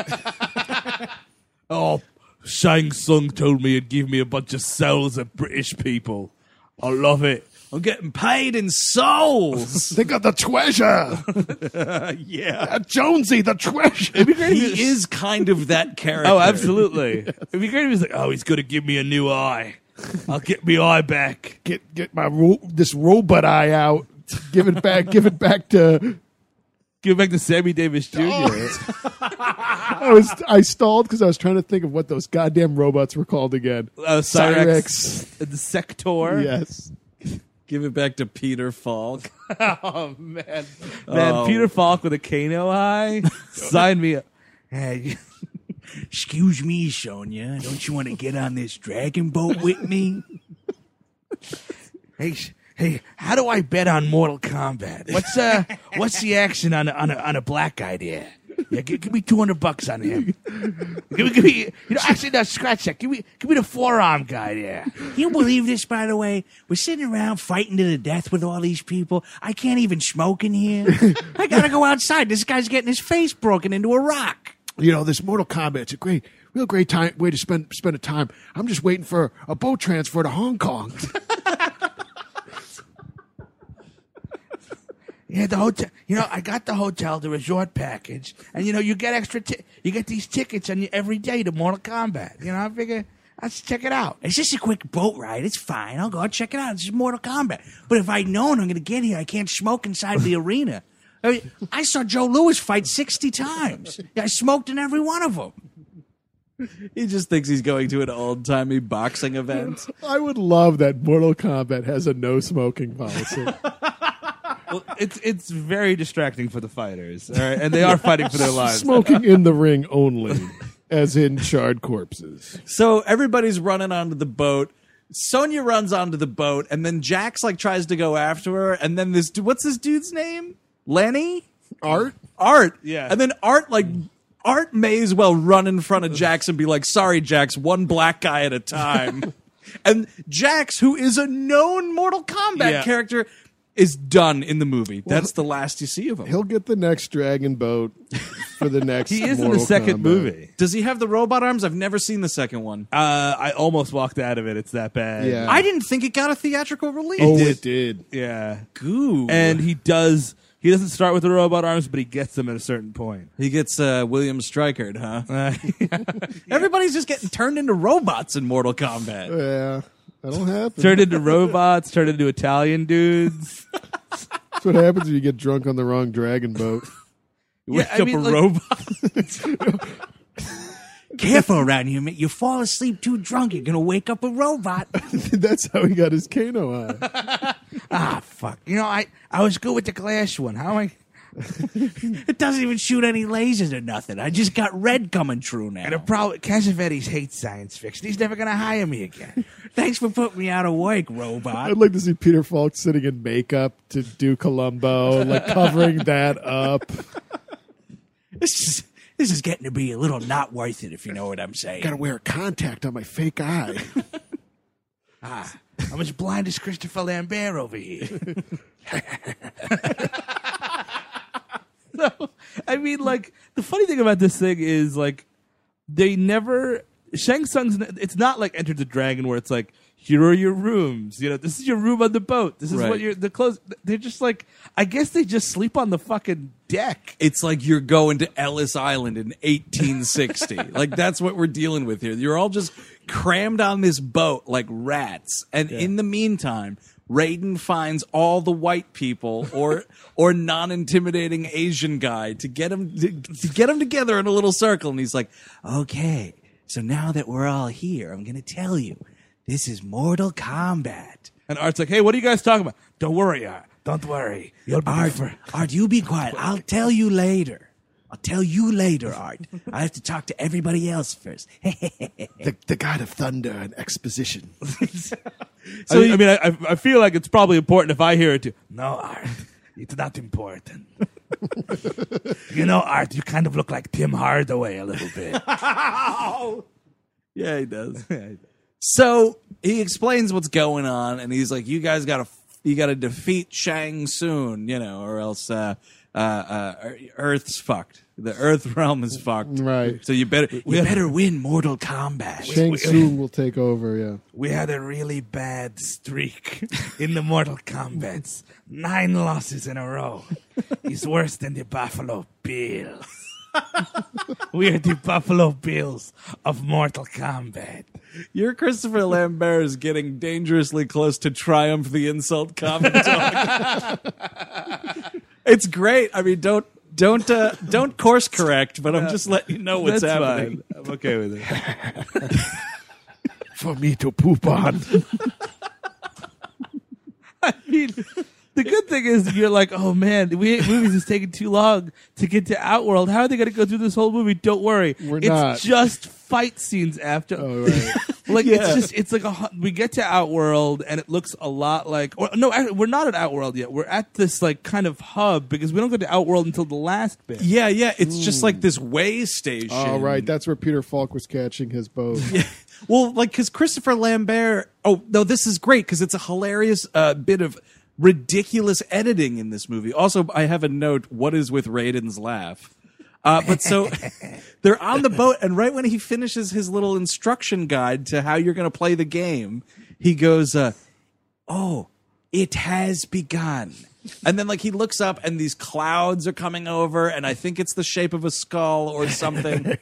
[SPEAKER 7] Oh, Shang Tsung told me he'd give me a bunch of souls of British people. I love it.
[SPEAKER 2] I'm getting paid in souls.
[SPEAKER 3] they got the
[SPEAKER 7] *laughs*
[SPEAKER 3] treasure.
[SPEAKER 2] yeah.
[SPEAKER 3] Uh, Jonesy, the treasure.
[SPEAKER 7] It'd be great if
[SPEAKER 2] *laughs* He
[SPEAKER 7] he
[SPEAKER 2] is kind of that character.
[SPEAKER 7] Oh, absolutely. It'd be great if he's like, oh, he's going to give me a new eye. I'll get me eye back.
[SPEAKER 3] Get get my ro- this robot eye out. Give it back. Give it back to.
[SPEAKER 7] Give it back to Sammy Davis Jr.
[SPEAKER 3] I was I stalled because I was trying to think of what those goddamn robots were called again.
[SPEAKER 7] Uh, Cyrex. The Sector.
[SPEAKER 3] Yes.
[SPEAKER 2] Give it back to Peter Falk.
[SPEAKER 7] Oh man, *laughs* man,
[SPEAKER 2] Oh.
[SPEAKER 7] Peter Falk with a Kano *laughs* eye. Sign me up. *laughs* Hey,
[SPEAKER 8] Excuse me, Sonia. Don't you want to get on this dragon boat with me?
[SPEAKER 7] *laughs* hey, sh- hey, how do I bet on Mortal Kombat? What's uh, what's the action on a, on a, on a black guy there? Yeah, give, give me two hundred bucks on him. give me, give me, you know, actually, no, scratch that. Give me, give me the forearm guy there.
[SPEAKER 8] You believe this, by the way? We're sitting around fighting to the death with all these people. I can't even smoke in
[SPEAKER 7] *laughs*
[SPEAKER 8] here. I gotta go outside. This guy's getting his face broken into a rock.
[SPEAKER 3] you know, this Mortal Kombat's a great, real great time way to spend spend a time. *laughs* I'm just waiting for a boat transfer to Hong Kong.
[SPEAKER 7] Yeah, the hotel. You know, I got the hotel, the resort package, and you know, you get extra. Ti- you get these tickets on you every day to Mortal Kombat. You know, I figure let's check it out.
[SPEAKER 2] It's just a quick boat ride. It's fine. I'll go out check it out. It's just Mortal Kombat. But if I'd known I'm going to get here, I can't smoke inside the arena. I, mean, I saw Joe Lewis fight 60 times. I smoked in every one of them.
[SPEAKER 4] He just thinks he's going to an old timey boxing event.
[SPEAKER 3] I would love that Mortal Kombat has a no smoking *laughs* policy.
[SPEAKER 7] Well, *laughs* it's it's very distracting for the fighters, all right? and they are fighting
[SPEAKER 2] *laughs*
[SPEAKER 7] for their lives.
[SPEAKER 3] smoking in the ring only, as in charred corpses.
[SPEAKER 4] So everybody's running onto the boat. Sonya runs onto the boat, and then Jax like tries to go after her, and then this du- what's this dude's name? Lenny?
[SPEAKER 3] Art?
[SPEAKER 4] Art.
[SPEAKER 7] Yeah.
[SPEAKER 4] And then Art like Art may as well run in front of Jax and be like, sorry, Jax, one black guy at a
[SPEAKER 7] *laughs*
[SPEAKER 4] time. and Jax, who is a known Mortal Kombat
[SPEAKER 7] Yeah.
[SPEAKER 4] character, is done in the movie. That's the last you see of him.
[SPEAKER 3] He'll get the next dragon boat for the next.
[SPEAKER 7] *laughs* He is in the
[SPEAKER 3] Mortal
[SPEAKER 7] second
[SPEAKER 3] Kombat.
[SPEAKER 7] movie.
[SPEAKER 4] Does he have the robot arms? I've never seen the second one.
[SPEAKER 7] Uh, I almost walked out of it. It's that bad.
[SPEAKER 3] Yeah.
[SPEAKER 4] I didn't think it got a theatrical release.
[SPEAKER 3] Oh, it did.
[SPEAKER 7] yeah.
[SPEAKER 4] Goo.
[SPEAKER 7] And he does. He doesn't start with the robot arms, but he gets them at a certain point.
[SPEAKER 4] He gets uh, William Strikerd,
[SPEAKER 7] *laughs*
[SPEAKER 4] huh?
[SPEAKER 7] Uh,
[SPEAKER 4] Everybody's just getting turned into robots in Mortal Kombat.
[SPEAKER 3] Yeah, that'll happen.
[SPEAKER 7] turned
[SPEAKER 2] *laughs*
[SPEAKER 7] into robots. Turned into Italian dudes.
[SPEAKER 3] That's what happens if you get drunk on the wrong dragon boat. *laughs*
[SPEAKER 4] Wake
[SPEAKER 7] I
[SPEAKER 4] up
[SPEAKER 7] mean,
[SPEAKER 4] a
[SPEAKER 7] *laughs* like-
[SPEAKER 4] robot.
[SPEAKER 2] Careful around here, man. You fall asleep too drunk, you're going to wake up a robot.
[SPEAKER 3] That's how he got his Kano eye.
[SPEAKER 7] Ah, fuck. You know, I I was good with the glass one. How am I?
[SPEAKER 2] *laughs* It doesn't even shoot any lasers or nothing. I just got red coming true now.
[SPEAKER 7] And a problem. Cassavetes hates science fiction. He's never gonna hire me again.
[SPEAKER 2] *laughs* Thanks for putting me out of work, robot.
[SPEAKER 3] I'd like to see Peter Falk sitting in makeup to do Columbo, like covering that up.
[SPEAKER 2] This is, this is getting to be a little not worth it, if you know what I'm saying.
[SPEAKER 3] wear a contact on my fake eye.
[SPEAKER 7] I'm as blind as Christopher Lambert over *laughs* here. no, I mean, like, the funny thing about this thing is, like, they never. Shang Tsung's. n- It's not like Enter the Dragon where it's like, here are your rooms. You know, this is your room on the boat. This is
[SPEAKER 4] Right.
[SPEAKER 7] what you're. The clothes. They're just like. I guess they just sleep on the fucking deck.
[SPEAKER 4] It's like you're going to Ellis Island in 1860. like that's what we're dealing with here. You're all just crammed on this boat like rats. And in the meantime, Raiden finds all the white people or or non-intimidating Asian guy to get him to, to get him together in a little circle and he's like,
[SPEAKER 2] Okay, so now that we're all here, I'm going to tell you this is Mortal Kombat.
[SPEAKER 7] And Art's like, hey, what are you guys talking about? Don't worry, Art. Don't worry. You'll be
[SPEAKER 2] Art,
[SPEAKER 7] fine."
[SPEAKER 2] Art, you be quiet. I'll tell you later. I'll tell you later,
[SPEAKER 7] *laughs*
[SPEAKER 2] Art. I have to talk to everybody else first.
[SPEAKER 9] The, the god of thunder and exposition.
[SPEAKER 7] So I, I mean, I, I- I feel like it's probably important if I hear it too. No, Art, it's
[SPEAKER 2] *laughs*
[SPEAKER 7] not important. you know, Art, you kind of look like Tim Hardaway a little *laughs* bit. Oh.
[SPEAKER 4] Yeah, he does.
[SPEAKER 7] *laughs*
[SPEAKER 4] so Oh, he explains what's going on, and he's like, "You guys got to, you got to defeat Shang soon, you know, or else uh, uh, uh, Earth's fucked. The Earth *laughs* realm is fucked.
[SPEAKER 3] Right.
[SPEAKER 4] So you better,
[SPEAKER 2] you
[SPEAKER 4] you better." *laughs*
[SPEAKER 2] better win Mortal Kombat.
[SPEAKER 3] Shang Tsung will take over. Yeah,
[SPEAKER 7] we had a really bad streak in the Mortal Kombat's nine losses in a
[SPEAKER 9] Oh.
[SPEAKER 7] row. It's worse than the Buffalo Bills. we are *laughs* the Buffalo Bills of Mortal Kombat.
[SPEAKER 4] *laughs* Your Christopher Lambert is getting dangerously close to triumph. The
[SPEAKER 9] *laughs*
[SPEAKER 4] insult common dog. it's great. I mean, don't. Don't uh, don't course correct, but I'm just letting you know what's
[SPEAKER 7] That's
[SPEAKER 4] happening.
[SPEAKER 7] fine. I'm okay with it.
[SPEAKER 9] For me to poop
[SPEAKER 7] *laughs*
[SPEAKER 9] on.
[SPEAKER 7] I mean, the good thing is you're like, oh man, the we movies is taking too long to get to Outworld. How are they going to go through this whole movie? Don't worry,
[SPEAKER 3] We're
[SPEAKER 7] it's
[SPEAKER 3] not.
[SPEAKER 7] just fight scenes after. *laughs*
[SPEAKER 3] Oh, right.
[SPEAKER 7] like it's just it's like a hu- we get to Outworld and it looks a lot like or no, actually, we're not at Outworld yet. We're at this like kind of hub because we don't go to Outworld until the last bit.
[SPEAKER 4] Yeah, yeah. It's just like this way station.
[SPEAKER 3] all right. That's where Peter Falk was catching his boat.
[SPEAKER 4] Well, like because Christopher Lambert. Oh no, this is great because it's a hilarious uh, bit of ridiculous editing in this movie. Also, I have a note. What is with Raiden's laugh? Uh, but so they're on the boat, and right when he finishes his little instruction guide to how you're going to play the game, he goes, uh, "Oh, it has begun." And then like he looks up and these clouds are coming over, and I think it's the shape of a skull or something.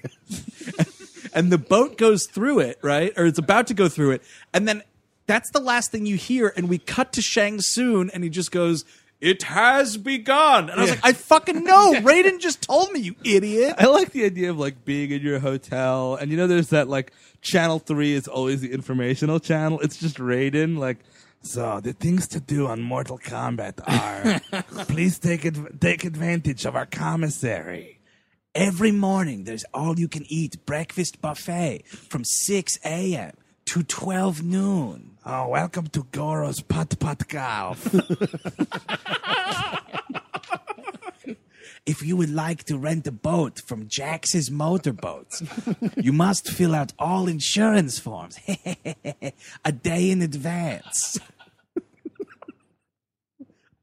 [SPEAKER 4] and the boat goes through it, right? Or it's about to go through it. And then that's the last thing you hear. And we cut to Shang Soon, and he just goes, It has begun. And I was like, I fucking know. *laughs* Raiden just told me, you idiot.
[SPEAKER 2] I like the idea of like being in your hotel, and you know, there's that like channel three is always the informational channel. It's just Raiden, like. So the things to do on Mortal Kombat are: please take adv- take advantage of our commissary.
[SPEAKER 10] Every morning, there's all you can eat breakfast buffet from 6 a.m. to 12 noon.
[SPEAKER 2] Oh, welcome to Goro's Pot Pot Golf.
[SPEAKER 10] *laughs* If you would like to rent a boat from Jax's Motorboats, you must fill out all insurance forms *laughs* a day in advance.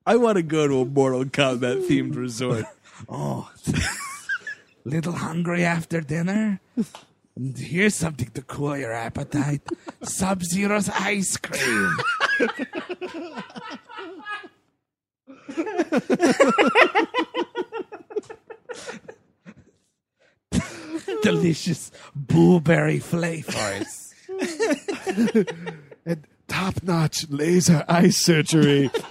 [SPEAKER 4] I want to go to a Mortal Kombat themed resort.
[SPEAKER 2] *laughs* Oh, little hungry after dinner? Here's something to cool your appetite Sub Zero's ice cream. Delicious blueberry flavors.
[SPEAKER 3] And top notch laser eye surgery. *laughs*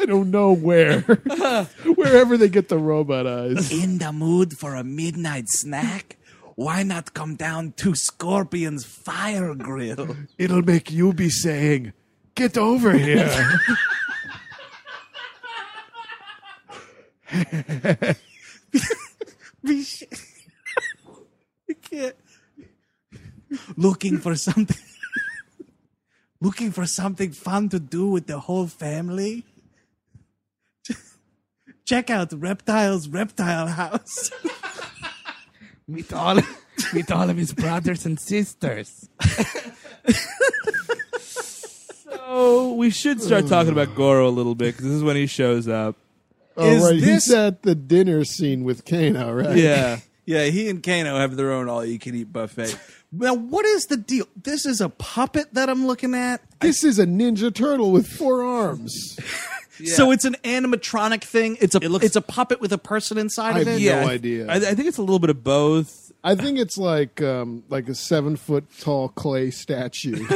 [SPEAKER 3] I don't know where. Wherever they get the robot eyes.
[SPEAKER 10] In the mood for a midnight snack? Why not come down to Scorpion's Fire Grill?
[SPEAKER 3] It'll make you be saying, Get over here.
[SPEAKER 10] *laughs* looking for something *laughs* looking for something fun to do with the whole family check out reptiles reptile
[SPEAKER 3] *laughs*
[SPEAKER 10] house
[SPEAKER 2] Meet all, meet all of his brothers and sisters. so we should start talking about Goro a little bit because this is when he shows up.
[SPEAKER 3] *laughs* All right,
[SPEAKER 4] this-
[SPEAKER 3] he's at the dinner scene with Kano, right?
[SPEAKER 2] Yeah.
[SPEAKER 4] Yeah, he and Kano have their own all you can eat buffet. Now, what is the deal? This is a puppet that I'm looking at.
[SPEAKER 3] This is a Ninja Turtle with four arms.
[SPEAKER 4] So it's an animatronic thing. It's a it's a puppet with a person inside
[SPEAKER 3] I
[SPEAKER 4] of
[SPEAKER 3] have
[SPEAKER 4] it.
[SPEAKER 3] no
[SPEAKER 2] I-
[SPEAKER 3] idea.
[SPEAKER 2] I, I think it's a little bit of both.
[SPEAKER 3] I think it's like um, like a seven foot tall clay statue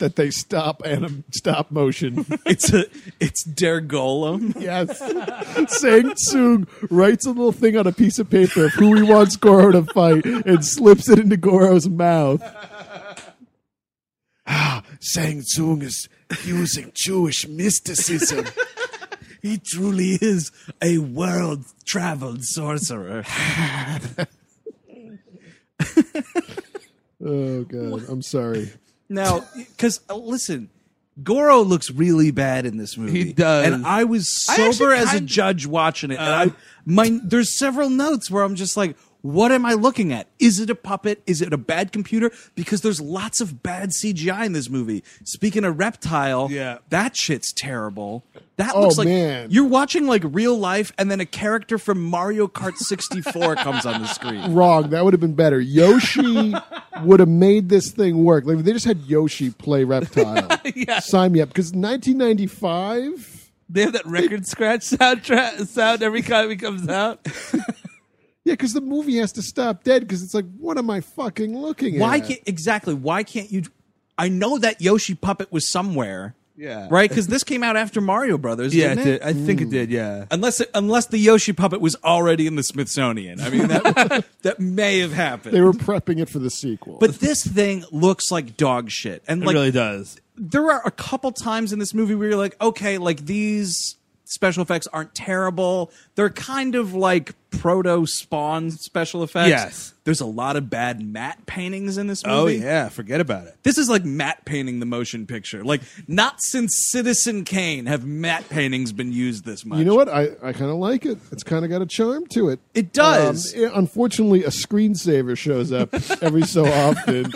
[SPEAKER 3] that they stop anim- stop motion.
[SPEAKER 4] *laughs*
[SPEAKER 3] *laughs*
[SPEAKER 4] It's a it's Der Golem.
[SPEAKER 3] Yes, Sang Tsung writes a little thing on a piece of paper of who he wants Goro to fight and slips it into Goro's mouth. Ah, Sang Tsung is using Jewish
[SPEAKER 2] *laughs*
[SPEAKER 3] mysticism.
[SPEAKER 10] he truly is a world traveled sorcerer
[SPEAKER 3] oh God, I'm sorry.
[SPEAKER 4] Now, because uh, listen, Goro looks really bad in this movie.
[SPEAKER 2] He does.
[SPEAKER 4] And I was sober as a judge watching it.
[SPEAKER 2] Uh-huh.
[SPEAKER 4] and I, my there's several notes where I'm just like, what am I looking at? Is it a puppet? Is it a bad computer? Because there's lots of bad CGI in this movie. Speaking of reptile,
[SPEAKER 2] Yeah.
[SPEAKER 4] that shit's terrible. That
[SPEAKER 3] Oh,
[SPEAKER 4] looks like
[SPEAKER 3] man.
[SPEAKER 4] you're watching like real life, and then a character from Mario
[SPEAKER 2] *laughs*
[SPEAKER 4] Kart 64 comes on the screen.
[SPEAKER 3] Wrong. That would have been better.
[SPEAKER 4] *laughs*
[SPEAKER 3] Yoshi would have made this thing work. Like if they just had Yoshi play
[SPEAKER 4] *laughs*
[SPEAKER 3] Reptile. Sign me up because 1995.
[SPEAKER 2] They have that record scratch soundtrack sound every time he comes out.
[SPEAKER 3] Yeah, because the movie has to stop dead because it's like, what am I fucking looking
[SPEAKER 4] Why
[SPEAKER 3] at?
[SPEAKER 4] can't exactly? Why can't you? I know that Yoshi puppet was somewhere.
[SPEAKER 2] Yeah.
[SPEAKER 4] Right, because this came out after Mario Brothers.
[SPEAKER 2] Yeah,
[SPEAKER 4] didn't
[SPEAKER 2] it did. I think it did. Yeah.
[SPEAKER 4] Unless it, unless the Yoshi puppet was already in the Smithsonian. I mean, that *laughs* that may have happened.
[SPEAKER 3] They were prepping it for the sequel.
[SPEAKER 4] but this thing looks like dog shit, and like
[SPEAKER 2] does.
[SPEAKER 4] there are a couple times in this movie where you're like, okay, like these special effects aren't terrible. They're kind of like proto Spawn special effects.
[SPEAKER 2] Yes.
[SPEAKER 4] there's a lot of bad matte paintings in this movie.
[SPEAKER 2] Oh yeah, forget about it.
[SPEAKER 4] This is like matte painting the motion picture. Like, not since Citizen Kane have matte paintings been used this much.
[SPEAKER 3] you know what? I, I kind of like it. It's kind of got a charm to it.
[SPEAKER 4] It does.
[SPEAKER 3] Um, it- unfortunately, a screensaver shows up every so
[SPEAKER 4] *laughs*
[SPEAKER 3] often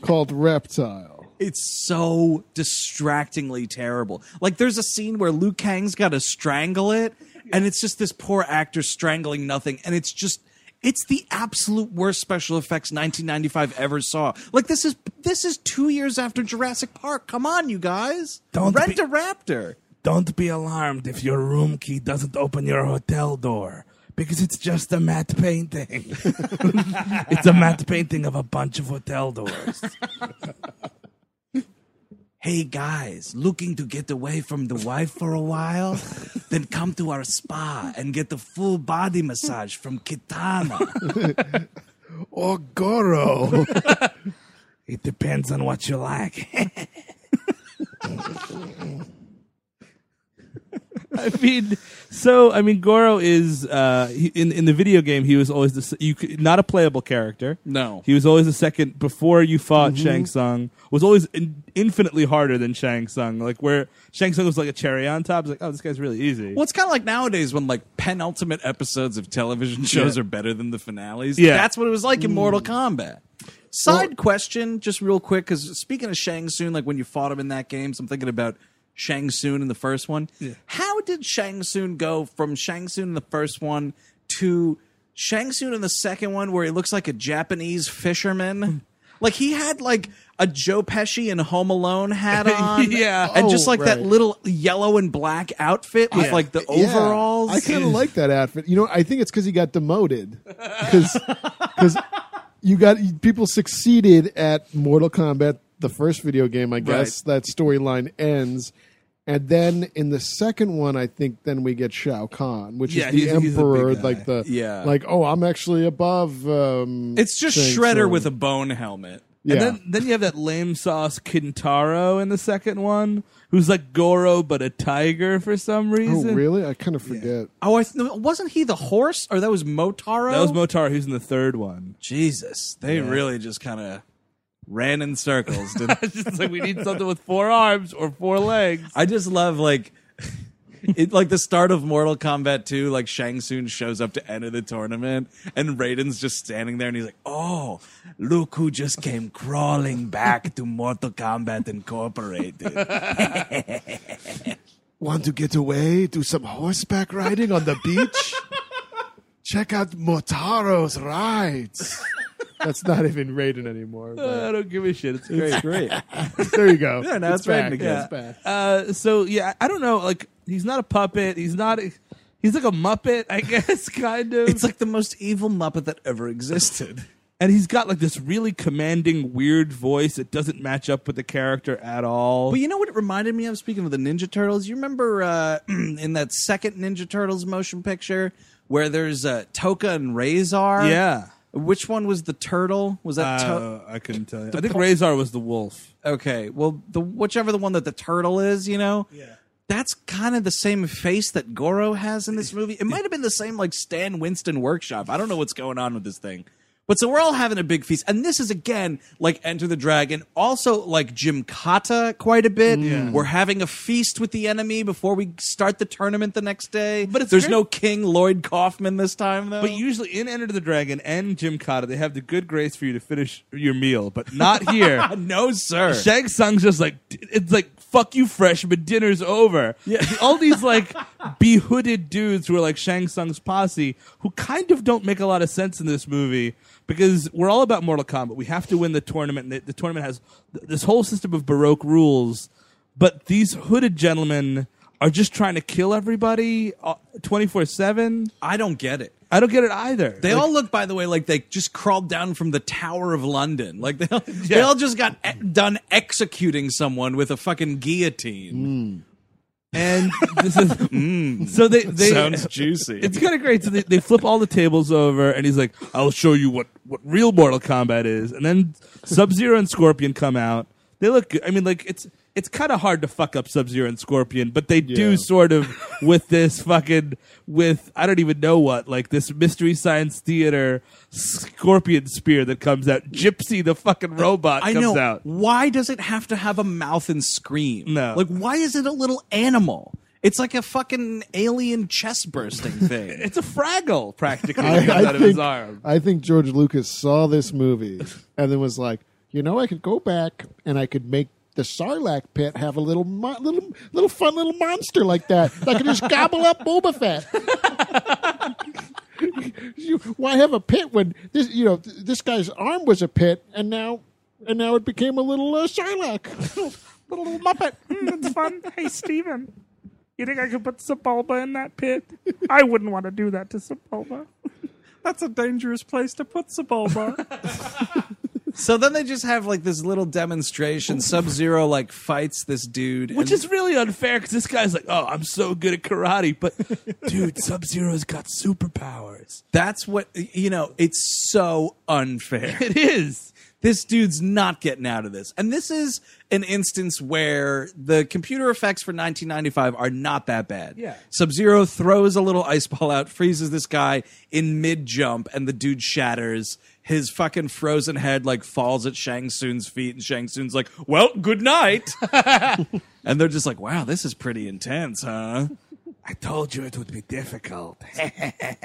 [SPEAKER 3] called Reptile.
[SPEAKER 4] It's so distractingly terrible. Like, there's a scene where Liu Kang's got to strangle it, and it's just this poor actor strangling nothing, and it's just. It's the absolute worst special effects 1995 ever saw. Like this is this is two years after Jurassic Park. Come on, you guys.
[SPEAKER 7] Don't
[SPEAKER 4] rent
[SPEAKER 7] be-
[SPEAKER 4] a raptor.
[SPEAKER 7] Don't be alarmed if your room key doesn't open your hotel door because it's just a matte painting. *laughs* it's a matte painting of a bunch of hotel doors.
[SPEAKER 2] Hey guys, looking to get away from the wife for a
[SPEAKER 4] *laughs*
[SPEAKER 2] while? then come to our spa and get the full body massage from Kitana.
[SPEAKER 3] Or Goro.
[SPEAKER 7] *laughs* It depends on what you like. *laughs* I mean, so I mean, Goro is uh, he, in in the video game. He was always the s- you c- not a playable character.
[SPEAKER 4] No.
[SPEAKER 7] he was always the second before you fought Shang Tsung. Was always in, infinitely harder than Shang Tsung. Like where Shang Tsung was like a cherry on top. It's like, oh, this guy's really easy.
[SPEAKER 4] Well, it's kind of like nowadays when like penultimate episodes of television shows
[SPEAKER 7] Yeah.
[SPEAKER 4] are better than the finales.
[SPEAKER 7] Yeah. Mm.
[SPEAKER 4] that's what it was like in Mortal Kombat. Side question, just real quick, because speaking of Shang Tsung, like when you fought him in that game, so I'm thinking about Shang Tsung in the first one. How did Shang Tsung go from Shang Tsung in the first one to Shang Tsung in the second one, where he looks like a Japanese
[SPEAKER 7] Hmm.
[SPEAKER 4] fisherman? like he had like a Joe Pesci and Home Alone
[SPEAKER 7] *laughs*
[SPEAKER 4] hat on,
[SPEAKER 7] Yeah.
[SPEAKER 4] and just
[SPEAKER 3] Oh,
[SPEAKER 4] like that
[SPEAKER 3] right.
[SPEAKER 4] little yellow and black outfit with
[SPEAKER 3] I-
[SPEAKER 4] like the
[SPEAKER 3] yeah.
[SPEAKER 4] overalls.
[SPEAKER 3] I kind of like that outfit. You know, I think it's because he got demoted. Because you got people succeeded at Mortal Kombat, the first video game. I guess that storyline ends, and then in the second one, I think then we get Shao Kahn, which
[SPEAKER 7] Yeah,
[SPEAKER 3] is the
[SPEAKER 7] he's- he's a big
[SPEAKER 3] emperor,
[SPEAKER 7] guy.
[SPEAKER 3] like the
[SPEAKER 4] Yeah.
[SPEAKER 3] like oh, I'm actually above. Um,
[SPEAKER 4] It's just
[SPEAKER 3] Shang
[SPEAKER 4] Shredder
[SPEAKER 3] Tsung.
[SPEAKER 4] with a bone helmet.
[SPEAKER 3] yeah.
[SPEAKER 7] And then, then you have that lame sauce Kintaro in the second one, who's like Goro but a tiger for some
[SPEAKER 3] oh,
[SPEAKER 7] reason.
[SPEAKER 3] really? I kind of forget.
[SPEAKER 4] Oh, I th- wasn't he the horse, or that was Motaro?
[SPEAKER 7] That was Motaro, who's in the third one.
[SPEAKER 4] Jesus, they really just kind of ran in circles. Didn't
[SPEAKER 7] *laughs* It's just like we need something with four arms or four legs.
[SPEAKER 4] I just love like *laughs* it like the start of Mortal Kombat 2, like Shang Tsung shows up to end of the tournament and Raiden's just standing there and he's like, Oh, look who just came crawling back to Mortal Kombat Incorporated.
[SPEAKER 3] *laughs* Want to get away? Do some horseback riding on the beach? Check out Motaro's rides. That's not even Raiden anymore. but
[SPEAKER 7] I don't give a shit. It's great.
[SPEAKER 3] It's great. There you go.
[SPEAKER 4] Yeah, now it's Raiden
[SPEAKER 3] back.
[SPEAKER 4] again.
[SPEAKER 3] Yeah, it's back.
[SPEAKER 7] Uh, so yeah, I don't know. Like he's not a puppet. He's not. A, he's like a muppet, I *laughs* guess, kind of.
[SPEAKER 4] it's like the most evil Muppet that ever existed.
[SPEAKER 7] and he's got like this really commanding, weird voice that doesn't match up with the character at all.
[SPEAKER 4] But you know what it reminded me of? Speaking of the Ninja Turtles, you remember uh, *clears throat* in that second Ninja Turtles motion picture where there's uh, Toka and Razor?
[SPEAKER 7] Yeah.
[SPEAKER 4] Which one was the turtle? Was that to-
[SPEAKER 7] Uh, I couldn't tell you. I think Razor was the wolf.
[SPEAKER 4] okay? Well, the whichever the one that the turtle is, you know. Yeah. That's kind of the same face that Goro has in this movie. It might have been the same like Stan Winston workshop. I don't know what's going on with this thing. But so we're all having a big feast. And this is again like Enter the Dragon, also like Jim Kata quite a bit. We're having a feast with the enemy before we start the tournament the next day. But
[SPEAKER 7] it's
[SPEAKER 4] there's
[SPEAKER 7] great-
[SPEAKER 4] no King Lloyd Kaufman this time though.
[SPEAKER 7] But usually in Enter the Dragon and Jim Cotta, they have the good grace for you to finish your meal, but
[SPEAKER 3] *laughs*
[SPEAKER 7] not here.
[SPEAKER 4] no sir.
[SPEAKER 7] Shang Tsung's just like it's like fuck you freshman dinner's over. Yeah. All these like behooded dudes who are like Shang Tsung's posse who kind of don't make a lot of sense in this movie because we're all about Mortal Kombat. We have to win the tournament. and The, the tournament has th- this whole system of baroque rules, but these hooded gentlemen are just trying to kill everybody twenty four seven.
[SPEAKER 4] I don't get it.
[SPEAKER 7] I don't get it either.
[SPEAKER 4] They
[SPEAKER 7] Like,
[SPEAKER 4] all look, by the way, like they just crawled down from the Tower of London. Like they
[SPEAKER 7] *laughs*
[SPEAKER 4] all, they all just got e- done executing someone with a fucking guillotine.
[SPEAKER 7] and this
[SPEAKER 4] *laughs*
[SPEAKER 7] is
[SPEAKER 4] Mm.
[SPEAKER 7] so they they
[SPEAKER 4] Sounds juicy.
[SPEAKER 7] It's kind of great. So they, they flip all the tables over, and he's like, "I'll show you what what real Mortal Kombat is." And then Sub Zero and Scorpion come out. They look. good. I mean, like it's it's kind of hard to fuck up Sub Zero and Scorpion, but they do
[SPEAKER 3] Yeah.
[SPEAKER 7] sort of with this fucking with I don't even know what like this mystery science theater Scorpion spear that comes out. Gypsy the fucking robot
[SPEAKER 4] I
[SPEAKER 7] comes
[SPEAKER 4] know.
[SPEAKER 7] out.
[SPEAKER 4] Why does it have to have a mouth and scream?
[SPEAKER 7] No.
[SPEAKER 4] Like, why is it a little animal? It's like a fucking alien chest
[SPEAKER 7] *laughs*
[SPEAKER 4] bursting thing.
[SPEAKER 7] It's a Fraggle practically
[SPEAKER 3] I,
[SPEAKER 7] that
[SPEAKER 3] I
[SPEAKER 7] comes out of his
[SPEAKER 3] think,
[SPEAKER 7] arm.
[SPEAKER 3] I think George Lucas saw this movie and then was like, you know, I could go back and I could make the Sarlacc pit have a little mo- little little fun little monster like that that could just gobble up Boba Fett. You- Why have a pit when this you know th- this guy's arm was a pit and now and now it became a little uh, Sarlacc. *laughs*
[SPEAKER 4] Little, little Muppet.
[SPEAKER 11] That's
[SPEAKER 4] *laughs*
[SPEAKER 11] fun. Hey, Steven. You think I could put Sepulba in that pit? I wouldn't want to do that to Sepulba.
[SPEAKER 4] That's a dangerous place to put Sebulba.
[SPEAKER 2] So then they just have like this little demonstration. Sub Zero like fights this dude,
[SPEAKER 7] Which
[SPEAKER 2] and-
[SPEAKER 7] is really unfair because this guy's like, oh, I'm so good at karate, but dude, Sub Zero's got superpowers.
[SPEAKER 2] that's what you know. It's so unfair.
[SPEAKER 7] *laughs* It is.
[SPEAKER 2] this dude's not getting out of this. And this is an instance where the computer effects for 1995 are not that bad.
[SPEAKER 7] Yeah.
[SPEAKER 2] Sub Zero throws a little ice ball out, freezes this guy in mid jump, and the dude shatters. His fucking frozen head like falls at Shang Tsung's feet, and Shang Tsung's like, "Well, good
[SPEAKER 7] *laughs*
[SPEAKER 2] night." and they're just like, "Wow, this is pretty intense, huh?"
[SPEAKER 7] *laughs* I told you it would be difficult. *laughs*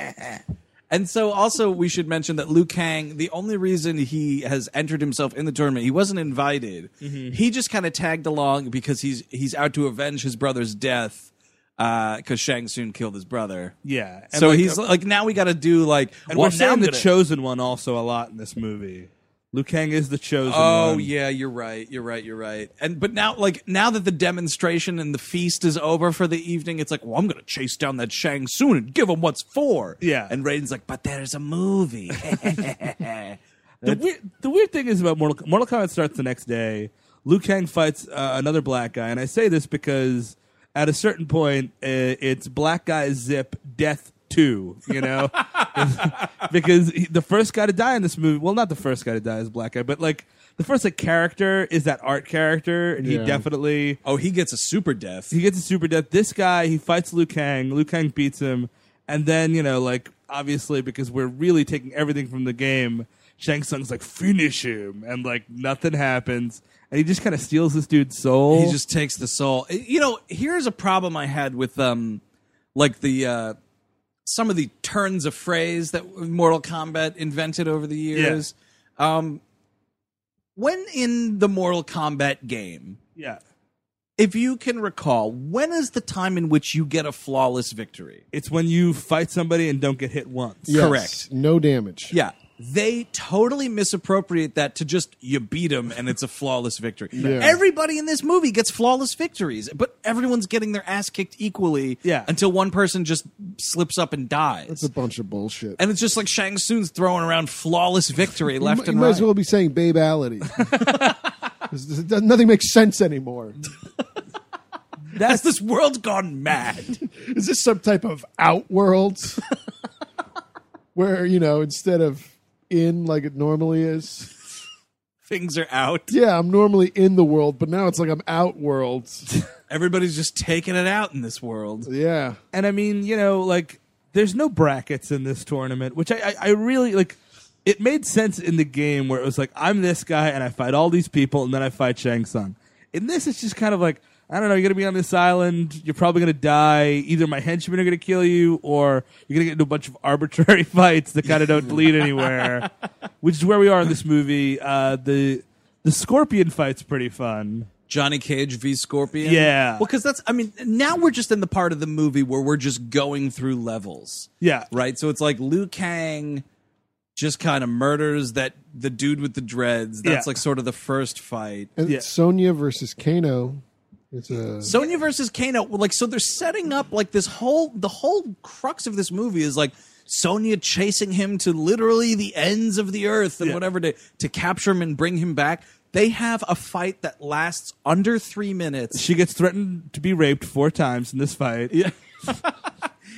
[SPEAKER 2] And so, also, we should mention that Liu Kang, the only reason he has entered himself in the tournament, he wasn't invited.
[SPEAKER 7] Mm-hmm.
[SPEAKER 2] He just kind of tagged along because he's he's out to avenge his brother's death because Shang Tsung killed his brother.
[SPEAKER 7] Yeah, and
[SPEAKER 2] so
[SPEAKER 7] like,
[SPEAKER 2] he's
[SPEAKER 7] uh,
[SPEAKER 2] like, now we got to do like.
[SPEAKER 7] And
[SPEAKER 2] well,
[SPEAKER 7] we're
[SPEAKER 2] now
[SPEAKER 7] saying
[SPEAKER 2] I'm
[SPEAKER 7] the
[SPEAKER 2] gonna-
[SPEAKER 7] chosen one also a lot in this movie. Liu Kang is the chosen one.
[SPEAKER 2] Oh yeah, you're right. You're right. You're right. And but now, like now that the demonstration and the feast is over for the evening, it's like, well, I'm gonna chase down that Shang Tsung and give him what's for.
[SPEAKER 7] Yeah.
[SPEAKER 2] And Raiden's like, but there's a movie. *laughs*
[SPEAKER 7] The weird, the weird thing is about Mortal, Mortal Kombat starts the next day. Liu Kang fights uh, another black guy, and I say this because at a certain point, uh, it's black guy zip death two. You know, *laughs* because he, the first guy to die in this movie, well, not the first guy to die is black guy, but like the first like character is that art character, and he definitely
[SPEAKER 2] oh, he gets a super death.
[SPEAKER 7] he gets a super death. This guy, he fights Liu Kang. Liu Kang beats him, and then you know, like obviously, because we're really taking everything from the game. Shang Tsung's like finish him, and like nothing happens, and he just kind of steals this dude's soul.
[SPEAKER 2] He just takes the soul. Eh, You know, here's a problem I had with um like the uh some of the turns of phrase that Mortal Kombat invented over the years. Um when in the Mortal Kombat game,
[SPEAKER 7] yeah,
[SPEAKER 2] if you can recall, when is the time in which you get a flawless victory?
[SPEAKER 7] it's when you fight somebody and don't get hit once.
[SPEAKER 3] Yes,
[SPEAKER 2] Correct.
[SPEAKER 3] No damage.
[SPEAKER 2] Yeah. They totally misappropriate that to just you beat them and it's a
[SPEAKER 3] *laughs*
[SPEAKER 2] flawless victory. Everybody in this movie gets flawless victories, but everyone's getting their ass kicked equally
[SPEAKER 7] Yeah.
[SPEAKER 2] until one person just slips up and dies.
[SPEAKER 3] It's a bunch of bullshit.
[SPEAKER 2] and it's just like Shang Tsung's throwing around flawless
[SPEAKER 3] *laughs*
[SPEAKER 2] victory
[SPEAKER 3] you
[SPEAKER 2] left
[SPEAKER 3] mi-
[SPEAKER 2] and
[SPEAKER 3] you might
[SPEAKER 2] right.
[SPEAKER 3] as well be saying
[SPEAKER 2] *laughs*
[SPEAKER 3] babeality. 'Cause th- th- Nothing makes sense anymore. *laughs*
[SPEAKER 2] That's this world's gone mad.
[SPEAKER 3] Is this some type of outworld where you know instead of in like it normally is?
[SPEAKER 2] Things are out.
[SPEAKER 3] Yeah, I'm normally in the world, but now it's like I'm out world.
[SPEAKER 2] Everybody's just taking it out in this world.
[SPEAKER 3] Yeah,
[SPEAKER 7] And I mean, you know, like there's no brackets in this tournament, which I, I, I really like. It made sense in the game where it was like I'm this guy and I fight all these people and then I fight Shang Tsung. In this, it's just kind of like I don't know. You're gonna be on this island. You're probably gonna die. Either my henchmen are gonna kill you, or you're gonna get into a bunch of arbitrary *laughs* fights that kind of don't lead anywhere. Which is where we are in this movie. Uh, the the scorpion fight's pretty fun.
[SPEAKER 2] Johnny Cage v Scorpion.
[SPEAKER 7] Yeah.
[SPEAKER 2] Well, because that's, I mean, now we're just in the part of the movie where we're just going through levels.
[SPEAKER 7] Yeah.
[SPEAKER 2] Right? So it's like Liu Kang just kind of murders that the dude with the dreads. That's
[SPEAKER 7] Yeah.
[SPEAKER 2] like sort of the first fight.
[SPEAKER 3] and
[SPEAKER 7] Yeah.
[SPEAKER 3] Sonya versus Kano. It's a
[SPEAKER 2] Sonya versus Kano, well, like, so they're setting up like this whole, the whole crux of this movie is like Sonya chasing him to literally the ends of the earth and
[SPEAKER 7] Yeah.
[SPEAKER 2] whatever to, to capture him and bring him back. They have a fight that lasts under three minutes.
[SPEAKER 7] She gets threatened to be raped four times in this fight. Yeah.
[SPEAKER 3] it's,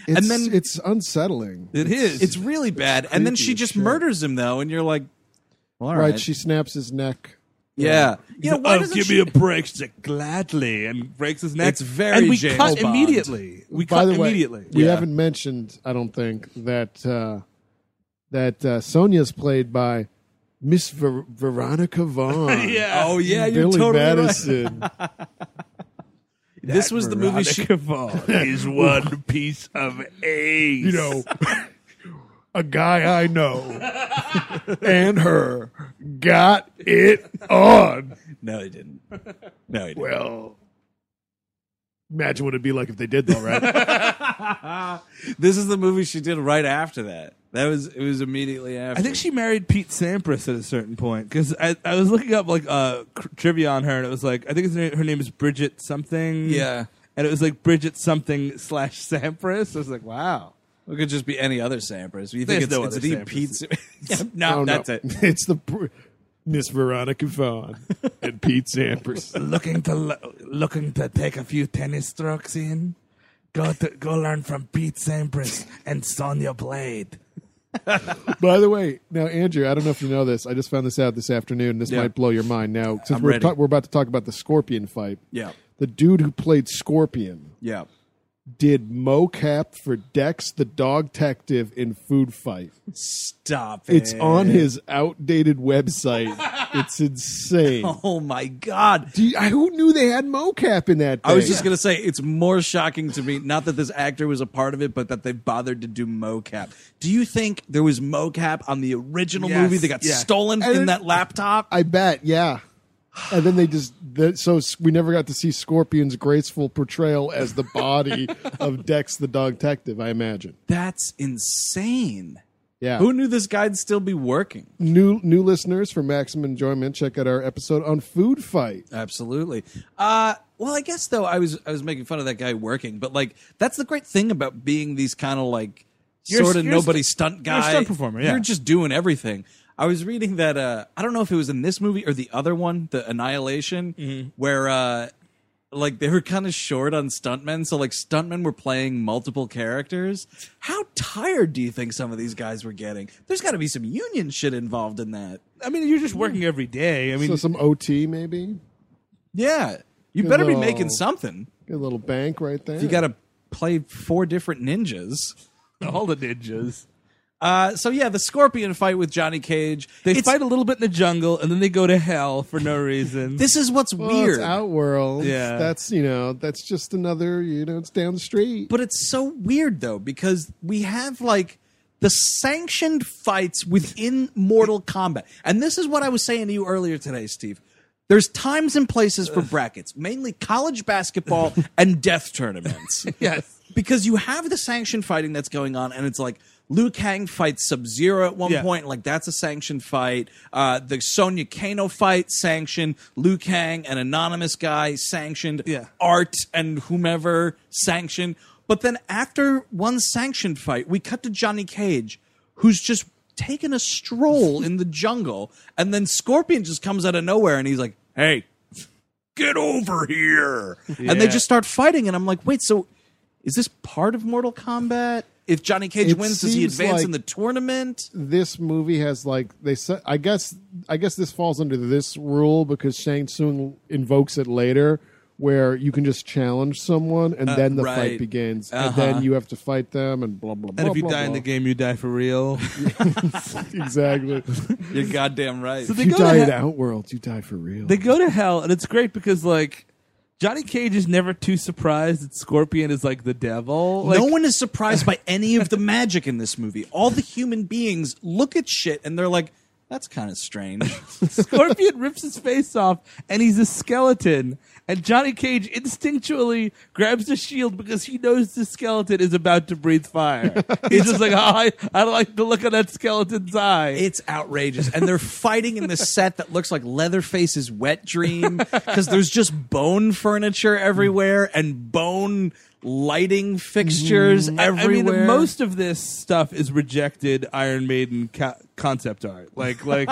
[SPEAKER 2] and then-
[SPEAKER 3] it's unsettling.
[SPEAKER 7] *laughs* It is.
[SPEAKER 2] It's really bad. and then
[SPEAKER 3] creepy
[SPEAKER 2] she
[SPEAKER 3] as
[SPEAKER 2] just
[SPEAKER 3] shit.
[SPEAKER 2] murders him though, and you're like, well, all
[SPEAKER 3] right,
[SPEAKER 2] right,
[SPEAKER 3] she snaps his neck.
[SPEAKER 2] yeah, you know, why
[SPEAKER 7] oh,
[SPEAKER 2] doesn't
[SPEAKER 7] give
[SPEAKER 2] she-
[SPEAKER 7] me a break. She's like, gladly, and breaks his neck.
[SPEAKER 2] It's very
[SPEAKER 7] And we
[SPEAKER 2] James
[SPEAKER 7] cut
[SPEAKER 2] Bond.
[SPEAKER 7] immediately. We
[SPEAKER 3] By
[SPEAKER 7] cut
[SPEAKER 3] the way,
[SPEAKER 7] immediately.
[SPEAKER 3] we
[SPEAKER 2] Yeah.
[SPEAKER 3] haven't mentioned, I don't think, that uh, that uh, Sonya's played by Miss Ver- Veronica Vaughn.
[SPEAKER 7] *laughs* yeah.
[SPEAKER 2] Oh *laughs* yeah, you're
[SPEAKER 3] Billy
[SPEAKER 2] totally right.
[SPEAKER 3] Madison.
[SPEAKER 2] This was the movie she. Oh,
[SPEAKER 7] is one piece of ace.
[SPEAKER 1] you know, a guy I know and her got it on.
[SPEAKER 2] No, he didn't. *laughs* No, he didn't.
[SPEAKER 1] Well, imagine what it'd be like if they did, though, right?
[SPEAKER 2] This is the movie she did right after that. That was it. Was immediately after.
[SPEAKER 7] I think she married Pete Sampras at a certain point because I, I was looking up like uh, cr- trivia on her and it was like I think it's, her name is Bridget something.
[SPEAKER 2] Yeah.
[SPEAKER 7] and it was like Bridget something slash Sampras. I was like, wow.
[SPEAKER 2] It could just be any other Sampras. You
[SPEAKER 7] There's
[SPEAKER 2] think it's,
[SPEAKER 7] no
[SPEAKER 2] it's
[SPEAKER 7] other
[SPEAKER 2] the
[SPEAKER 7] Sampras.
[SPEAKER 2] Pete?
[SPEAKER 7] *laughs*
[SPEAKER 2] Sam- *laughs* Yeah, no,
[SPEAKER 3] Oh, no.
[SPEAKER 2] that's it.
[SPEAKER 3] *laughs* It's the pr- Miss Veronica Vaughn and Pete Sampras.
[SPEAKER 7] Looking to looking to take a few tennis strokes in. Go to go learn from Pete Sampras and Sonia Blade.
[SPEAKER 3] By the way, now Andrew, I don't know if you know this. I just found this out this afternoon. This
[SPEAKER 2] Yeah.
[SPEAKER 3] might blow your mind. Now, since
[SPEAKER 2] I'm
[SPEAKER 3] we're
[SPEAKER 2] ready.
[SPEAKER 3] ta- we're about to talk about the Scorpion fight,
[SPEAKER 2] Yeah.
[SPEAKER 3] the dude who played Scorpion
[SPEAKER 2] Yeah.
[SPEAKER 3] did mocap for Dex the dog detective in Food Fight.
[SPEAKER 2] Stop it.
[SPEAKER 3] It's on his outdated website. It's insane.
[SPEAKER 2] *laughs* Oh my god.
[SPEAKER 3] Do you- I- who knew they had mocap in that?
[SPEAKER 2] I was
[SPEAKER 3] thing?
[SPEAKER 2] just gonna say it's more shocking to me. Not that this actor was a part of it, but that they bothered to do mocap. Do you think there was mocap on the original
[SPEAKER 7] Yes,
[SPEAKER 2] movie that got
[SPEAKER 7] yeah.
[SPEAKER 2] stolen
[SPEAKER 3] And
[SPEAKER 2] in
[SPEAKER 3] it-
[SPEAKER 2] that laptop?
[SPEAKER 3] I bet, yeah. And then they just that, so s- we never got to see Scorpion's graceful portrayal as the body of Dex the dog detective. I imagine.
[SPEAKER 2] That's insane.
[SPEAKER 3] Yeah.
[SPEAKER 2] Who knew this guy'd still be working?
[SPEAKER 3] new new listeners for maximum enjoyment? Check out our episode on food fight.
[SPEAKER 2] Absolutely. Uh, well, I guess though I was I was making fun of that guy working, but like that's the great thing about being these kind of like
[SPEAKER 7] You're-
[SPEAKER 2] sort of
[SPEAKER 7] you're
[SPEAKER 2] nobody
[SPEAKER 7] stu-
[SPEAKER 2] stunt
[SPEAKER 7] you're a
[SPEAKER 2] guy
[SPEAKER 7] stunt performer, yeah.
[SPEAKER 2] You're just doing everything. I was reading that uh, I don't know if it was in this movie or the other one, the Annihilation,
[SPEAKER 7] Mm-hmm.
[SPEAKER 2] where uh, like they were kind of short on stuntmen, so like stuntmen were playing multiple characters. How tired do you think some of these guys were getting? There's got to be some union shit involved in that.
[SPEAKER 7] I mean, you're just working every day. I mean,
[SPEAKER 3] So some OT maybe.
[SPEAKER 2] Yeah, you
[SPEAKER 3] Good
[SPEAKER 2] better be
[SPEAKER 3] little-
[SPEAKER 2] making something.
[SPEAKER 3] Get a little bank right there.
[SPEAKER 2] You got to play four different ninjas.
[SPEAKER 7] all the ninjas.
[SPEAKER 2] Uh, so yeah, the scorpion fight with Johnny Cage.
[SPEAKER 7] They
[SPEAKER 2] It's-
[SPEAKER 7] fight a little bit in the jungle and then they go to hell for no *laughs* reason.
[SPEAKER 2] This is what's
[SPEAKER 3] well, It's
[SPEAKER 2] weird,
[SPEAKER 3] Outworld.
[SPEAKER 7] Yeah.
[SPEAKER 3] That's you know that's just another you know it's down the street.
[SPEAKER 2] but it's so weird though because we have like the sanctioned fights within Mortal Kombat, and this is what I was saying to you earlier today, Steve. There's times and places for brackets, mainly college
[SPEAKER 7] *laughs*
[SPEAKER 2] basketball and death tournaments.
[SPEAKER 7] yes.
[SPEAKER 2] because you have the sanctioned fighting that's going on, and it's like Liu Kang fights Sub Zero at one
[SPEAKER 7] Yeah.
[SPEAKER 2] point, like that's a sanctioned fight. Uh, the Sonya Kano fight sanctioned, Liu Kang, an anonymous guy sanctioned,
[SPEAKER 7] Yeah.
[SPEAKER 2] Art and whomever sanctioned. But then after one sanctioned fight, we cut to Johnny Cage, who's just taking a stroll in the jungle, and then Scorpion just comes out of nowhere and he's like, "Hey, get over here. And they just start fighting. And I'm like, wait, so is this part of Mortal Kombat? If Johnny Cage
[SPEAKER 3] It
[SPEAKER 2] wins, does he
[SPEAKER 3] seems
[SPEAKER 2] advance
[SPEAKER 3] like-
[SPEAKER 2] in the tournament?
[SPEAKER 3] this movie has like they said i guess i guess this falls under this rule because shang tsung invokes it later where you can just challenge someone and
[SPEAKER 7] Uh,
[SPEAKER 3] then the
[SPEAKER 2] right.
[SPEAKER 3] fight begins and then you have to fight them and blah blah blah
[SPEAKER 7] Uh-huh. And if you
[SPEAKER 3] blah,
[SPEAKER 7] die in
[SPEAKER 3] blah.
[SPEAKER 7] the game, you die for real. *laughs*
[SPEAKER 3] exactly
[SPEAKER 2] You're goddamn right.
[SPEAKER 7] So they
[SPEAKER 3] if you
[SPEAKER 7] go to
[SPEAKER 3] die
[SPEAKER 7] hell-
[SPEAKER 3] in outworld you die for real
[SPEAKER 7] *laughs* They go to hell, and it's great because like Johnny Cage is never too surprised that Scorpion is like the devil. Like,
[SPEAKER 2] no one is surprised by any of the magic in this movie. All the human beings look at shit and they're like, that's kind of strange.
[SPEAKER 7] Scorpion rips his face off, and he's a skeleton. And Johnny Cage instinctually grabs the shield because he knows the skeleton is about to breathe *laughs* fire. He's just like, oh, I, I like the look of that skeleton's eye.
[SPEAKER 2] It's outrageous. And they're fighting in this set that looks like Leatherface's wet dream because there's just bone furniture everywhere and bone lighting fixtures
[SPEAKER 7] Mm.
[SPEAKER 2] everywhere.
[SPEAKER 7] I mean, *laughs* most of this stuff is rejected Iron Maiden ca- concept art. Like, *laughs* like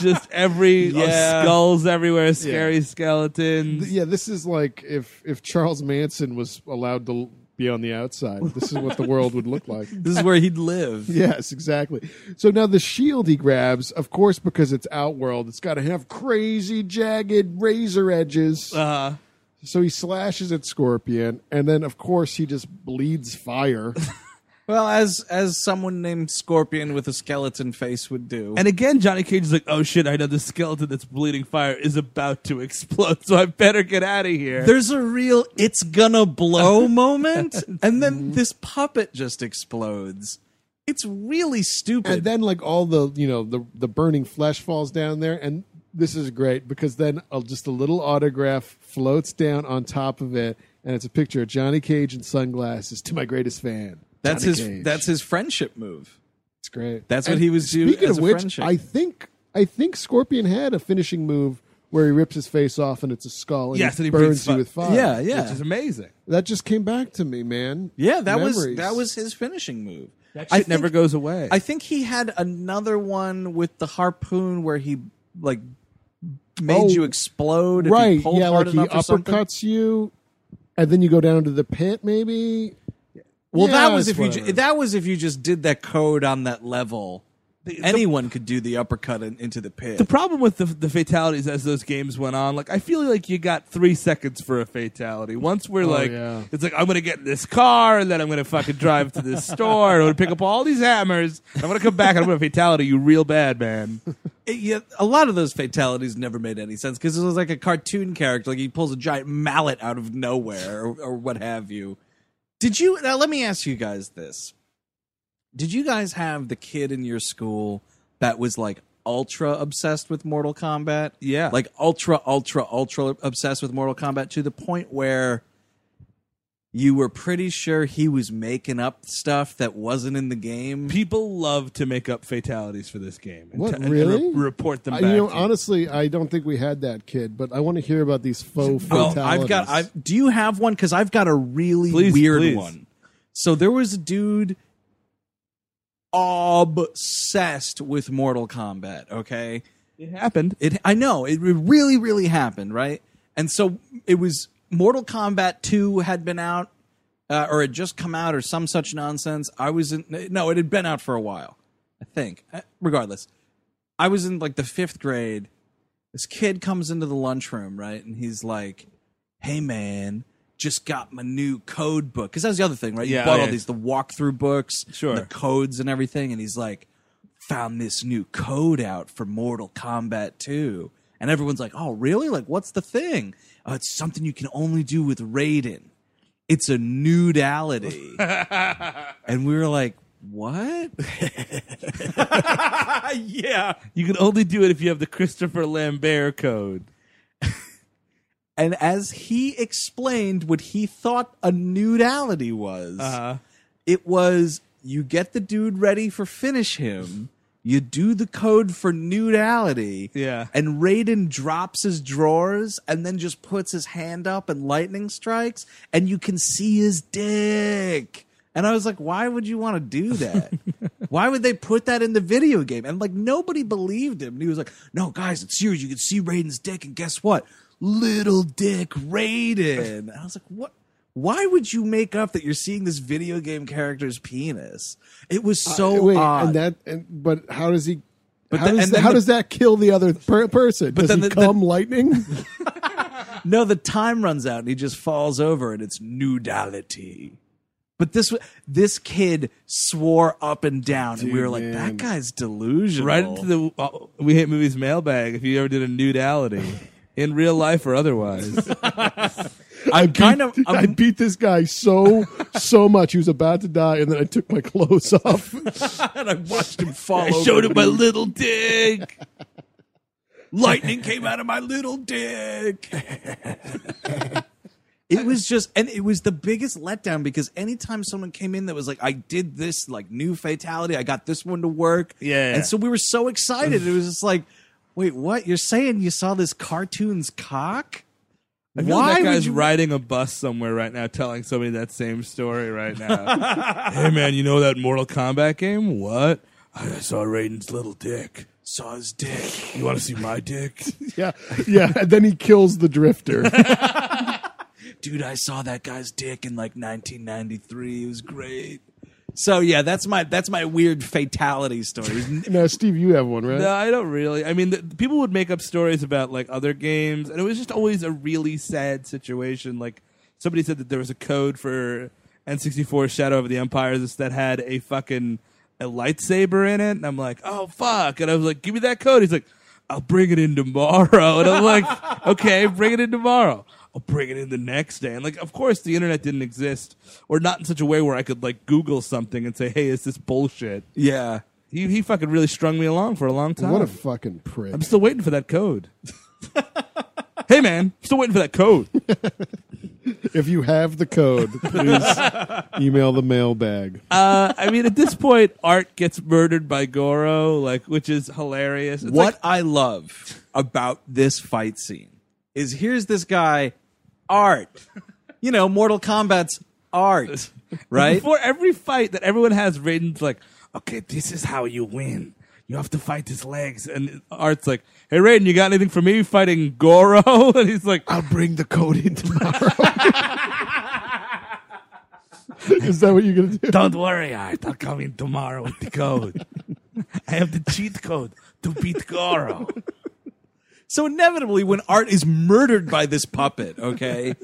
[SPEAKER 7] just every uh,
[SPEAKER 2] Yeah.
[SPEAKER 7] skulls everywhere, scary skeletons.
[SPEAKER 3] yeah this is like if if charles manson was allowed to be on the outside this is what the world would look
[SPEAKER 7] *laughs*
[SPEAKER 3] like
[SPEAKER 2] This is where he'd live.
[SPEAKER 3] Yes, exactly. So now the shield he grabs, of course, because it's Outworld, it's got to have crazy, jagged razor edges. Uh-huh. So he slashes at Scorpion, and then, of course, he just bleeds
[SPEAKER 2] *laughs*
[SPEAKER 3] fire.
[SPEAKER 2] Well, as as someone named Scorpion with a skeleton face would do.
[SPEAKER 7] And again, Johnny Cage is like, "Oh shit! I know the skeleton that's bleeding fire is about to explode, *laughs* so I better get out of here."
[SPEAKER 2] there's a real it's gonna
[SPEAKER 7] *laughs*
[SPEAKER 2] blow moment, and then
[SPEAKER 7] Mm-hmm.
[SPEAKER 2] this puppet just explodes. It's really stupid.
[SPEAKER 3] and then, like, all the, you know, the, the burning flesh falls down there, and this is great because then uh, just a little autograph floats down on top of it, and it's a picture of Johnny Cage in sunglasses to my greatest fan.
[SPEAKER 2] that's
[SPEAKER 3] Johnny
[SPEAKER 2] his
[SPEAKER 3] Cage.
[SPEAKER 2] that's his friendship move.
[SPEAKER 3] great.
[SPEAKER 2] That's what he was doing
[SPEAKER 3] Speaking
[SPEAKER 2] as
[SPEAKER 3] of
[SPEAKER 2] a
[SPEAKER 3] which,
[SPEAKER 2] friendship.
[SPEAKER 3] I think I think Scorpion had a finishing move where he rips his face off and it's a skull and
[SPEAKER 7] Yes,
[SPEAKER 3] he
[SPEAKER 7] and he
[SPEAKER 3] burns
[SPEAKER 7] breathes
[SPEAKER 3] you
[SPEAKER 7] fi-
[SPEAKER 3] with fire.
[SPEAKER 2] Yeah, yeah.
[SPEAKER 7] which is amazing.
[SPEAKER 3] That just came back to me, man.
[SPEAKER 2] yeah, that was
[SPEAKER 3] Memories.
[SPEAKER 2] that was his finishing move.
[SPEAKER 7] That shit
[SPEAKER 2] I think-
[SPEAKER 7] never goes away.
[SPEAKER 2] I think he had another one with the harpoon where he like made
[SPEAKER 3] Oh,
[SPEAKER 2] you explode. If
[SPEAKER 3] right.
[SPEAKER 2] you pulled
[SPEAKER 3] Yeah,
[SPEAKER 2] hard
[SPEAKER 3] like he
[SPEAKER 2] enough or something.
[SPEAKER 3] uppercuts you, and then you go down to the pit. Maybe.
[SPEAKER 2] Well, that
[SPEAKER 3] Yeah,
[SPEAKER 2] was
[SPEAKER 3] it's
[SPEAKER 2] if you ju-
[SPEAKER 3] whatever.
[SPEAKER 2] that was if you just did that code on that level. Anyone could do the uppercut in, into the pit.
[SPEAKER 7] the problem with the, the fatalities as those games went on, like I feel like you got three seconds for a fatality. Once we're like,
[SPEAKER 3] Oh, yeah.
[SPEAKER 7] it's like I'm gonna get in this car and then I'm gonna fucking drive to
[SPEAKER 3] *laughs*
[SPEAKER 7] this store and I'm gonna pick up all these hammers. and I'm gonna come back and I'm gonna fatality you real bad, man.
[SPEAKER 2] It- yeah, a lot of those fatalities never made any sense because it was like a cartoon character. Like he pulls a giant mallet out of nowhere or, or what have you. Did you? Now let me ask you guys this: Did you guys have the kid in your school that was like ultra obsessed with Mortal Kombat?
[SPEAKER 7] Yeah.
[SPEAKER 2] like ultra, ultra, ultra obsessed with Mortal Kombat to the point where you were pretty sure he was making up stuff that wasn't in the game.
[SPEAKER 7] People love to make up fatalities for this game. And
[SPEAKER 3] What,
[SPEAKER 7] t- and
[SPEAKER 3] really?
[SPEAKER 7] re- report them
[SPEAKER 3] I-
[SPEAKER 7] back.
[SPEAKER 3] you know,
[SPEAKER 7] to-
[SPEAKER 3] honestly, I don't think we had that kid, but I want to hear about these faux
[SPEAKER 2] Well,
[SPEAKER 3] fatalities.
[SPEAKER 2] I've got. I've, do you have one? Because I've got a really
[SPEAKER 7] Please,
[SPEAKER 2] weird
[SPEAKER 7] please.
[SPEAKER 2] one. So there was a dude obsessed with Mortal Kombat. Okay,
[SPEAKER 7] it happened.
[SPEAKER 2] it. I know it really, really happened, right? And so it was Mortal Kombat Two had been out, uh, or had just come out, or some such nonsense. I was in. No, it had been out for a while. I think. Uh, Regardless, I was in like the fifth grade. This kid comes into the lunchroom, right? And he's like, hey man just got my new code book because that's the other thing right you
[SPEAKER 7] Yeah,
[SPEAKER 2] bought
[SPEAKER 7] oh,
[SPEAKER 2] all
[SPEAKER 7] yeah.
[SPEAKER 2] these the walkthrough books and
[SPEAKER 7] Sure.
[SPEAKER 2] the codes and everything and he's like found this new code out for mortal kombat 2 and everyone's like oh really like what's the thing oh, it's something you can only do with raiden it's a
[SPEAKER 7] *laughs*
[SPEAKER 2] nudality and we were like what yeah
[SPEAKER 7] You can only do it if you have the Christopher Lambert code.
[SPEAKER 2] And as he explained what he thought a nudality was,
[SPEAKER 7] Uh-huh.
[SPEAKER 2] it was you get the dude ready for finish him, you do the code for nudality,
[SPEAKER 7] Yeah.
[SPEAKER 2] and Raiden drops his drawers and then just puts his hand up and lightning strikes, and you can see his dick. And I was like, why would you want to do that? why would they put that in the video game? And like nobody believed him. And he was like, no, guys, it's serious. You can see Raiden's dick, and guess what? Little dick Raiden. And I was like, what? Why would you make up that you're seeing this video game character's penis? It was so
[SPEAKER 3] Uh, Wait,
[SPEAKER 2] odd.
[SPEAKER 3] and that, and, but how does he?
[SPEAKER 2] But
[SPEAKER 3] how,
[SPEAKER 2] the-
[SPEAKER 3] does,
[SPEAKER 2] and then
[SPEAKER 3] how
[SPEAKER 2] the-
[SPEAKER 3] does that kill the other per- person? Does
[SPEAKER 2] then
[SPEAKER 3] he
[SPEAKER 2] the- the-
[SPEAKER 3] come
[SPEAKER 2] *laughs*
[SPEAKER 3] lightning? *laughs*
[SPEAKER 2] No, the time runs out and he just falls over and it's nudality. But this wa- this kid swore up and down, and we were like, "That guy's delusional."
[SPEAKER 7] Right into the uh, We Hate Movies mailbag if you ever did
[SPEAKER 3] *laughs*
[SPEAKER 7] a nudality. In real life or otherwise.
[SPEAKER 2] I'm kind
[SPEAKER 7] *laughs*
[SPEAKER 2] of. um,
[SPEAKER 3] i
[SPEAKER 2] I'm,
[SPEAKER 3] beat this guy so so much. He was about to die, and then I took my *laughs* clothes off.
[SPEAKER 2] and I watched him fall.
[SPEAKER 7] I
[SPEAKER 2] over.
[SPEAKER 7] showed him my little dick.
[SPEAKER 2] Lightning came out of my little dick. it was just, and it was the biggest letdown because anytime someone came in that was like, "I did this like new fatality, I got this one to work,"
[SPEAKER 7] Yeah.
[SPEAKER 2] and so we were so excited. it was just like, "Wait, what? You're saying you saw this cartoon's cock?"
[SPEAKER 7] I feel like
[SPEAKER 2] Why
[SPEAKER 7] that
[SPEAKER 2] would
[SPEAKER 7] guy's
[SPEAKER 2] you-
[SPEAKER 7] riding a bus somewhere right now, telling somebody that same story right
[SPEAKER 2] *laughs*
[SPEAKER 7] now. hey man, you know that Mortal Kombat game? What? I saw Raiden's little dick.
[SPEAKER 2] Saw his dick.
[SPEAKER 7] You want to see
[SPEAKER 2] *laughs*
[SPEAKER 7] my dick?
[SPEAKER 3] yeah, yeah. And then he kills the drifter.
[SPEAKER 2] dude, I saw that guy's dick in like 1993. It was great. So yeah, that's my that's my weird fatality story.
[SPEAKER 3] now, Steve, you have one, right?
[SPEAKER 7] no, I don't really. I mean, the, people would make up stories about like other games, and it was just always a really sad situation. Like somebody said that there was a code for N64 Shadow of the Empire that had a fucking a lightsaber in it, and I'm like, oh fuck, and I was like, give me that code. He's like, I'll bring it in tomorrow, and I'm like, okay, bring it in tomorrow. I'll bring it in the next day. And like, of course, the internet didn't exist, or not in such a way where I could like Google something and say, hey, is this bullshit?
[SPEAKER 2] yeah.
[SPEAKER 7] He he fucking really strung me along for a long time.
[SPEAKER 3] What a fucking prick!
[SPEAKER 7] I'm still waiting
[SPEAKER 1] *laughs*
[SPEAKER 7] for that code. hey man, I'm still waiting for that code.
[SPEAKER 3] If you have the code,
[SPEAKER 2] *laughs*
[SPEAKER 3] please email the mailbag.
[SPEAKER 7] Uh, I mean, at this point, Art gets murdered by Goro, like, which is hilarious. It's
[SPEAKER 2] what
[SPEAKER 7] like-
[SPEAKER 2] I love about this fight scene is here's this guy, Art. You know, Mortal Kombat's Art, right?
[SPEAKER 7] before every fight that everyone has, Raiden's like, "Okay, this is how you win. You have to fight his legs." And Art's like, "Hey, Raiden, you got anything for me fighting Goro?" *laughs* And he's like,
[SPEAKER 1] I'll bring the code in tomorrow.
[SPEAKER 3] Is that what you're going to
[SPEAKER 2] *laughs*
[SPEAKER 3] do?
[SPEAKER 7] *laughs* "Don't worry, Art. I'll come in tomorrow with
[SPEAKER 1] *laughs*
[SPEAKER 7] the code. I have the cheat code to beat Goro."
[SPEAKER 2] So inevitably, when Art is murdered by this puppet, okay,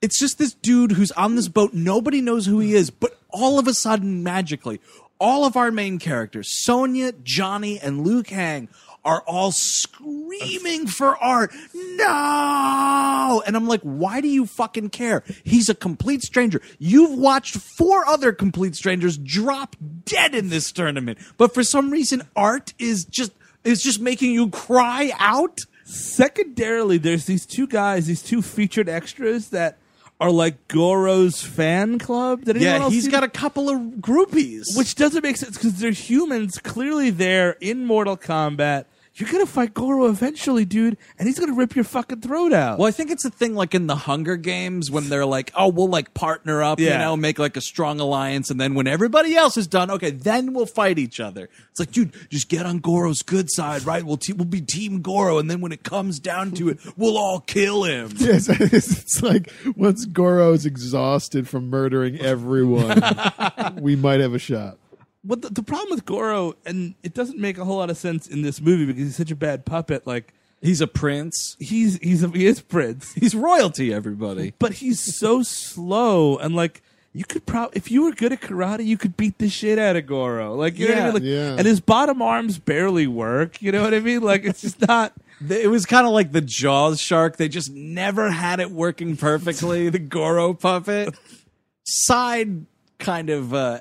[SPEAKER 2] it's just this dude who's on this boat. Nobody knows who he is, but all of a sudden, magically, all of our main characters, Sonia, Johnny, and Luke Hang, are all screaming for Art. No! And I'm like, why do you fucking care? He's a complete stranger. You've watched four other complete strangers drop dead in this tournament, but for some reason, Art is just is just making you cry out.
[SPEAKER 7] Secondarily, there's these two guys, these two featured extras that are like Goro's fan club. Did anyone
[SPEAKER 2] Yeah,
[SPEAKER 7] else
[SPEAKER 2] he's
[SPEAKER 7] see
[SPEAKER 2] got a couple of groupies.
[SPEAKER 7] Which doesn't make sense because they're humans. Clearly, they're in Mortal Kombat. You're gonna fight Goro eventually, dude, and he's gonna rip your fucking throat out.
[SPEAKER 2] well, I think it's the thing like in the Hunger Games when they're like, oh, we'll like partner up, you
[SPEAKER 7] Yeah.
[SPEAKER 2] know, make like a strong alliance, and then when everybody else is done, okay, then we'll fight each other. It's like, dude, just get on Goro's good side, right? We'll te- we'll be Team Goro, and then when it comes down to it, we'll all kill him.
[SPEAKER 3] Yes, it's like once Goro's exhausted from murdering
[SPEAKER 2] *laughs*
[SPEAKER 3] everyone, we might have a shot.
[SPEAKER 7] But the, the problem with Goro, and it doesn't make a whole lot of sense in this movie because he's such a bad puppet. Like
[SPEAKER 2] He's a prince.
[SPEAKER 7] he's he's a, he is Prince,
[SPEAKER 2] He's royalty, everybody.
[SPEAKER 7] but he's so slow and like. You could probably, if you were good at karate, you could beat the shit out of Goro. Like, you know what I mean? Like,
[SPEAKER 3] Yeah.
[SPEAKER 7] And his bottom arms barely work. You know what I mean? Like, it's just not.
[SPEAKER 2] It was kind of like the Jaws shark. They just never had it working perfectly. The Goro puppet. Side kind of uh,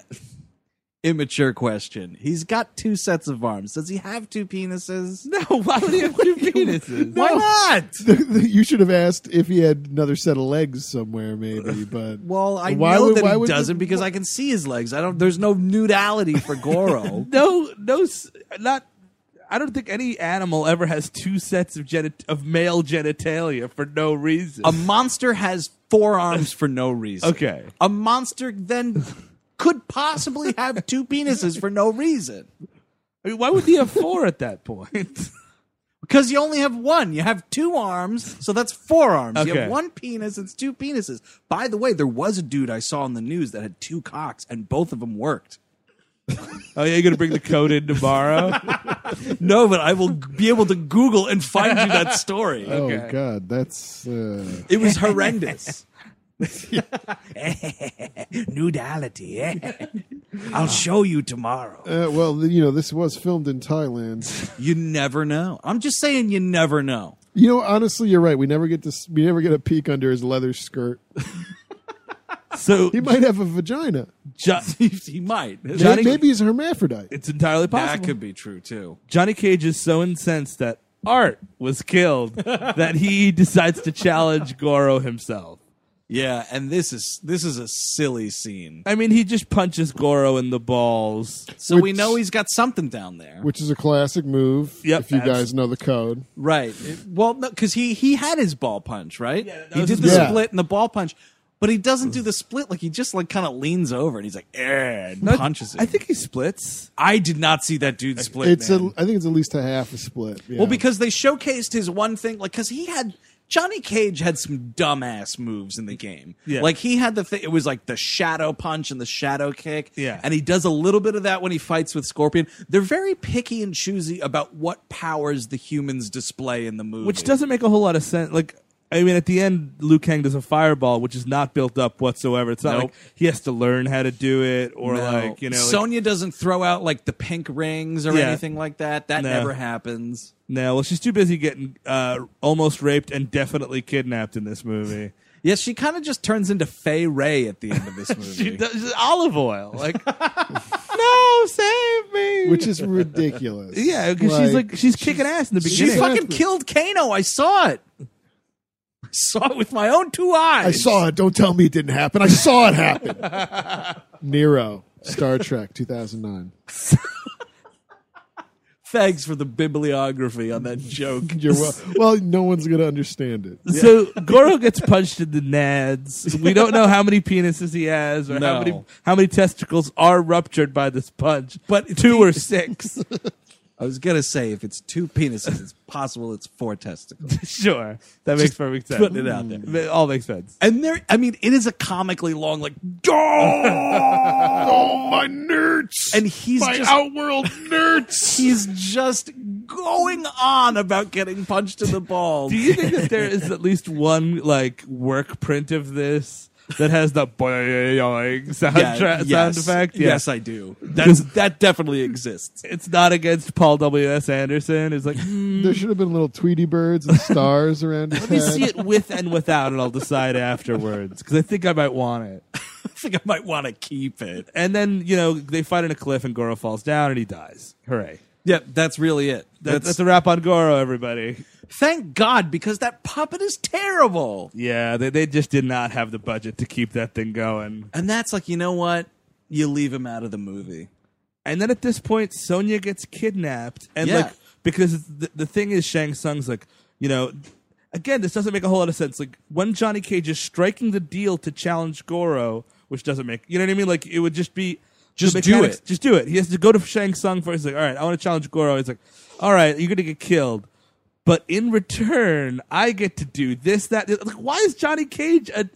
[SPEAKER 2] immature question. He's got two sets of arms. Does he have two penises?
[SPEAKER 7] No, why would he have
[SPEAKER 2] *laughs*
[SPEAKER 7] two penises?
[SPEAKER 2] Why not?
[SPEAKER 3] *laughs* you should have asked if he had another set of legs somewhere, maybe.
[SPEAKER 2] *laughs*
[SPEAKER 3] But
[SPEAKER 2] Well, I
[SPEAKER 3] Why
[SPEAKER 2] know
[SPEAKER 3] would-
[SPEAKER 2] that
[SPEAKER 3] why
[SPEAKER 2] he
[SPEAKER 3] would-
[SPEAKER 2] doesn't because I can see his legs. I don't. There's no nudality for
[SPEAKER 7] *laughs*
[SPEAKER 2] Goro.
[SPEAKER 7] no, no, s- not. I don't think any animal ever has two sets of geni- of male genitalia for no reason.
[SPEAKER 2] A monster has four arms for no reason.
[SPEAKER 7] Okay.
[SPEAKER 2] A monster then could possibly have two penises for no reason.
[SPEAKER 7] I mean, why would he have four at that point?
[SPEAKER 2] Because you only have one. You have two arms, so that's four arms. You
[SPEAKER 7] Okay.
[SPEAKER 2] have one penis, it's two penises. By the way, there was a dude I saw in the news that had two cocks, and both of them worked.
[SPEAKER 7] oh yeah, you're gonna bring the code in tomorrow.
[SPEAKER 2] *laughs* No, but I will be able to Google and find you that story.
[SPEAKER 3] oh god, that's uh,
[SPEAKER 2] It was horrendous.
[SPEAKER 8] Nudality. eh?
[SPEAKER 7] Ah.
[SPEAKER 8] I'll show you tomorrow.
[SPEAKER 3] uh, well. You know, this was filmed in Thailand.
[SPEAKER 2] you never know. I'm just saying, you never know.
[SPEAKER 3] You know, honestly, you're right. We never get to s- we never get a peek under his leather
[SPEAKER 2] *laughs*
[SPEAKER 3] skirt.
[SPEAKER 7] So
[SPEAKER 3] He might have a vagina.
[SPEAKER 7] Jo-
[SPEAKER 2] *laughs* he might.
[SPEAKER 3] Maybe, maybe he's a hermaphrodite.
[SPEAKER 7] it's entirely
[SPEAKER 2] that
[SPEAKER 7] possible.
[SPEAKER 2] could be true too.
[SPEAKER 7] Johnny Cage is so incensed that Art
[SPEAKER 2] *laughs*
[SPEAKER 7] was killed that he decides to challenge Goro himself.
[SPEAKER 2] Yeah, and this is this is a silly scene.
[SPEAKER 7] I mean, he just punches Goro in the balls.
[SPEAKER 2] So we know he's got something down there.
[SPEAKER 3] which is a classic move.
[SPEAKER 7] Yep,
[SPEAKER 3] if you
[SPEAKER 7] abs-
[SPEAKER 3] guys know the code.
[SPEAKER 2] Right. It- well, because he he had his ball punch, right? he
[SPEAKER 7] was
[SPEAKER 2] did the
[SPEAKER 7] his-
[SPEAKER 3] Yeah.
[SPEAKER 2] split and the ball punch, but he doesn't do the split. Like he just like kind of leans over and he's like, "Eh," and punches it.
[SPEAKER 7] I think he splits.
[SPEAKER 2] I did not see that dude split.
[SPEAKER 3] It's
[SPEAKER 2] man.
[SPEAKER 3] a. I think it's at least a half a split. yeah.
[SPEAKER 2] well because they showcased his one thing, like because he had. Johnny Cage had some dumbass moves in the game.
[SPEAKER 7] Yeah.
[SPEAKER 2] Like he had the thing, it was like the shadow punch and the shadow kick.
[SPEAKER 7] Yeah.
[SPEAKER 2] And he does a little bit of that when he fights with Scorpion. They're very picky and choosy about what powers the humans display in the movie.
[SPEAKER 7] which doesn't make a whole lot of sense. Like, I mean, at the end, Liu Kang does a fireball, which is not built up whatsoever. It's not
[SPEAKER 2] Nope.
[SPEAKER 7] like he has to learn how to do it, or like you know, like,
[SPEAKER 2] Sonya doesn't throw out like the pink rings or
[SPEAKER 7] Yeah.
[SPEAKER 2] anything like that. That
[SPEAKER 7] No.
[SPEAKER 2] never happens.
[SPEAKER 7] no, well, she's too busy getting uh, almost raped and definitely kidnapped in this movie.
[SPEAKER 2] Yes, she kind of just turns into Faye Ray at the end of this movie.
[SPEAKER 7] *laughs* She does she's olive oil,
[SPEAKER 2] *laughs*
[SPEAKER 7] like no, save me.
[SPEAKER 3] which is
[SPEAKER 2] *laughs*
[SPEAKER 3] ridiculous.
[SPEAKER 7] yeah, because she's like she's kicking ass in the
[SPEAKER 3] she's
[SPEAKER 7] beginning.
[SPEAKER 2] Fucking killed Kano. I saw it. I saw it with my own two eyes.
[SPEAKER 3] I saw it. Don't tell me it didn't happen. I saw it happen. *laughs* Nero, Star Trek, 2009.
[SPEAKER 2] Thanks for the bibliography on that joke.
[SPEAKER 3] You're well, well, no one's going to understand it.
[SPEAKER 7] So *laughs* Goro gets punched in the nads. We don't know how many penises he has or how
[SPEAKER 2] No.
[SPEAKER 7] many how many testicles are ruptured by this punch.
[SPEAKER 2] But
[SPEAKER 7] two or six.
[SPEAKER 2] I was gonna say if it's two penises, it's possible it's four
[SPEAKER 7] *laughs*
[SPEAKER 2] testicles.
[SPEAKER 7] *laughs* sure. That makes perfect sense.
[SPEAKER 2] putting it out there.
[SPEAKER 7] It all makes sense.
[SPEAKER 2] And there, I mean, it is a comically long, like, *laughs* oh my nerds, and he's just
[SPEAKER 3] Outworld nerds.
[SPEAKER 2] he's just going on about getting punched in the balls.
[SPEAKER 7] Do you think that there is at least one like work print of this that has the boing sound,
[SPEAKER 2] Yeah,
[SPEAKER 7] tra- sound
[SPEAKER 2] yes.
[SPEAKER 7] effect? Yeah.
[SPEAKER 2] Yes, I do. That's, that definitely exists.
[SPEAKER 7] It's not against Paul W. S. Anderson. It's like hmm,
[SPEAKER 3] *laughs* There should have been little Tweety birds and stars around his
[SPEAKER 7] let me
[SPEAKER 3] head.
[SPEAKER 7] see it with and without, and I'll decide afterwards because I think I might want it.
[SPEAKER 2] I think I might want to keep it.
[SPEAKER 7] And then you know they fight in a cliff, and Goro falls down, and he dies. Hooray!
[SPEAKER 2] Yep, that's really it.
[SPEAKER 7] That's,
[SPEAKER 2] That's,
[SPEAKER 7] that's a wrap on Goro, everybody.
[SPEAKER 2] thank God because that puppet is terrible.
[SPEAKER 7] Yeah, they they just did not have the budget to keep that thing going.
[SPEAKER 2] And that's like, you know what? You leave him out of the movie.
[SPEAKER 7] And then at this point, Sonya gets kidnapped, and
[SPEAKER 2] Yeah.
[SPEAKER 7] like because the, the thing is, Shang Tsung's like, you know, again, this doesn't make a whole lot of sense. Like when Johnny Cage is striking the deal to challenge Goro, which doesn't make you know what I mean. Like it would just be
[SPEAKER 2] Just
[SPEAKER 7] the
[SPEAKER 2] do
[SPEAKER 7] mechanics-
[SPEAKER 2] it.
[SPEAKER 7] Just do it. He has to go to Shang Tsung first. He's like, all right, I want to challenge Goro. He's like, all right, you're gonna get killed. But in return, I get to do this, that. the- Like, why is Johnny Cage a,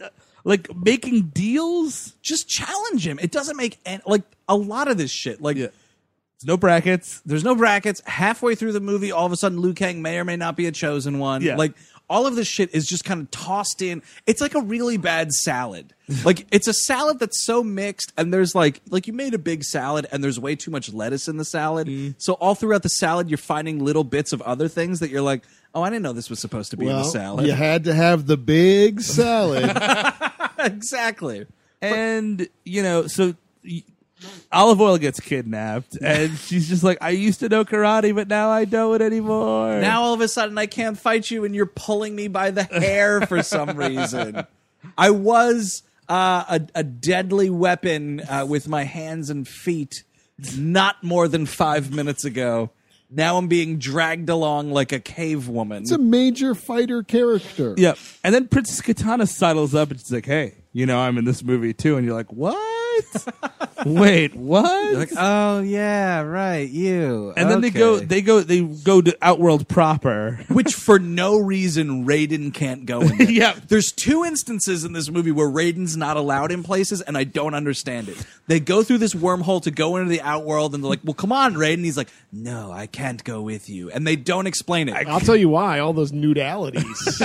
[SPEAKER 7] like making deals?
[SPEAKER 2] Just challenge him. It doesn't make any, like a lot of this shit. Like,
[SPEAKER 7] There's no brackets.
[SPEAKER 2] there's no brackets. Halfway through the movie, all of a sudden, Liu Kang may or may not be a chosen one.
[SPEAKER 7] Yeah.
[SPEAKER 2] Like, all of this shit is just kind of tossed in. It's like a really bad salad. like, it's a salad that's so mixed, and there's like, like you made a big salad, and there's way too much lettuce in the salad. So all throughout the salad, you're finding little bits of other things that you're like, oh, I didn't know this was supposed to be in the
[SPEAKER 3] Well,
[SPEAKER 2] salad.
[SPEAKER 3] you had to have the big salad.
[SPEAKER 2] *laughs* exactly.
[SPEAKER 7] and you know so y- olive oil gets *laughs* kidnapped and she's just like i used to know karate but now i don't anymore
[SPEAKER 2] Now all of a sudden I can't fight you and you're pulling me by the hair for some reason. I was uh, a, a deadly weapon uh, with my hands and feet not more than five minutes ago. Now I'm being dragged along like a cave
[SPEAKER 3] *laughs*
[SPEAKER 2] woman.
[SPEAKER 3] It's a major fighter character.
[SPEAKER 7] yeah and then princess katana sidles up and she's like hey you know i'm in this movie too and you're like what *laughs* wait what
[SPEAKER 2] like, oh yeah, right, you.
[SPEAKER 7] and then they go they go they go to outworld proper
[SPEAKER 2] which for no reason Raiden can't go in there.
[SPEAKER 7] Yep.
[SPEAKER 2] There's two instances in this movie where Raiden's not allowed in places, and I don't understand it. They go through this wormhole to go into the outworld, and they're like, well, come on, Raiden. He's like, no, I can't go with you. And they don't explain it.
[SPEAKER 1] I'll tell you why. All those nudalities.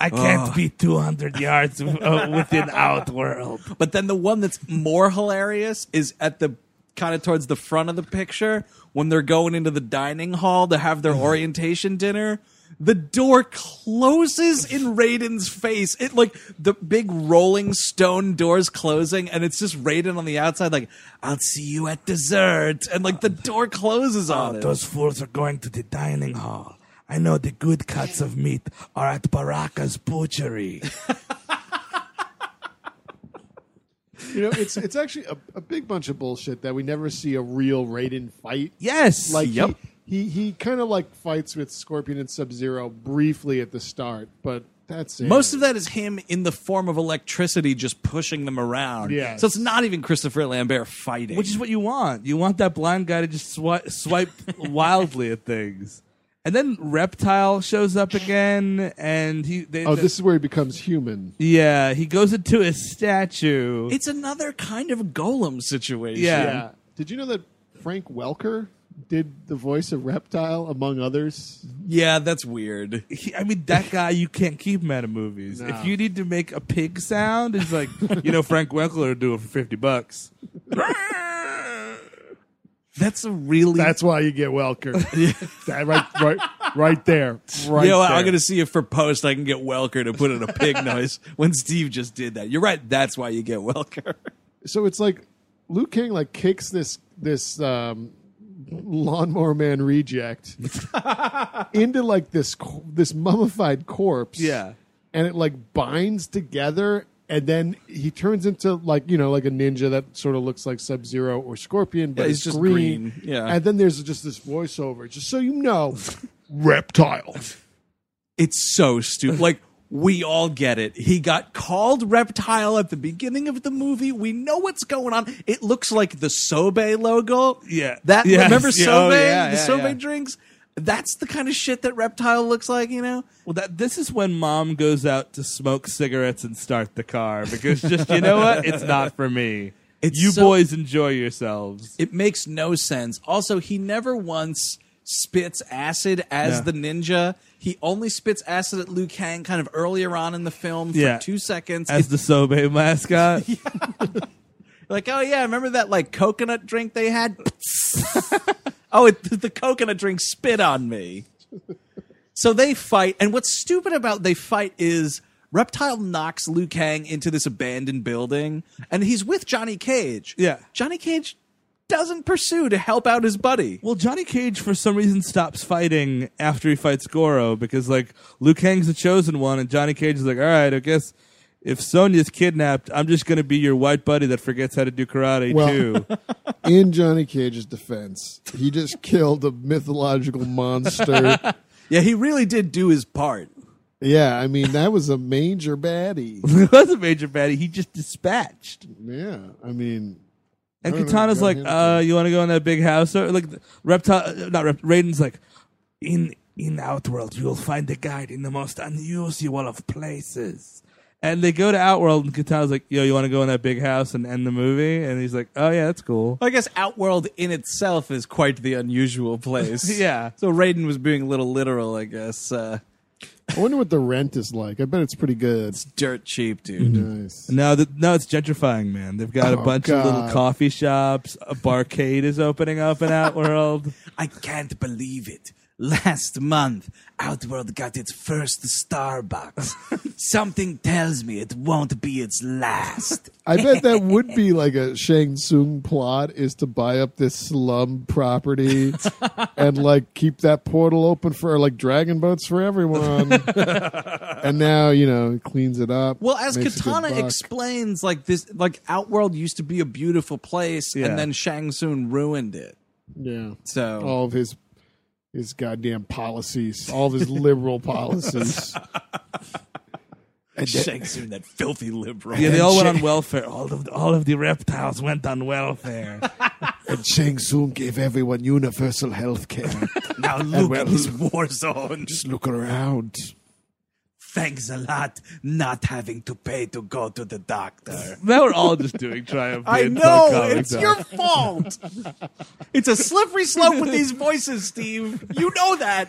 [SPEAKER 7] i can't be 200 yards uh, within outworld
[SPEAKER 2] But then the one that's more hilarious is at the kind of towards the front of the picture when they're going into the dining hall to have their orientation dinner. The door closes in Raiden's face. It like the big rolling stone doors closing, and it's just Raiden on the outside, like, I'll see you at dessert. And like the door closes on it.
[SPEAKER 7] Those fools are going to the dining hall. I know the good cuts of meat are at Baraka's butchery.
[SPEAKER 3] *laughs*
[SPEAKER 7] *laughs*
[SPEAKER 3] You know, it's it's actually a, a big bunch of bullshit that we never see a real Raiden fight.
[SPEAKER 7] Yes.
[SPEAKER 3] Like he he, he kind of like fights with Scorpion and Sub Zero briefly at the start, but that's it.
[SPEAKER 2] Most of that is him in the form of electricity just pushing them around.
[SPEAKER 3] Yes.
[SPEAKER 2] So it's not even Christopher Lambert fighting.
[SPEAKER 7] Which is what you want. You want that blind guy to just swi- *laughs* swipe wildly at things. And then Reptile shows up again, and he. They,
[SPEAKER 3] Oh, this is where he becomes human.
[SPEAKER 7] Yeah, he goes into his statue.
[SPEAKER 2] It's another kind of golem situation.
[SPEAKER 7] Yeah.
[SPEAKER 3] Yeah. Did you know that Frank Welker did the voice of Reptile among others?
[SPEAKER 2] Yeah, that's weird.
[SPEAKER 7] He- I mean, that guy, you can't keep him out of movies. If you need to make a pig sound, it's like, you know, Frank Winkler would do it for 50 bucks.
[SPEAKER 2] That's a really.
[SPEAKER 1] That's why you get
[SPEAKER 2] *laughs*
[SPEAKER 1] Welker. That right, right, right there. Right
[SPEAKER 2] you know, what,
[SPEAKER 1] there.
[SPEAKER 2] I'm gonna see if for post I can get Welker to put in a pig *laughs* noise when Steve just did that. You're right. That's why you get Welker. *laughs*
[SPEAKER 3] So it's like Luke King like kicks this this um, lawnmower man
[SPEAKER 2] *laughs*
[SPEAKER 3] reject into like this co- this mummified corpse.
[SPEAKER 7] Yeah.
[SPEAKER 3] and it like binds together and then he turns into like you know like a ninja that sort of looks like Sub Zero or Scorpion, but
[SPEAKER 2] Yeah, he's
[SPEAKER 3] it's
[SPEAKER 2] just
[SPEAKER 3] green.
[SPEAKER 2] green, yeah.
[SPEAKER 3] and then there's just this voiceover, just so you
[SPEAKER 2] *laughs*
[SPEAKER 3] know, reptile.
[SPEAKER 2] It's so stupid.
[SPEAKER 7] *laughs*
[SPEAKER 2] Like we all get it. He got called reptile at the beginning of the movie. We know what's going on. It looks like the Sobe logo.
[SPEAKER 7] Yeah.
[SPEAKER 2] That
[SPEAKER 7] Yes.
[SPEAKER 2] remember
[SPEAKER 7] *laughs*
[SPEAKER 2] Sobe?
[SPEAKER 7] Yeah. Oh, yeah,
[SPEAKER 2] the
[SPEAKER 7] yeah,
[SPEAKER 2] Sobe
[SPEAKER 7] yeah.
[SPEAKER 2] drinks? That's the kind of shit that reptile looks like, you know?
[SPEAKER 7] Well, that this is when mom goes out to smoke cigarettes and start the car because just you know what, it's not for me.
[SPEAKER 2] It's
[SPEAKER 7] you
[SPEAKER 2] so-
[SPEAKER 7] boys enjoy yourselves.
[SPEAKER 2] It makes no sense. Also, he never once spits acid as
[SPEAKER 7] Yeah.
[SPEAKER 2] the ninja. He only spits acid at Liu Kang kind of earlier on in the film for
[SPEAKER 7] Yeah.
[SPEAKER 2] two seconds.
[SPEAKER 7] As
[SPEAKER 2] It's
[SPEAKER 7] the Sobe mascot,
[SPEAKER 2] like, oh yeah, remember that like coconut drink they had? oh, it, *laughs* the coconut drink spit on me. So they fight, and what's stupid about they fight is Reptile knocks Liu Kang into this abandoned building, and he's with Johnny Cage.
[SPEAKER 7] Yeah.
[SPEAKER 2] Johnny Cage doesn't pursue to help out his buddy.
[SPEAKER 7] Well, Johnny Cage for some reason stops fighting after he fights Goro because like Liu Kang's the chosen one, and Johnny Cage is like, all right, I guess if Sonya's kidnapped, I'm just gonna be your white buddy that forgets how to do karate
[SPEAKER 3] Well-
[SPEAKER 7] too. *laughs*
[SPEAKER 3] In Johnny Cage's defense, he just killed a mythological monster.
[SPEAKER 2] *laughs* Yeah, he really did do his part.
[SPEAKER 3] yeah, I mean that was a major baddie.
[SPEAKER 7] it was a major baddie. He just dispatched.
[SPEAKER 3] Yeah, I mean
[SPEAKER 7] And
[SPEAKER 3] I don't know,
[SPEAKER 7] Katana's
[SPEAKER 3] go
[SPEAKER 7] like,
[SPEAKER 3] ahead.
[SPEAKER 7] uh, you want to go in that big house? Or like, reptile, not reptile. Raiden's like, in in Outworld, you'll find a guide in the most unusual of places. And they go to Outworld, and Katana's like, yo, you want to go in that big house and end the movie? And he's like, oh yeah, that's cool.
[SPEAKER 2] I guess Outworld in itself is quite the unusual
[SPEAKER 7] *laughs*
[SPEAKER 2] place.
[SPEAKER 7] Yeah.
[SPEAKER 2] So Raiden was being a little literal, I guess. Uh,
[SPEAKER 3] I wonder what the rent is like. I bet it's pretty good.
[SPEAKER 2] it's dirt cheap, dude.
[SPEAKER 3] Nice.
[SPEAKER 7] Now, that now it's gentrifying, man. They've got a
[SPEAKER 3] Oh,
[SPEAKER 7] bunch of little
[SPEAKER 3] God.
[SPEAKER 7] coffee shops. A barcade is opening up in Outworld.
[SPEAKER 8] I can't believe it. Last month, Outworld got its first Starbucks. Something tells me it won't be its
[SPEAKER 2] *laughs*
[SPEAKER 8] last.
[SPEAKER 3] I bet that would be like a Shang Tsung plot is to buy up this slum property and like keep that portal open for like dragon boats for
[SPEAKER 2] *laughs*
[SPEAKER 3] everyone. and now, you know, it cleans it up.
[SPEAKER 2] Well, as
[SPEAKER 3] makes a good
[SPEAKER 2] Katana
[SPEAKER 3] buck.
[SPEAKER 2] explains, like this, like Outworld used to be a beautiful place,
[SPEAKER 7] Yeah.
[SPEAKER 2] and then Shang Tsung ruined it.
[SPEAKER 3] Yeah.
[SPEAKER 2] So
[SPEAKER 3] All of his his goddamn policies, all of his liberal policies. And that-
[SPEAKER 2] Shang Tsung, that filthy liberal.
[SPEAKER 7] Yeah, they
[SPEAKER 2] *laughs*
[SPEAKER 7] all went on *laughs* welfare. All of the, all of the reptiles went on welfare.
[SPEAKER 3] *laughs*
[SPEAKER 7] *laughs*
[SPEAKER 3] and Shang Tsung gave everyone universal health care.
[SPEAKER 8] *laughs* Now look at this war zone.
[SPEAKER 3] Just look around.
[SPEAKER 8] Thanks a lot not having to pay to go to the doctor.
[SPEAKER 7] Now we're all just doing triumph.
[SPEAKER 2] I know it's your fault. it's a slippery slope with these voices, Steve. You know that.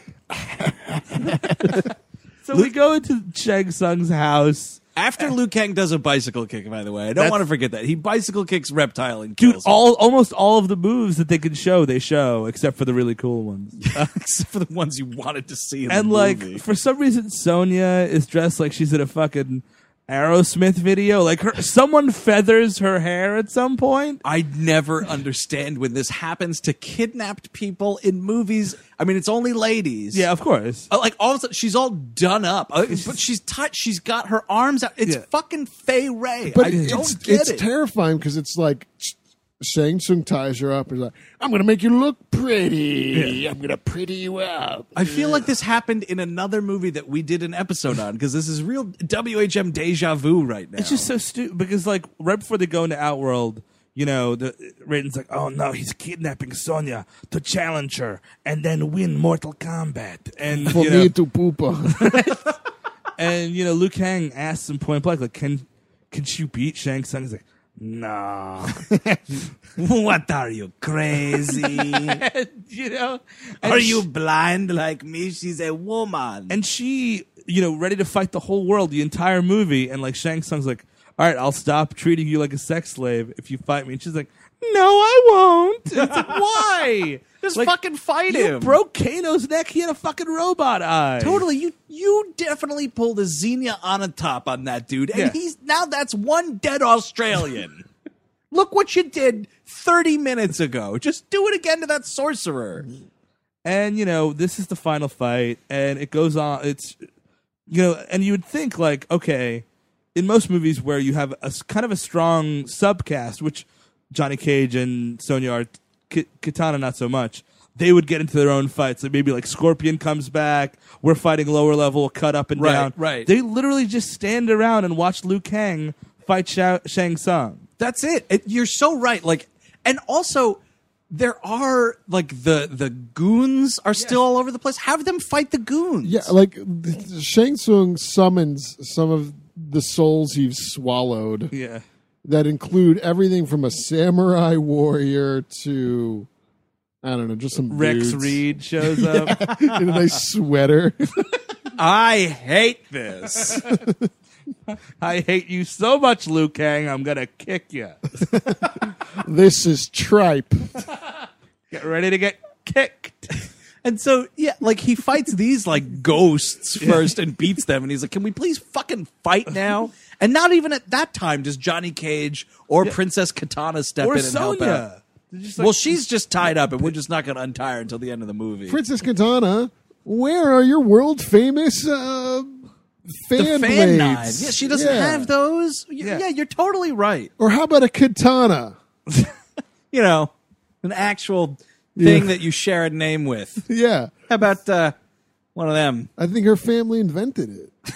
[SPEAKER 7] So we go into Shang Tsung's house.
[SPEAKER 2] After Liu Kang does a bicycle kick, by the way, I don't
[SPEAKER 7] That's-
[SPEAKER 2] want to forget that he bicycle kicks Reptile and
[SPEAKER 7] Dude,
[SPEAKER 2] kills him.
[SPEAKER 7] all almost all of the moves that they can show, they show, except for the really cool *laughs* ones.
[SPEAKER 2] *laughs* except for the ones you wanted to see. In
[SPEAKER 7] and
[SPEAKER 2] the
[SPEAKER 7] like
[SPEAKER 2] movie.
[SPEAKER 7] for some reason, Sonya is dressed like she's in a fucking Aerosmith video. Like her, someone feathers her hair at some point.
[SPEAKER 2] I never understand when this happens to kidnapped people in movies. I mean, it's only ladies.
[SPEAKER 7] Yeah, of course.
[SPEAKER 2] Uh, *laughs* Like all of a sudden, she's all done up, Uh, but she's tight. She's got her arms out. It's
[SPEAKER 7] Yeah.
[SPEAKER 2] fucking Fay Ray.
[SPEAKER 3] But
[SPEAKER 2] I
[SPEAKER 3] it's,
[SPEAKER 2] don't
[SPEAKER 3] it's,
[SPEAKER 2] get
[SPEAKER 3] it's
[SPEAKER 2] it.
[SPEAKER 3] terrifying because it's like Shang Tsung ties her up and is like, I'm going to make you look pretty. I'm going to pretty you up.
[SPEAKER 2] I feel like this happened in another movie that we did an episode on because this is real WHM deja vu right now.
[SPEAKER 7] It's just so stupid because like right before they go into Outworld, you know, the Raiden's like, "Oh no, he's kidnapping Sonya to challenge her and then win Mortal Kombat." And
[SPEAKER 3] For
[SPEAKER 7] you know,
[SPEAKER 3] me to poop on.
[SPEAKER 7] and you know, Liu Kang asks him point blank, like, "Can can she beat Shang Tsung?" He's like, "No."
[SPEAKER 8] *laughs* what are you, crazy?
[SPEAKER 7] you know, and
[SPEAKER 8] are
[SPEAKER 7] she-
[SPEAKER 8] you blind like me? She's a woman.
[SPEAKER 7] and she, you know, ready to fight the whole world, the entire movie, and like Shang Tsung's like, "All right, I'll stop treating you like a sex slave if you fight me." And she's like, "No, I won't." And it's
[SPEAKER 8] *laughs*
[SPEAKER 7] like, "Why?"
[SPEAKER 2] Just
[SPEAKER 7] Like,
[SPEAKER 2] fucking fight
[SPEAKER 7] You
[SPEAKER 2] him.
[SPEAKER 7] broke Kano's neck. He had a fucking robot eye.
[SPEAKER 2] Totally, you you definitely pulled a Xenia on a top on that dude, and
[SPEAKER 7] Yeah.
[SPEAKER 2] he's now that's one dead *laughs* Australian. Look what you did thirty minutes ago. Just do it again to that sorcerer.
[SPEAKER 7] And you know, this is the final fight, and it goes on. It's you know, and you would think like, okay, in most movies where you have a s- kind of a strong subcast, which Johnny Cage and Sonya are, K- Katana not so much. They would get into their own fights. Like maybe like Scorpion comes back. We're fighting lower level, cut up and
[SPEAKER 2] Right,
[SPEAKER 7] down.
[SPEAKER 2] right.
[SPEAKER 7] They literally just stand around and watch Liu Kang fight Sha- Shang Tsung.
[SPEAKER 2] That's it. It- You're so right. Like, and also there are like the the goons are still all over the place. Have them fight the goons.
[SPEAKER 3] Yeah, like th- th- Shang Tsung summons some of the souls you've swallowed
[SPEAKER 7] Yeah.
[SPEAKER 3] that include everything from a samurai warrior to I don't know, just some
[SPEAKER 7] Rex
[SPEAKER 3] dudes
[SPEAKER 7] Reed *laughs* shows
[SPEAKER 3] *laughs*
[SPEAKER 7] up.
[SPEAKER 3] in a nice sweater. *laughs*
[SPEAKER 2] I hate this.
[SPEAKER 7] *laughs* I hate you so much, Liu Kang. I'm gonna kick you.
[SPEAKER 3] this is tripe.
[SPEAKER 7] Get ready to get kicked.
[SPEAKER 2] *laughs* and so yeah, like he fights these like ghosts first and beats them, and he's like, "Can we please fucking *laughs* fight now?" And not even at that time does Johnny Cage or Princess Katana step
[SPEAKER 7] Or
[SPEAKER 2] in and help out.
[SPEAKER 7] Sonya. Just like-
[SPEAKER 2] well, she's just tied up, and *laughs* we're just not going to untie her until the end of the movie.
[SPEAKER 3] Princess Katana, where are your world famous uh,
[SPEAKER 2] the
[SPEAKER 3] fan,
[SPEAKER 2] fan
[SPEAKER 3] blades?
[SPEAKER 2] knives. Yeah, she doesn't
[SPEAKER 3] Yeah.
[SPEAKER 2] have those. Y- Yeah.
[SPEAKER 7] Yeah.
[SPEAKER 2] you're totally right.
[SPEAKER 3] Or how about a katana?
[SPEAKER 2] You know, an actual thing that you share a name with.
[SPEAKER 3] Yeah,
[SPEAKER 2] How about uh, one of them?
[SPEAKER 3] I think her family invented it.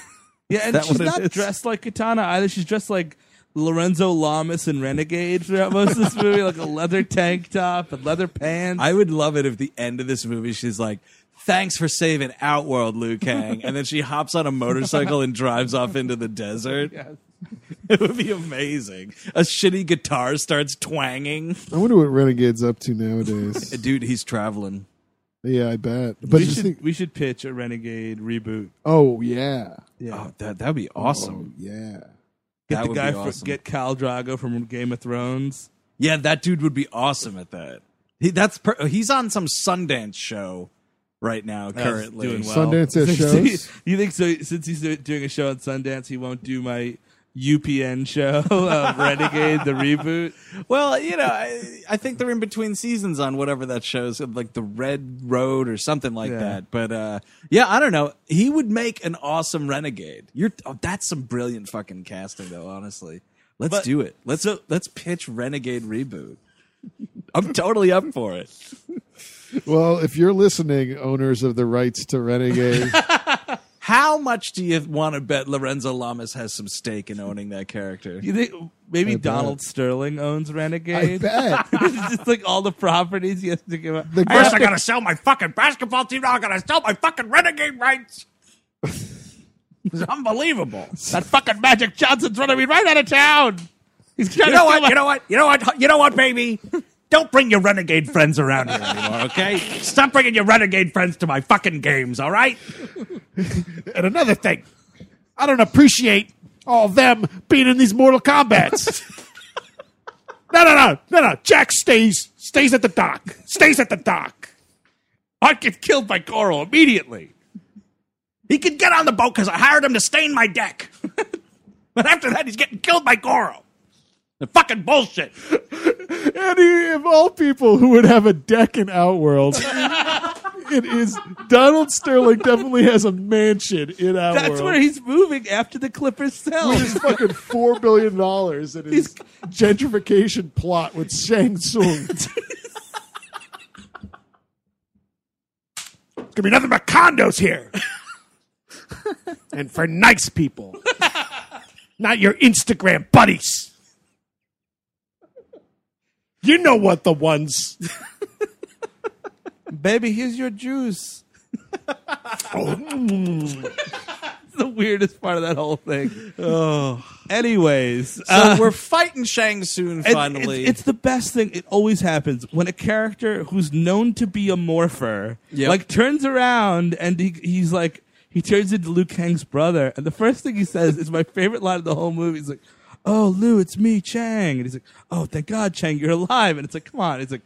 [SPEAKER 7] yeah, and
[SPEAKER 2] that
[SPEAKER 7] she's
[SPEAKER 2] what it is?
[SPEAKER 7] not dressed like Katana either. She's dressed like Lorenzo Lamas and Renegade throughout most of this movie, like a leather tank top and leather pants.
[SPEAKER 2] I would love it if the end of this movie she's like, "Thanks for saving Outworld, Liu Kang," and then she hops on a motorcycle and drives off into the desert. *laughs* It would be amazing. A shitty guitar starts twanging.
[SPEAKER 3] I wonder what Renegade's up to nowadays.
[SPEAKER 2] Dude, he's traveling.
[SPEAKER 3] yeah, I bet. But
[SPEAKER 7] we
[SPEAKER 3] just
[SPEAKER 7] should
[SPEAKER 3] think,
[SPEAKER 7] we should pitch a Renegade reboot.
[SPEAKER 3] oh yeah, Oh,
[SPEAKER 2] Oh, that that'd be awesome.
[SPEAKER 3] yeah.
[SPEAKER 7] Get
[SPEAKER 2] That
[SPEAKER 7] the
[SPEAKER 2] would
[SPEAKER 7] guy
[SPEAKER 2] be
[SPEAKER 7] for,
[SPEAKER 2] awesome.
[SPEAKER 7] get Khal Drago from Game of Thrones.
[SPEAKER 2] Yeah, that dude would be awesome at that. He that's per- he's on some Sundance show right now currently.
[SPEAKER 7] doing well.
[SPEAKER 3] Sundance has shows.
[SPEAKER 7] you think so? Since he's doing a show on Sundance, he won't do my UPN show *laughs* of Renegade the reboot.
[SPEAKER 2] Well, you know, I, I think they're in between seasons on whatever that shows, like the Red Road or something like
[SPEAKER 7] Yeah.
[SPEAKER 2] that. But uh, yeah, I don't know. He would make an awesome renegade. You're oh, that's some brilliant fucking casting, though. Honestly, let's
[SPEAKER 7] But-
[SPEAKER 2] do it. Let's let's pitch renegade reboot. I'm totally up for it.
[SPEAKER 3] Well, if you're listening, owners of the rights to Renegade,
[SPEAKER 2] How much do you want to bet Lorenzo Lamas has some stake in owning that character?
[SPEAKER 7] You think maybe
[SPEAKER 3] I bet.
[SPEAKER 7] Donald Sterling owns
[SPEAKER 3] I
[SPEAKER 7] *laughs* Renegade?
[SPEAKER 3] bet
[SPEAKER 7] it's just like all the properties he has to give up.
[SPEAKER 3] *laughs* the
[SPEAKER 8] First, I
[SPEAKER 3] guy,
[SPEAKER 8] gotta sell my fucking basketball team. Now I gotta sell my fucking renegade rights. It's unbelievable.
[SPEAKER 7] That fucking Magic Johnson's running me right out of town. He's trying
[SPEAKER 8] You know what? You know what? You know what? You know what, baby? Don't bring your renegade friends around here anymore, okay? Stop bringing your renegade friends to my fucking games, all right?
[SPEAKER 1] And another thing, I don't appreciate all them being in these
[SPEAKER 8] *laughs*
[SPEAKER 1] Mortal Kombats. no, no, no, no, no. Jack stays stays at the dock. Stays at the dock. I'd get killed by Goro immediately.
[SPEAKER 8] He could get on the boat because I hired him to stain my
[SPEAKER 2] *laughs*
[SPEAKER 8] deck. but after that, he's getting killed by Goro. The fucking bullshit.
[SPEAKER 3] Eddie, of all people who would have a deck in Outworld, it is Donald Sterling. Definitely has a mansion in Outworld.
[SPEAKER 7] That's where he's moving after the Clippers sell.
[SPEAKER 3] With his fucking four billion dollars in his gentrification plot with Shang Tsung.
[SPEAKER 1] It's gonna be nothing but condos
[SPEAKER 2] *laughs*
[SPEAKER 1] here, and for nice people,
[SPEAKER 2] *laughs*
[SPEAKER 1] not your Instagram buddies. You know what the ones.
[SPEAKER 7] Baby, here's your *laughs* juice. It's the weirdest part of that whole thing. Oh. Anyways,
[SPEAKER 2] So we're fighting Shang soon.
[SPEAKER 7] It's-
[SPEAKER 2] Finally,
[SPEAKER 7] It's, it's the best thing. It always happens when a character who's known to be a morpher
[SPEAKER 2] Yep.
[SPEAKER 7] like turns around and he, he's like he turns into Liu Kang's brother, and the first thing he says is my favorite line of the whole movie. He's like, "Oh, Liu, it's me, Chang," and he's like, "Oh, thank God, Chang, you're alive." And it's like, "Come on," he's like.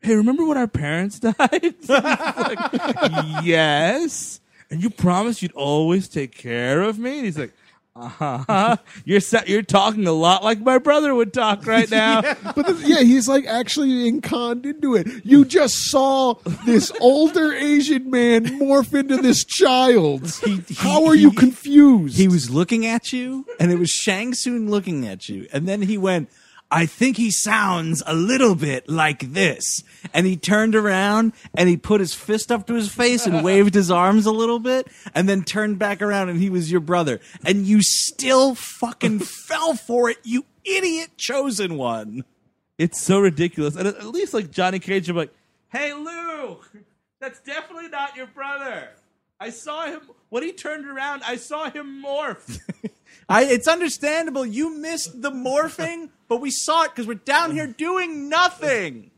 [SPEAKER 7] Hey, remember when our parents *laughs* died? It's like, yes. And you promised you'd always take care of me? And he's like, Uh-huh. *laughs* You're sa- you're talking a lot like my brother would talk right now.
[SPEAKER 3] But the, yeah, he's like actually in conned into it. You just saw this older Asian man morph into this child. How are you
[SPEAKER 2] he-
[SPEAKER 3] confused?
[SPEAKER 2] He was looking at you, and it was Shang Tsung looking at you. And then he went, I think he sounds a little bit like this. And he turned around and he put his fist up to his face and waved his arms a little bit, and then turned back around and he was your brother. And you still fucking fell for it, you idiot chosen one.
[SPEAKER 7] It's so ridiculous. And at at least like Johnny Cage, I'm like, hey Lou, that's definitely not your brother. I saw him when he turned around. I saw him morph.
[SPEAKER 2] I, it's understandable. You missed the morphing, but we saw it because we're down here doing nothing.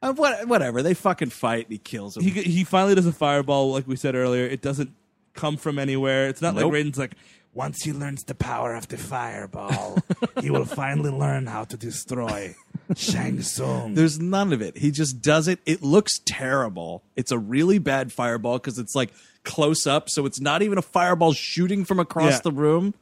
[SPEAKER 2] Uh, what, whatever. They fucking fight. And he kills him.
[SPEAKER 7] *laughs* he g- he finally does a fireball, like we said earlier. It doesn't come from anywhere. It's not
[SPEAKER 2] Nope.
[SPEAKER 7] like Raiden's like,
[SPEAKER 8] Once he learns the power of the fireball, he
[SPEAKER 7] *laughs*
[SPEAKER 8] will finally learn how to destroy Shang Tsung.
[SPEAKER 2] There's none of it. He just does it. It looks terrible. It's a really bad fireball because it's like close up, so it's not even a fireball shooting from across
[SPEAKER 7] Yeah.
[SPEAKER 2] the room.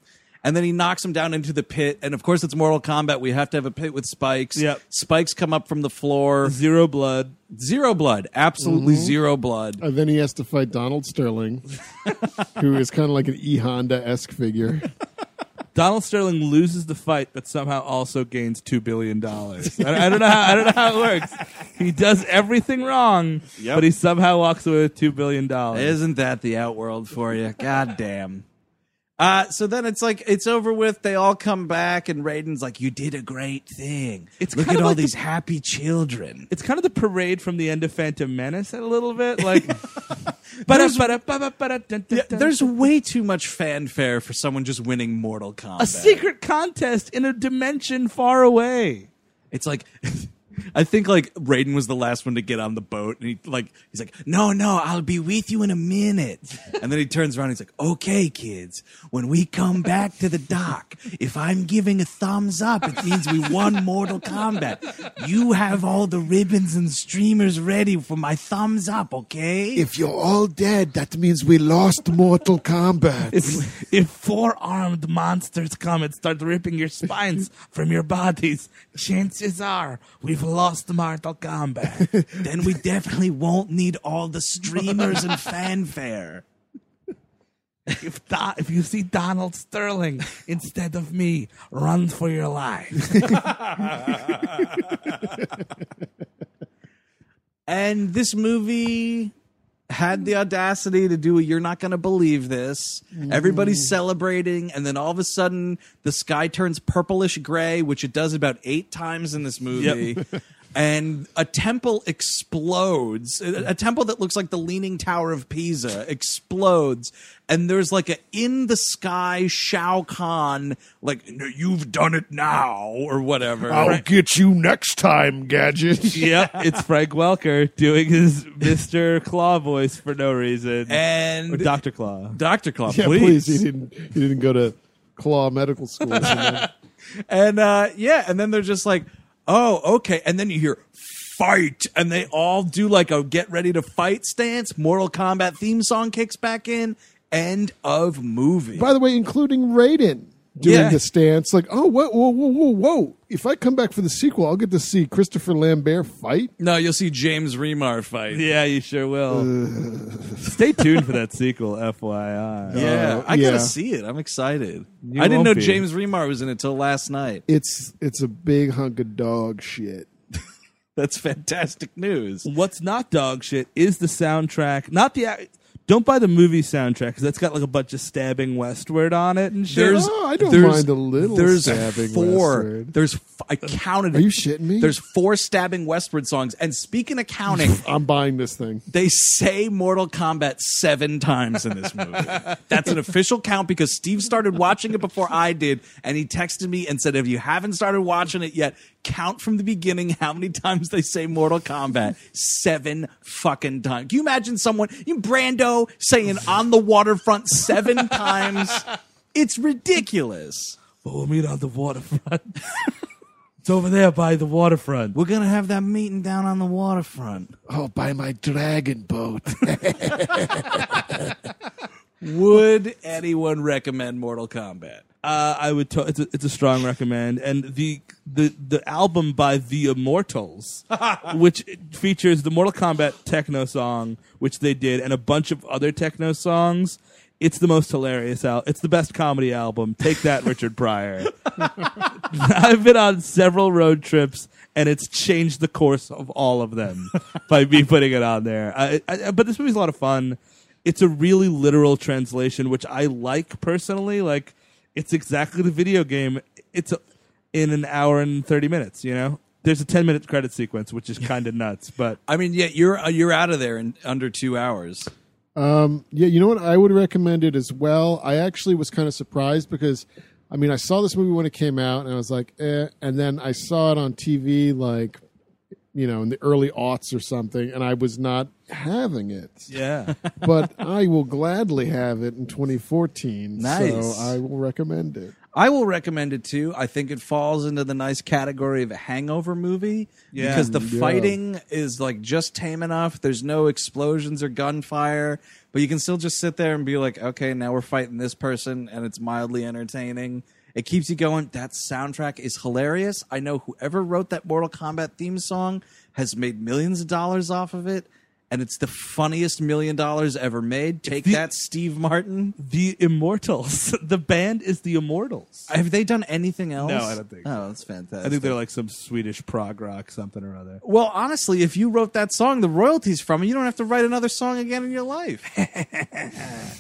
[SPEAKER 2] And then he knocks him down into the pit. And of course, it's Mortal Kombat. We have to have a pit with spikes.
[SPEAKER 7] Yep.
[SPEAKER 2] Spikes come up from the floor.
[SPEAKER 7] zero
[SPEAKER 2] Uh,
[SPEAKER 7] blood. Mm-hmm.
[SPEAKER 2] Zero blood. Absolutely zero blood.
[SPEAKER 3] Uh, then he has to fight Donald Sterling, who is kind of like an E Honda esque figure.
[SPEAKER 7] Donald Sterling loses the fight, but somehow also gains two billion dollars. I, I don't know. How, I don't know how it works. He does everything wrong, but he somehow walks away with two billion dollars.
[SPEAKER 2] Isn't that the outworld for you? God damn. Uh, so then it's like it's over with. They all come back, and Raiden's like, "You did a great thing.
[SPEAKER 7] It's
[SPEAKER 2] Look
[SPEAKER 7] kind
[SPEAKER 2] at
[SPEAKER 7] of
[SPEAKER 2] all
[SPEAKER 7] like the-
[SPEAKER 2] these happy children."
[SPEAKER 7] It's kind of the parade from the end of Phantom Menace a little *laughs* bit, like. ba-da, ba-da, ba-da, ba-da, dun, dun,
[SPEAKER 2] Yeah,
[SPEAKER 7] dun.
[SPEAKER 2] there's way too much fanfare for someone just winning Mortal Kombat.
[SPEAKER 7] a secret contest in a dimension far away.
[SPEAKER 2] It's like *laughs* I think like Raiden was the last one to get on the boat and he like he's like, No, no, I'll be with you in a minute. And then he turns around and he's like, Okay, kids, when we come back to the dock, if I'm giving a thumbs up, it means we won Mortal Kombat. You have all the ribbons and streamers ready for my thumbs up, okay?
[SPEAKER 1] If you're all dead, that means we lost Mortal Kombat.
[SPEAKER 7] *laughs* If, if four armed monsters come and start ripping your spines from your bodies, chances are we've lost Mortal *laughs* Kombat.
[SPEAKER 2] then we definitely won't need all the streamers and fanfare.
[SPEAKER 7] if, Do- if you see Donald Sterling instead of me, run for your life.
[SPEAKER 2] And this movie had the audacity to do a you're not going to believe this. Everybody's celebrating and then all of a sudden the sky turns purplish gray, which it does about 8 times in this movie. *laughs* and a temple explodes. A, a temple that looks like the leaning tower of Pisa explodes and there's like a in the sky Shao Kahn like "No, you've done it now or whatever.
[SPEAKER 1] I'll get you next time,
[SPEAKER 3] *laughs*
[SPEAKER 1] Gadget.
[SPEAKER 7] yep, it's Frank Welker doing his Mr. Claw voice for no reason.
[SPEAKER 2] And
[SPEAKER 7] Dr. Claw.
[SPEAKER 2] Dr. Claw,
[SPEAKER 3] Yeah, please. He didn't. He didn't go to Claw Medical School. *laughs* you know?
[SPEAKER 2] And uh, yeah, and then they're just like, oh, okay. And then you hear fight, and they all do like a get ready to fight stance. Mortal Kombat theme song kicks back in. End of movie.
[SPEAKER 3] By the way, including Raiden doing
[SPEAKER 2] Yeah.
[SPEAKER 3] the stance, like, oh, whoa, whoa, whoa, whoa, whoa! If I come back for the sequel, I'll get to see Christopher Lambert fight.
[SPEAKER 2] no, you'll see James Remar fight.
[SPEAKER 7] Yeah, you sure will. Stay tuned for that sequel, FYI.
[SPEAKER 1] Uh,
[SPEAKER 2] Yeah, I
[SPEAKER 3] yeah.
[SPEAKER 2] gotta see it. I'm excited.
[SPEAKER 7] You
[SPEAKER 2] I didn't
[SPEAKER 7] won't
[SPEAKER 2] know
[SPEAKER 7] be.
[SPEAKER 2] James Remar was in it till last night.
[SPEAKER 3] It's it's a big hunk of dog shit.
[SPEAKER 2] That's fantastic news.
[SPEAKER 7] What's not dog shit is the soundtrack. Not the. ac- Don't buy the movie soundtrack because that's got like a bunch of stabbing westward on it and shit.
[SPEAKER 2] There's,
[SPEAKER 3] Oh, I don't
[SPEAKER 2] there's-
[SPEAKER 3] mind a little
[SPEAKER 2] There's
[SPEAKER 3] stabbing
[SPEAKER 2] four.
[SPEAKER 3] westward.
[SPEAKER 2] There's f- I counted.
[SPEAKER 3] Are you
[SPEAKER 2] it.
[SPEAKER 3] shitting me?
[SPEAKER 2] There's four stabbing westward songs. And speaking of
[SPEAKER 3] *laughs*
[SPEAKER 2] counting,
[SPEAKER 3] I'm buying this thing.
[SPEAKER 2] they say Mortal Kombat seven times in this movie. That's an official count because Steve started watching it before I did, and he texted me and said, "If you haven't started watching it yet, count from the beginning how many times they say Mortal Kombat seven fucking times." Can you imagine someone, you Brando, saying "on the waterfront" seven times? It's ridiculous.
[SPEAKER 7] But we'll meet on the waterfront. *laughs* it's over there by the waterfront.
[SPEAKER 2] We're gonna have that meeting down on the waterfront.
[SPEAKER 1] Oh, by my dragon boat.
[SPEAKER 2] Would anyone recommend Mortal Kombat?
[SPEAKER 7] Uh, I would. To- it's, a, it's a strong recommend, and the the the album by The Immortals, *laughs* which features the Mortal Kombat techno song, which they did, and a bunch of other techno songs. It's the most hilarious al- It's the best comedy album. Take that, Richard Pryor. *laughs* I've been on several road trips, and it's changed the course of all of *laughs* them by me putting it on there. I, I, but this movie's a lot of fun. It's a really literal translation, which I like personally. Like, it's exactly the video game. It's a, in an hour and thirty minutes. You know, there's a ten minute credit sequence, which is kind of nuts. But
[SPEAKER 2] I mean, yeah, you're uh, you're out of there in under two hours.
[SPEAKER 3] Yeah, you know what? I would recommend it as well. I actually was kind of surprised because, I mean, I saw this movie when it came out, and I was like, eh. And then I saw it on TV, like, you know, in the early aughts or something, and I was not having it.
[SPEAKER 7] yeah,
[SPEAKER 3] *laughs* But I will gladly have it in 2014.
[SPEAKER 2] Nice.
[SPEAKER 3] So I will recommend it.
[SPEAKER 2] I will recommend it too. I think it falls into the nice category of a hangover movie
[SPEAKER 7] Yeah.
[SPEAKER 2] because the fighting is like just tame enough. There's no explosions or gunfire, but you can still just sit there and be like, okay, now we're fighting this person, and it's mildly entertaining. It keeps you going. That soundtrack is hilarious. I know whoever wrote that Mortal Kombat theme song has made millions of dollars off of it, and it's the funniest million dollars ever made. Take
[SPEAKER 7] the-
[SPEAKER 2] that, Steve Martin.
[SPEAKER 7] the Immortals. *laughs* the band is the Immortals.
[SPEAKER 2] Have they done anything else?
[SPEAKER 7] No, I don't think
[SPEAKER 2] Oh, that's fantastic.
[SPEAKER 7] I think they're like some Swedish prog rock something or other.
[SPEAKER 2] Well, honestly, if you wrote that song, the royalties from it, you don't have to write another song again in your life. *laughs*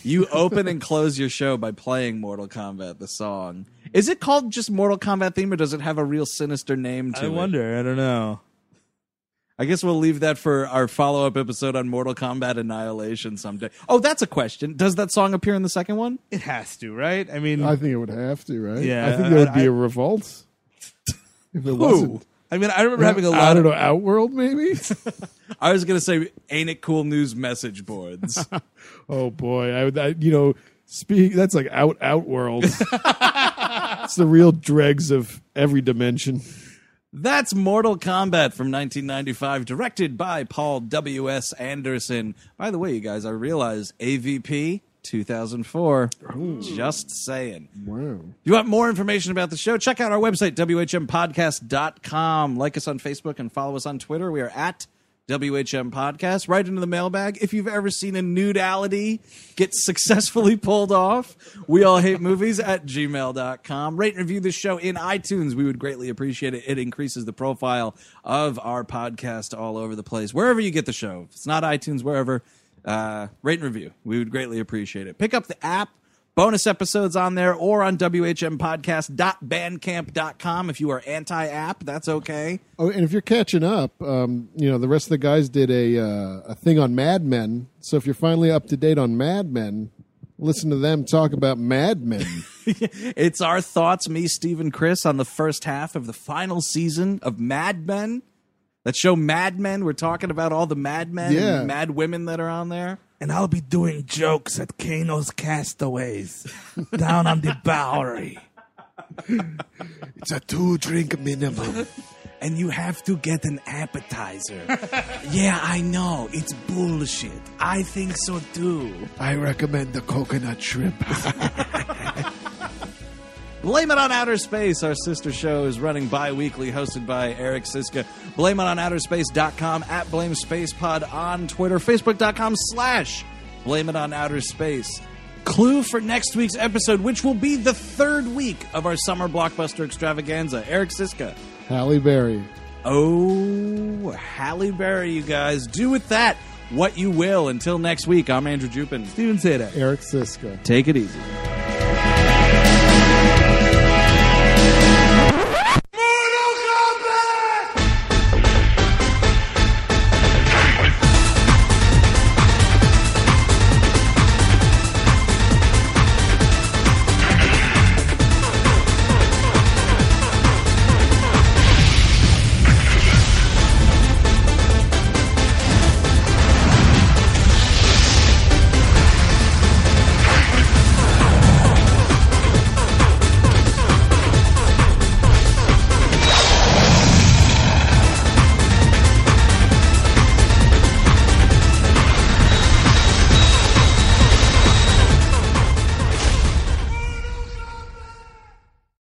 [SPEAKER 2] you open and close your show by playing Mortal Kombat, the song. Is it called just Mortal Kombat theme, or does it have a real sinister name to
[SPEAKER 7] I
[SPEAKER 2] it?
[SPEAKER 7] wonder. I don't know.
[SPEAKER 2] I guess we'll leave that for our follow up episode on Mortal Kombat Annihilation someday. Oh, that's a question. Does that song appear in the second one?
[SPEAKER 7] It has to, right? I mean,
[SPEAKER 3] I think it would have to, right?
[SPEAKER 7] Yeah,
[SPEAKER 3] I think there would
[SPEAKER 7] I-
[SPEAKER 3] be a revolt if it wasn't.
[SPEAKER 7] I mean, I remember having a
[SPEAKER 3] I
[SPEAKER 7] lot
[SPEAKER 3] don't
[SPEAKER 7] of
[SPEAKER 3] know, Outworld maybe?
[SPEAKER 2] I was going to say, ain't it cool news message *laughs* boards?
[SPEAKER 3] Oh boy, I, would- I you know, speak. That's like out out world. it's the real dregs of every dimension.
[SPEAKER 2] That's Mortal Kombat from 1995, directed by Paul W.S. Anderson. By the way, you guys, I realize AVP 2004. Just saying.
[SPEAKER 3] Wow.
[SPEAKER 2] If you want more information about the show, check out our website, WHMPodcast.com. Like us on Facebook and follow us on Twitter. We are at WHM Podcast. Right into the mailbag. If you've ever seen a nudality get successfully pulled off, we all hate movies at gmail.com. Rate and review this show in iTunes. We would greatly appreciate it. It increases the profile of our podcast all over the place. Wherever you get the show, if it's not iTunes, wherever, uh, rate and review. We would greatly appreciate it. Pick up the app bonus episodes on there or on whmpodcast.bandcamp.com if you are anti-app that's okay
[SPEAKER 3] Oh, and if you're catching up, um, you know the rest of the guys did a uh, a thing on Mad Men. So if you're finally up to date on Mad Men, listen to them talk about Mad Men.
[SPEAKER 2] it's our thoughts me steve and chris on the first half of the final season of mad men that show mad men we're talking about all the mad men
[SPEAKER 3] Yeah.
[SPEAKER 2] and mad women that are on there
[SPEAKER 7] and I'll be doing jokes at Kano's Castaways down on the Bowery.
[SPEAKER 1] It's a two drink minimum.
[SPEAKER 8] And you have to get an
[SPEAKER 2] *laughs*
[SPEAKER 8] appetizer. yeah, I know. It's bullshit. I think so too.
[SPEAKER 1] I recommend the coconut shrimp.
[SPEAKER 2] Blame It on Outer Space, our sister show, is running bi weekly, hosted by Eric Siska. Blame It on Outer Space.com, at Blame Space Pod on Twitter, Facebook.com slash Blame It on Outer Space. Clue for next week's episode, which will be the third week of our summer blockbuster extravaganza. Eric Siska.
[SPEAKER 3] Halle Berry.
[SPEAKER 2] Oh, Halle Berry, you guys. Do with that what you will. Until next week, I'm Andrew Jupin.
[SPEAKER 7] Steven Zeta.
[SPEAKER 3] Eric Siska.
[SPEAKER 2] Take it easy.